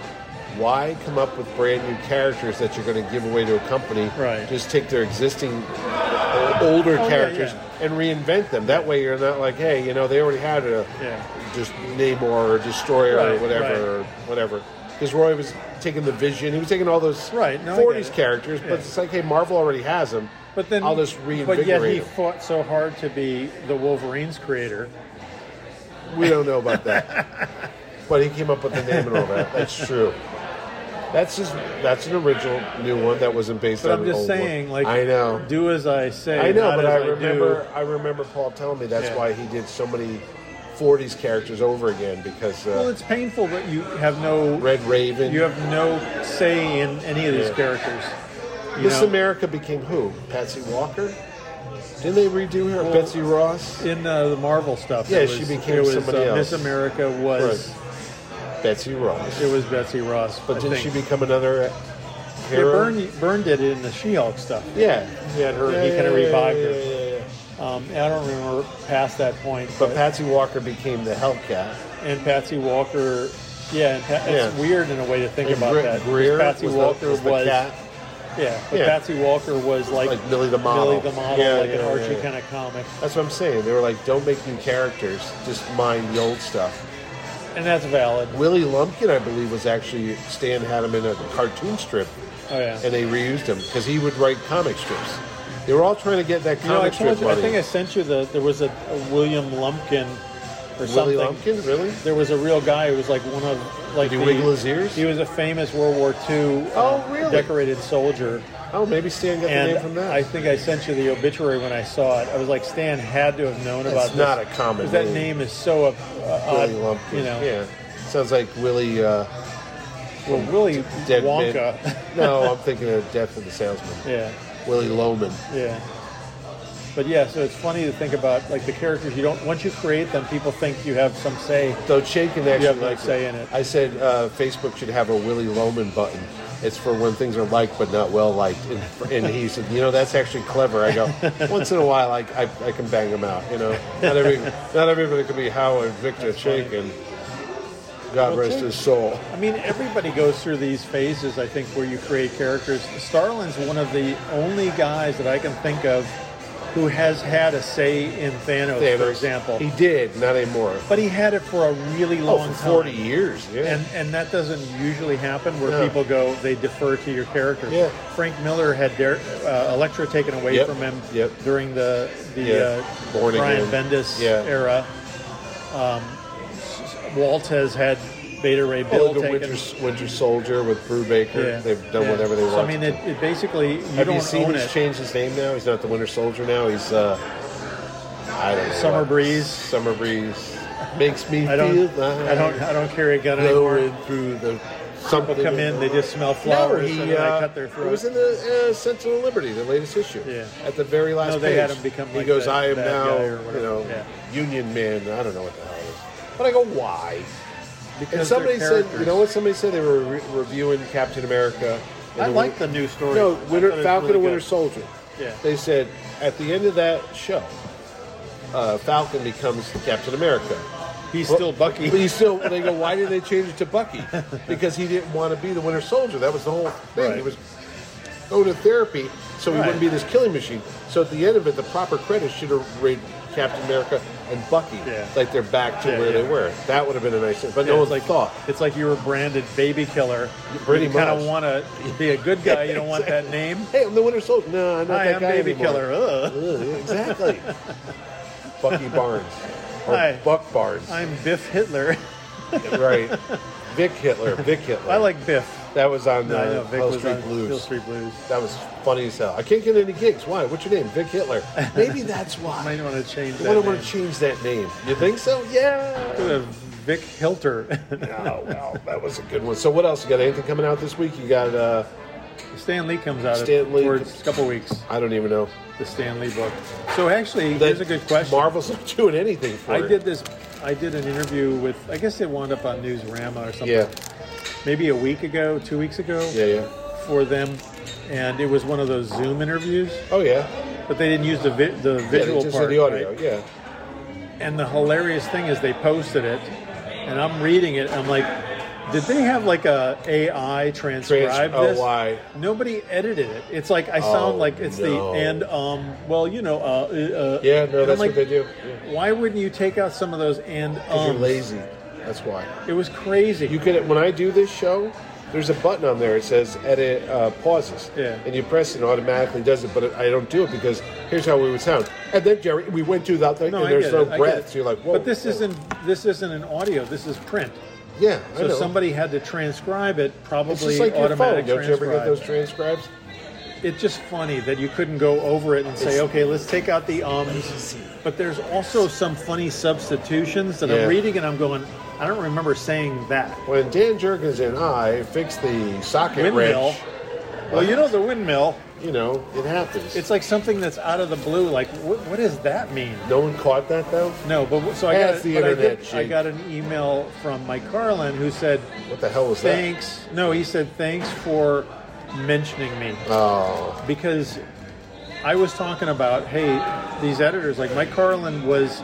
C: why come up with brand new characters that you're going to give away to a company?
B: Right. Oh,
C: Just take their existing uh, older
B: yeah,
C: characters
B: yeah.
C: and reinvent them. That way you're not like, hey, you know, they already had a
B: Yeah.
C: just Namor or Destroyer or
B: Right,
C: whatever or whatever. Because Roy was taking the vision, he was taking all those
B: Right, no, I get
C: 40s
B: it.
C: characters,
B: Yeah.
C: but it's like, hey, Marvel already has them.
B: But then,
C: I'll just reinvigorate
B: But yet he
C: them.
B: fought so hard to be the Wolverine's creator.
C: We don't know about that. but he came up with the name and all that. That's true. That's just that's an original new one that wasn't based
B: But
C: on
B: I'm
C: an
B: just
C: old one.
B: saying, like,
C: I know.
B: do as I say.
C: I know,
B: not
C: but
B: as
C: I
B: do.
C: remember I, remember Paul telling me that's
B: Yeah.
C: why he did so many 40s characters over again because uh,
B: Well, it's painful that you have no
C: Red Raven,
B: you have no say in any of these
C: Yeah.
B: characters. You
C: Miss
B: know,
C: America became who? Patsy Walker? Didn't they redo her? Betsy Ross?
B: in uh, the Marvel stuff.
C: Yeah,
B: it
C: she
B: was,
C: became
B: it was,
C: somebody
B: uh,
C: else.
B: Miss America was
C: Betsy Ross.
B: it was Betsy Ross,
C: But
B: I
C: didn't she
B: think.
C: become another
B: Yeah,
C: hero?
B: Byrne, Byrne did it in the She-Hulk stuff.
C: Yeah.
B: He had her.
C: Yeah,
B: he kind of
C: yeah, yeah,
B: revived
C: yeah,
B: her.
C: yeah, yeah.
B: Um, and I don't remember past that point.
C: But Patsy Walker became the Hellcat.
B: and Patsy Walker. Yeah, and pa- it's
C: Yeah.
B: weird in a way to think
C: And
B: about
C: Gre-
B: that. 'cause
C: Greer
B: Patsy
C: was the-
B: Walker
C: was the cat.
B: yeah, but
C: Yeah.
B: Patsy Walker was like,
C: Like Millie the Model.
B: Millie the model,
C: Yeah,
B: like
C: yeah,
B: an
C: yeah,
B: Archie
C: yeah.
B: kind of comic,
C: That's what I'm saying. They were like, don't make new characters, just mind the old stuff.
B: and that's valid.
C: Willie Lumpkin, I believe, was actually Stan had him in a cartoon strip,
B: Oh yeah,
C: and they reused him because he would write comic strips. They were all trying to get that
B: You know, I,
C: comic
B: told
C: strip
B: you, I
C: money.
B: think I sent you the. There was a, a William Lumpkin or
C: Willie
B: something.
C: Lumpkin, really?
B: There was a real guy who was like one of like
C: Did he
B: the-
C: wiggle his ears?
B: He was a famous World War II
C: Oh,
B: uh,
C: really?
B: decorated soldier.
C: Oh, maybe Stan got the name from
B: And
C: that.
B: I think I sent you the obituary when I saw it. I was like, Stan had to have known about this.
C: not a common
B: 'cause that
C: name.
B: name is so uh, odd.
C: Willie Lumpkin.
B: You know,
C: Yeah. Sounds like Willie uh,
B: well, Willy
C: Dead Man-
B: Wonka.
C: no, I'm thinking of Death of the Salesman.
B: yeah,
C: Willie Loman.
B: yeah. But yeah, so it's funny to think about like the characters you don't. Once you create them, people think you have some say.
C: Though Shane can actually
B: You have no
C: like
B: say in it.
C: I said uh, Facebook should have a Willie Loman button. It's for when things are liked but not well liked. And, and he said, you know, that's actually clever. I go, once in a while, I, I, I can bang them out. You know, not every not everybody can be Howard Victor Chink and
B: Well,
C: God rest
B: Chink-
C: his soul.
B: I mean, everybody goes through these phases, I think, where you create characters. Starlin's one of the only guys that I can think of who has had a say in Thanos, for
C: Thanos.
B: example.
C: he did not anymore.
B: but he had it for a really
C: Oh,
B: long
C: for forty
B: time.
C: years. Yeah.
B: And, and that doesn't usually happen where
C: No.
B: people go, they defer to your character.
C: Yeah.
B: Frank Miller had Dare, uh, Electra taken away
C: Yep.
B: from him
C: Yep.
B: during the, the
C: Yeah.
B: uh,
C: Born
B: Brian
C: Again.
B: Bendis
C: Yeah.
B: era. Um, Walt has had Beta Ray Bill
C: Well, the
B: taken.
C: Winter, Winter Soldier with Brubaker.
B: Yeah.
C: They've done
B: Yeah.
C: whatever they want.
B: So, I mean, it, it basically you
C: Have
B: don't
C: you seen
B: own
C: he's
B: it.
C: changed his name now? He's not the Winter Soldier now. He's uh, I don't know.
B: Summer
C: what-
B: Breeze.
C: Summer breeze makes me
B: I don't,
C: feel.
B: I don't, I don't carry a gun
C: blowing
B: anymore.
C: through the something.
B: People come in, they just smell
C: No,
B: flowers,
C: he,
B: and then
C: uh,
B: I cut their
C: it was
B: throats.
C: in the uh, Sentinel of Liberty, the latest issue.
B: Yeah.
C: At the very last
B: No, they
C: page,
B: had him become
C: he
B: like
C: goes,
B: the
C: "I am
B: bad guy or
C: now, you
B: whatever."
C: know,
B: Yeah.
C: Union man." I don't know what the hell it is, but I go, "Why?"
B: Because
C: And
B: they're
C: somebody said,
B: characters.
C: you know what? Somebody said they were re- reviewing Captain America. and
B: I
C: the
B: like
C: Winter-
B: the new story. I
C: No,
B: thought
C: Winter
B: it was
C: Falcon
B: really
C: and Winter
B: good.
C: Soldier.
B: Yeah.
C: They said at the end of that show, uh, Falcon becomes Captain America.
B: He's
C: Well,
B: still Bucky.
C: But you still, they go, why did they change it to Bucky? Because he didn't want to be the Winter Soldier. That was the whole thing. He
B: Right.
C: was go to therapy so he
B: Right.
C: wouldn't be this killing machine. So at the end of it, the proper credits should have read Captain America and Bucky,
B: Yeah.
C: like they're back to
B: Yeah,
C: where
B: yeah.
C: they were. That would have been a nice thing. But no
B: Yeah,
C: one's
B: it's
C: like
B: like
C: thought.
B: it's like you were branded baby killer.
C: Pretty
B: you kind
C: much.
B: of want to be a good guy. You don't want that name.
C: Hey, I'm the Winter Soldier. No, I'm not
B: Hi,
C: that
B: I'm
C: guy
B: baby
C: anymore.
B: killer. Ugh.
C: Ugh, exactly. Bucky Barnes. Or
B: Hi.
C: Buck Barnes.
B: I'm Biff Hitler.
C: right. Vic Hitler. Vic Hitler.
B: I like Biff.
C: that was on
B: No, I know
C: uh,
B: Vic
C: Hill
B: was
C: Street
B: on
C: Blues.
B: Hill Street Blues.
C: That was funny as hell. I can't get any gigs. Why? What's your name? Vic Hitler. Maybe that's
B: I
C: why.
B: might want to change
C: I
B: that.
C: want to
B: name.
C: change that name. You think so? Yeah.
B: Uh, Vic Hilter.
C: Oh, well, that was a good one. So, what else? You got anything coming out this week? You got, uh,
B: Stan Lee comes out
C: Stan Lee
B: towards
C: com-
B: a couple weeks.
C: I don't even know.
B: The Stan Lee book. So actually, here's a good question.
C: Marvel's not doing anything for
B: I
C: it.
B: did this. I did an interview with. I guess it wound up on Newsrama or something.
C: Yeah.
B: Maybe a week ago, two weeks ago.
C: Yeah, yeah.
B: For them, and it was one of those Zoom interviews,
C: Oh, yeah.
B: but they didn't use the vi- the
C: Yeah,
B: visual
C: just
B: part.
C: the audio.
B: right?
C: Yeah.
B: And the hilarious thing is, they posted it, and I'm reading it. And I'm like, did they have like a AI transcribe
C: Trans- oh,
B: this?
C: why?
B: Nobody edited it. It's like I sound
C: Oh,
B: like it's
C: no.
B: the and um. Well, you know, uh, uh, uh,
C: Yeah,
B: and
C: no,
B: I'm
C: that's
B: like,
C: what they do. Yeah.
B: Why wouldn't you take out some of those and
C: Because
B: ums?
C: you're lazy. That's why.
B: It was crazy.
C: Um, You can when I do this show, there's a button on there. It says edit uh, pauses.
B: Yeah.
C: And you press it, it automatically does it. But I don't do it because here's how we would sound. And then Jerry, we went through that thing,
B: no,
C: and
B: I
C: there's
B: get
C: no
B: it. I get
C: breath.
B: it.
C: So you're like, whoa.
B: But this
C: whoa.
B: isn't this isn't an audio. This is print.
C: Yeah. I
B: So
C: know.
B: somebody had to transcribe it, probably
C: It's just like your phone.
B: automatic
C: Don't you ever get
B: transcribe.
C: those transcribes?
B: It's just funny that you couldn't go over it and say,
C: It's-
B: okay, let's take out the ums. But there's also some funny substitutions that
C: Yeah.
B: I'm reading and I'm going, I don't remember saying that.
C: When Dan Jurgens and I fixed the socket
B: Windmill.
C: wrench,
B: Well, you know the windmill.
C: you know, it happens.
B: It's like something that's out of the blue. Like, what, what does that mean?
C: no one caught that though.
B: No, but so I
C: That's
B: got,
C: the
B: but I,
C: internet,
B: did-
C: Jake.
B: I got an email from Mike Carlin who said,
C: What the hell was
B: "Thanks." No, he said, "Thanks for mentioning me."
C: that? Oh,
B: because I was talking about hey, these editors like Mike Carlin was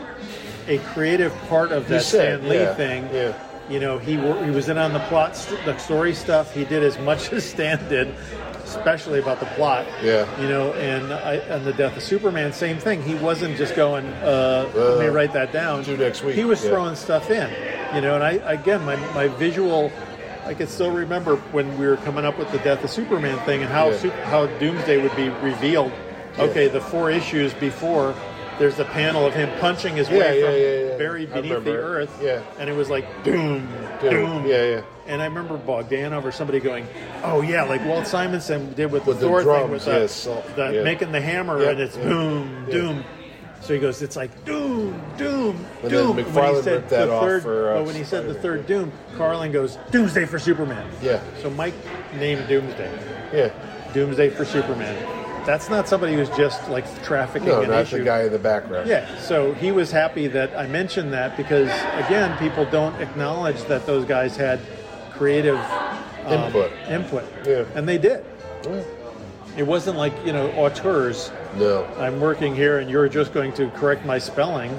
B: a creative part of that
C: said,
B: Stan Lee
C: yeah,
B: thing.
C: yeah.
B: You know, he wor- he was in on the plot, st- the story stuff. He did as much as Stan did, especially about the plot.
C: Yeah.
B: You know, and I, and the death of Superman, same thing. He wasn't just going, uh, let me
C: Uh,
B: write that down.
C: do next week,
B: He was
C: yeah.
B: throwing stuff in. You know, and I again, my my visual. I can still remember when we were coming up with the death of Superman thing and how
C: Yeah.
B: Sup- how Doomsday would be revealed. Okay, the four issues before, there's the panel of him punching his
C: Yeah,
B: way
C: yeah,
B: from
C: yeah, yeah.
B: buried
C: I
B: beneath the
C: remember.
B: earth.
C: Yeah.
B: And it was like doom,
C: Doom.
B: doom,
C: Yeah, yeah.
B: And I remember Bogdanov or somebody going, "Oh yeah, like Walt Simonson did with the
C: With the
B: Thor
C: drums,
B: thing with the,
C: yes, all-
B: the
C: yeah.
B: making the hammer
C: Yeah,
B: and it's
C: yeah,
B: boom,
C: yeah.
B: doom." So he goes, "It's like doom, doom,
C: And then
B: doom." when he
C: McFarlane
B: said
C: ripped that
B: the
C: off
B: third,
C: for, uh,
B: but when he said the
C: Spider-Man,
B: third
C: yeah.
B: doom, Carlin goes, "Doomsday for Superman."
C: Yeah.
B: So Mike named Doomsday.
C: Yeah.
B: Doomsday for Superman. That's not somebody who's just like trafficking
C: No,
B: an
C: not
B: issue.
C: the guy in the background.
B: Yeah, so he was happy that I mentioned that because again, people don't acknowledge that those guys had creative um,
C: Input.
B: Input.
C: Yeah.
B: And they did.
C: Yeah.
B: It wasn't like you know auteurs.
C: No.
B: I'm working here, and you're just going to correct my spelling.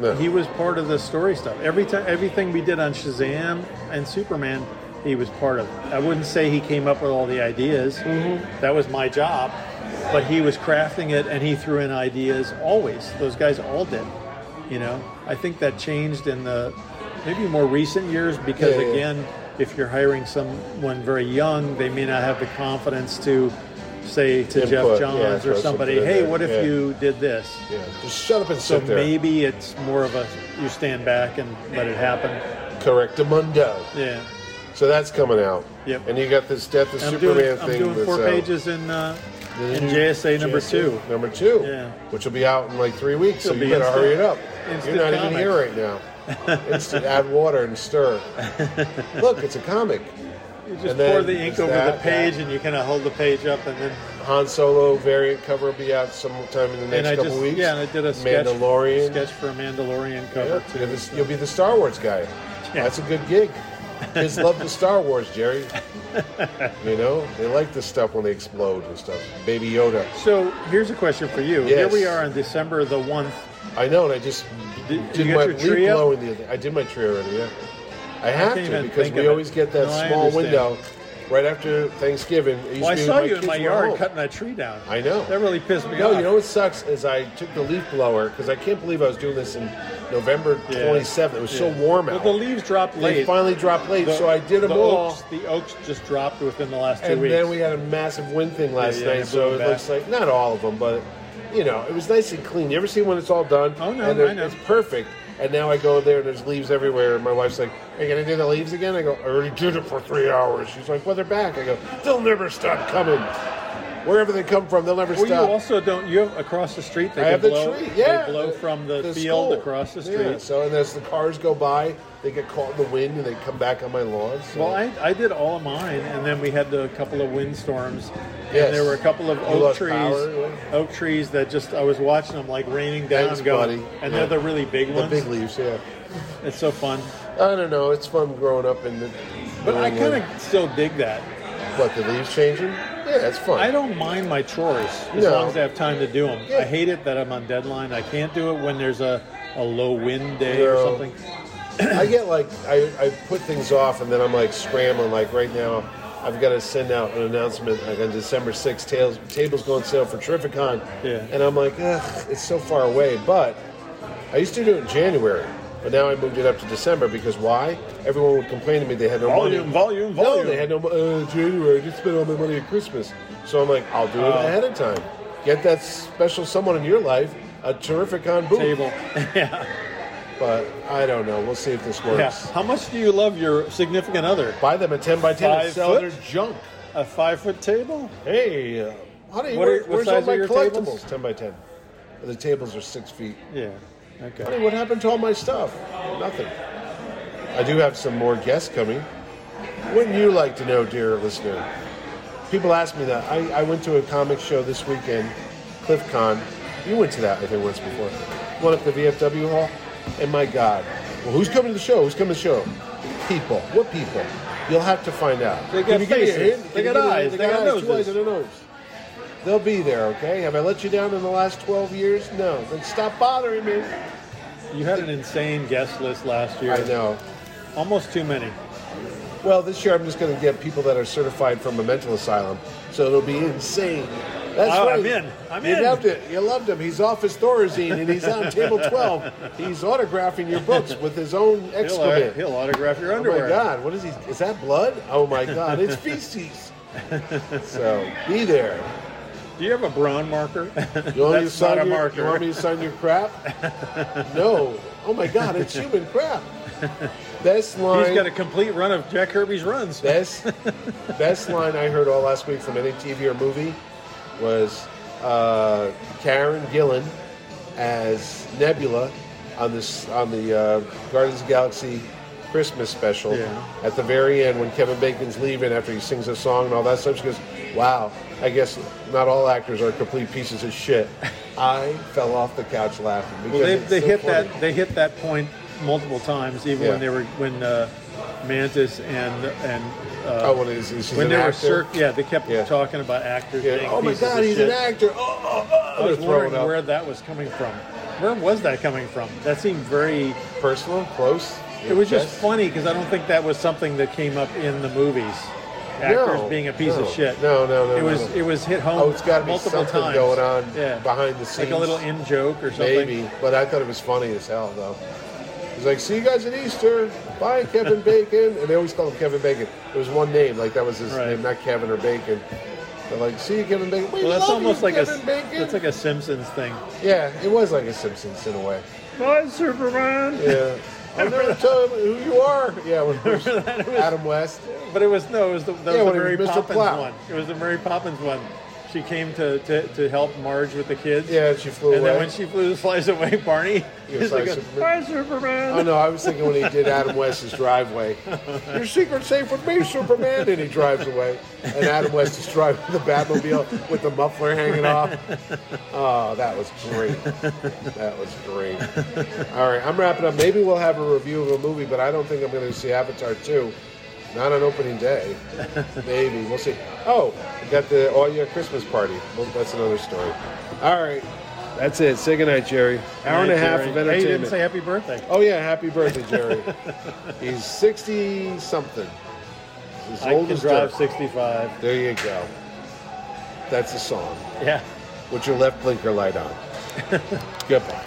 C: No.
B: He was part of the story stuff. Every time, everything we did on Shazam and Superman, he was part of. it. I wouldn't say he came up with all the ideas.
C: Mm-hmm.
B: That was my job, but he was crafting it, and he threw in ideas always. Those guys all did. You know, I think that changed in the maybe more recent years because
C: Yeah, yeah.
B: again, if you're hiring someone very young, they may not have the confidence to say to
C: Input,
B: Jeff
C: yeah,
B: Johns
C: throw
B: or
C: something
B: somebody,
C: in
B: "Hey,
C: there,
B: what if
C: yeah.
B: you did this?"
C: yeah. Just shut up and
B: So
C: sit there.
B: maybe it's more of a you stand back and let it happen.
C: Correct mundo.
B: Yeah.
C: So that's coming out.
B: Yep.
C: And you got this Death of
B: I'm
C: Superman
B: doing, I'm
C: thing.
B: doing four
C: that's Mm-hmm. out.
B: pages in uh,
C: The
B: in
C: new
B: JSA number
C: JSA
B: two.
C: Number two.
B: Yeah.
C: Which will be out in like three weeks, so
B: It'll
C: you
B: be
C: better
B: instant-
C: hurry it up.
B: instant
C: You're not even
B: comic.
C: here right now. instant, add water and stir. Look, it's a comic.
B: You just
C: And
B: pour
C: then
B: the ink
C: it's
B: over
C: that,
B: the page
C: that.
B: and you kind of hold the page up and then
C: Han Solo variant cover will be out sometime in the next
B: and I
C: couple
B: just
C: weeks.
B: yeah and I did a sketch
C: Mandalorian.
B: sketch for a Mandalorian
C: Yeah,
B: cover
C: you're
B: too.
C: the- you'll be the Star Wars guy.
B: Yeah.
C: That's a good gig. Kids love the Star Wars, Jerry. you know, they like the stuff when they explode and stuff. Baby Yoda.
B: So here's a question for you. Here
C: Yes.
B: we are on December the one.
C: I know, and I just
B: Did-
C: did,
B: you got
C: my
B: your
C: leaf
B: tree up?
C: blowing the other I did my tree already, yeah. I
B: can't
C: have to
B: even
C: because
B: think
C: we
B: of it.
C: always get that
B: No, I
C: small
B: understand.
C: window right after Thanksgiving. It used
B: Well, I
C: to be
B: saw
C: when
B: you in
C: kids
B: my
C: were
B: yard
C: home.
B: cutting that tree down.
C: I know.
B: That really pissed me
C: No,
B: off.
C: you know what sucks is I took the leaf blower because I can't believe I was doing this in November
B: Yeah.
C: 27th. It was so
B: Yeah.
C: warm out.
B: Well, the leaves dropped late.
C: They finally dropped late,
B: The-
C: so I did them
B: the
C: all.
B: Oaks, the oaks just dropped within the last two
C: and
B: weeks.
C: then we had a massive wind thing last
B: Yeah, yeah,
C: night,
B: it
C: so
B: blew
C: it
B: back.
C: looks like not all of them, but you know, it was nice and clean. You ever see when it's all done?
B: Oh, no,
C: and they're-
B: I know.
C: it's perfect. And now I go there and there's leaves everywhere. And my wife's like, "Are you gonna do the leaves again?" I go, "I already did it for three hours." She's like, "Well, they're back." I go, "They'll never stop coming. Wherever they come from, they'll never
B: well, you
C: stop."
B: also don't. You have across the street. They
C: I have
B: can
C: the
B: blow,
C: tree.
B: they
C: Yeah,
B: blow from the,
C: school.
B: field across the street.
C: Yeah, So and as the cars go by, they get caught in the wind and they come back on my lawn. So.
B: Well, I, I did all of mine, and then we had the couple of windstorms,
C: Yes.
B: and there were a couple of
C: You
B: oak
C: lost
B: trees,
C: power, yeah.
B: oak trees that just I was watching them like raining down,
C: Thanks,
B: going,
C: buddy.
B: and
C: Yeah.
B: they're the really big
C: the
B: ones.
C: big leaves, yeah.
B: It's so fun,
C: I don't know. It's fun growing up in the.
B: but I
C: New
B: kind
C: England.
B: of still dig that.
C: What the leaves changing? Yeah, it's fun.
B: I don't mind my chores as
C: No.
B: long as I have time to do them.
C: Yeah.
B: I hate it that I'm on deadline. I can't do it when there's a, a low wind day
C: No.
B: or something.
C: I get like I, I put things off and then I'm like scrambling. Like right now, I've got to send out an announcement like on December 6th, tables tables go on sale for Terrificon.
B: Yeah.
C: And I'm like, ugh, it's so far away. But I used to do it in January, but now I moved it up to December because why? Everyone would complain to me they had no
B: Volume,
C: money.
B: volume,
C: No,
B: volume.
C: they had no mo- uh, January. I just spent all my money at Christmas, so I'm like, I'll do it
B: Oh.
C: ahead of time. Get that special someone in your life a Terrificon booth.
B: Table. yeah.
C: But I don't know. We'll see if this works.
B: yeah. How much do you love your significant other?
C: Buy them a 10 by 10 and
B: Five
C: sell
B: foot?
C: their junk.
B: A five foot table?
C: Hey, uh, honey,
B: What
C: where-
B: are- what
C: where's
B: size
C: all
B: are
C: my
B: your
C: collectibles?
B: tables?
C: 10 by 10. The tables are six feet.
B: Yeah. Okay.
C: Honey, what happened to all my stuff? Nothing. I do have some more guests coming. Wouldn't you like to know, dear listener? People ask me that. I, I went to a comic show this weekend, Cliff Con. You went to that, I think, once before. One at the VFW Hall. And my God. Well, who's coming to the show? Who's coming to the show? People. What people? You'll have to find out.
B: They
C: Can
B: got
C: you give me a
B: faces.
C: hint?
B: They
C: Can you
B: got
C: give me a
B: eyes.
C: hint?
B: They got
C: Two eyes
B: noses.
C: and a nose. They'll be there, okay? Have I let you down in the last 12 years? No. Then stop bothering me.
B: You had an insane guest list last year.
C: I know.
B: Almost too many.
C: Well, this year I'm just going to get people that are certified from a mental asylum, so it'll be insane. That's
B: Oh,
C: right.
B: I'm in. I'm
C: you
B: in.
C: loved it. You loved him. He's off his Thorazine and he's on table 12. He's autographing your books with his own
B: He'll, uh,
C: excrement.
B: he'll autograph your
C: oh my
B: underwear.
C: God! What is he? Is that blood? Oh my God! It's feces. so be there.
B: Do you have a brown marker?
C: You want me to
B: That's not
C: sign
B: a
C: your,
B: marker.
C: You want me to sign your crap? no. Oh my God, it's human crap. Best line.
B: He's got a complete run of Jack Kirby's runs.
C: best best line I heard all last week from any TV or movie was uh, Karen Gillan as Nebula on this on the uh, Guardians of the Galaxy Christmas special.
B: Yeah.
C: At the very end, when Kevin Bacon's leaving after he sings a song and all that stuff, she goes, "Wow, I guess not all actors are complete pieces of shit." I fell off the couch laughing. Because
B: Well, they,
C: it's
B: they
C: so
B: hit
C: funny.
B: that they hit that point multiple times, even
C: Yeah.
B: when they were when uh, Mantis and and uh,
C: Oh, when he's, he's
B: when
C: an
B: they were
C: actor.
B: circ- yeah, they kept
C: Yeah.
B: talking about actors.
C: Yeah,
B: being
C: Oh my
B: pieces of
C: God, he's
B: shit.
C: an actor! Oh, oh, oh.
B: I was
C: They're throwing
B: wondering
C: up.
B: where that was coming from. Where was that coming from? That seemed very.
C: personal, close.
B: It was just
C: Yes.
B: funny because I don't think that was something that came up in the movies. Actors being a piece of
C: no.
B: shit.
C: No, no, no,
B: It
C: no,
B: was
C: no.
B: it was hit home.
C: Oh, it's got to be
B: multiple
C: something
B: times.
C: going on
B: Yeah.
C: behind the scenes.
B: like a little in joke or something.
C: maybe, but I thought it was funny as hell though. He's like, "See you guys at Easter. Bye, Kevin Bacon." And they always call him Kevin Bacon. There was one name, like that was his
B: Right.
C: name, not Kevin or Bacon. They're like, "See you, Kevin Bacon." We
B: Well, that's
C: love
B: almost
C: you,
B: like
C: Kevin
B: a
C: Bacon.
B: that's like a Simpsons thing.
C: yeah, it was like a Simpsons in a way.
B: Hi, Superman.
C: Yeah. I'll never tell him who you are. Yeah, when Adam West.
B: But it was no, it was the, that
C: Yeah,
B: was
C: when
B: the
C: it
B: Mary
C: was Mr.
B: Poppins
C: Plow.
B: one. It was the Mary Poppins one. She came to, to, to help Marge with the kids.
C: Yeah, she flew
B: and
C: away.
B: then when she flew, flies away, Barney
C: Yeah,
B: is
C: sorry,
B: like, a,
C: Superman.
B: "Hi, Superman."
C: Oh no, I was thinking when he did Adam West's driveway. Your secret's safe with me, Superman, and he drives away. And Adam West is driving the Batmobile with the muffler hanging off. Oh, that was great. That was great. All right, I'm wrapping up. Maybe we'll have a review of a movie, but I don't think I'm going to see Avatar 2. Not on opening day. Maybe we'll see. Oh, we got the all year Christmas party. Well, that's another story. All right, that's it. Say goodnight, Jerry. Hour and a
B: Hey,
C: half
B: Jerry.
C: of
B: Hey,
C: entertainment.
B: you didn't say happy birthday.
C: Oh yeah, happy birthday, Jerry. He's sixty something. He's
B: I
C: old
B: can
C: as
B: drive
C: dirt.
B: 65.
C: There you go. That's a song
B: Yeah.
C: with your left blinker light on. Goodbye.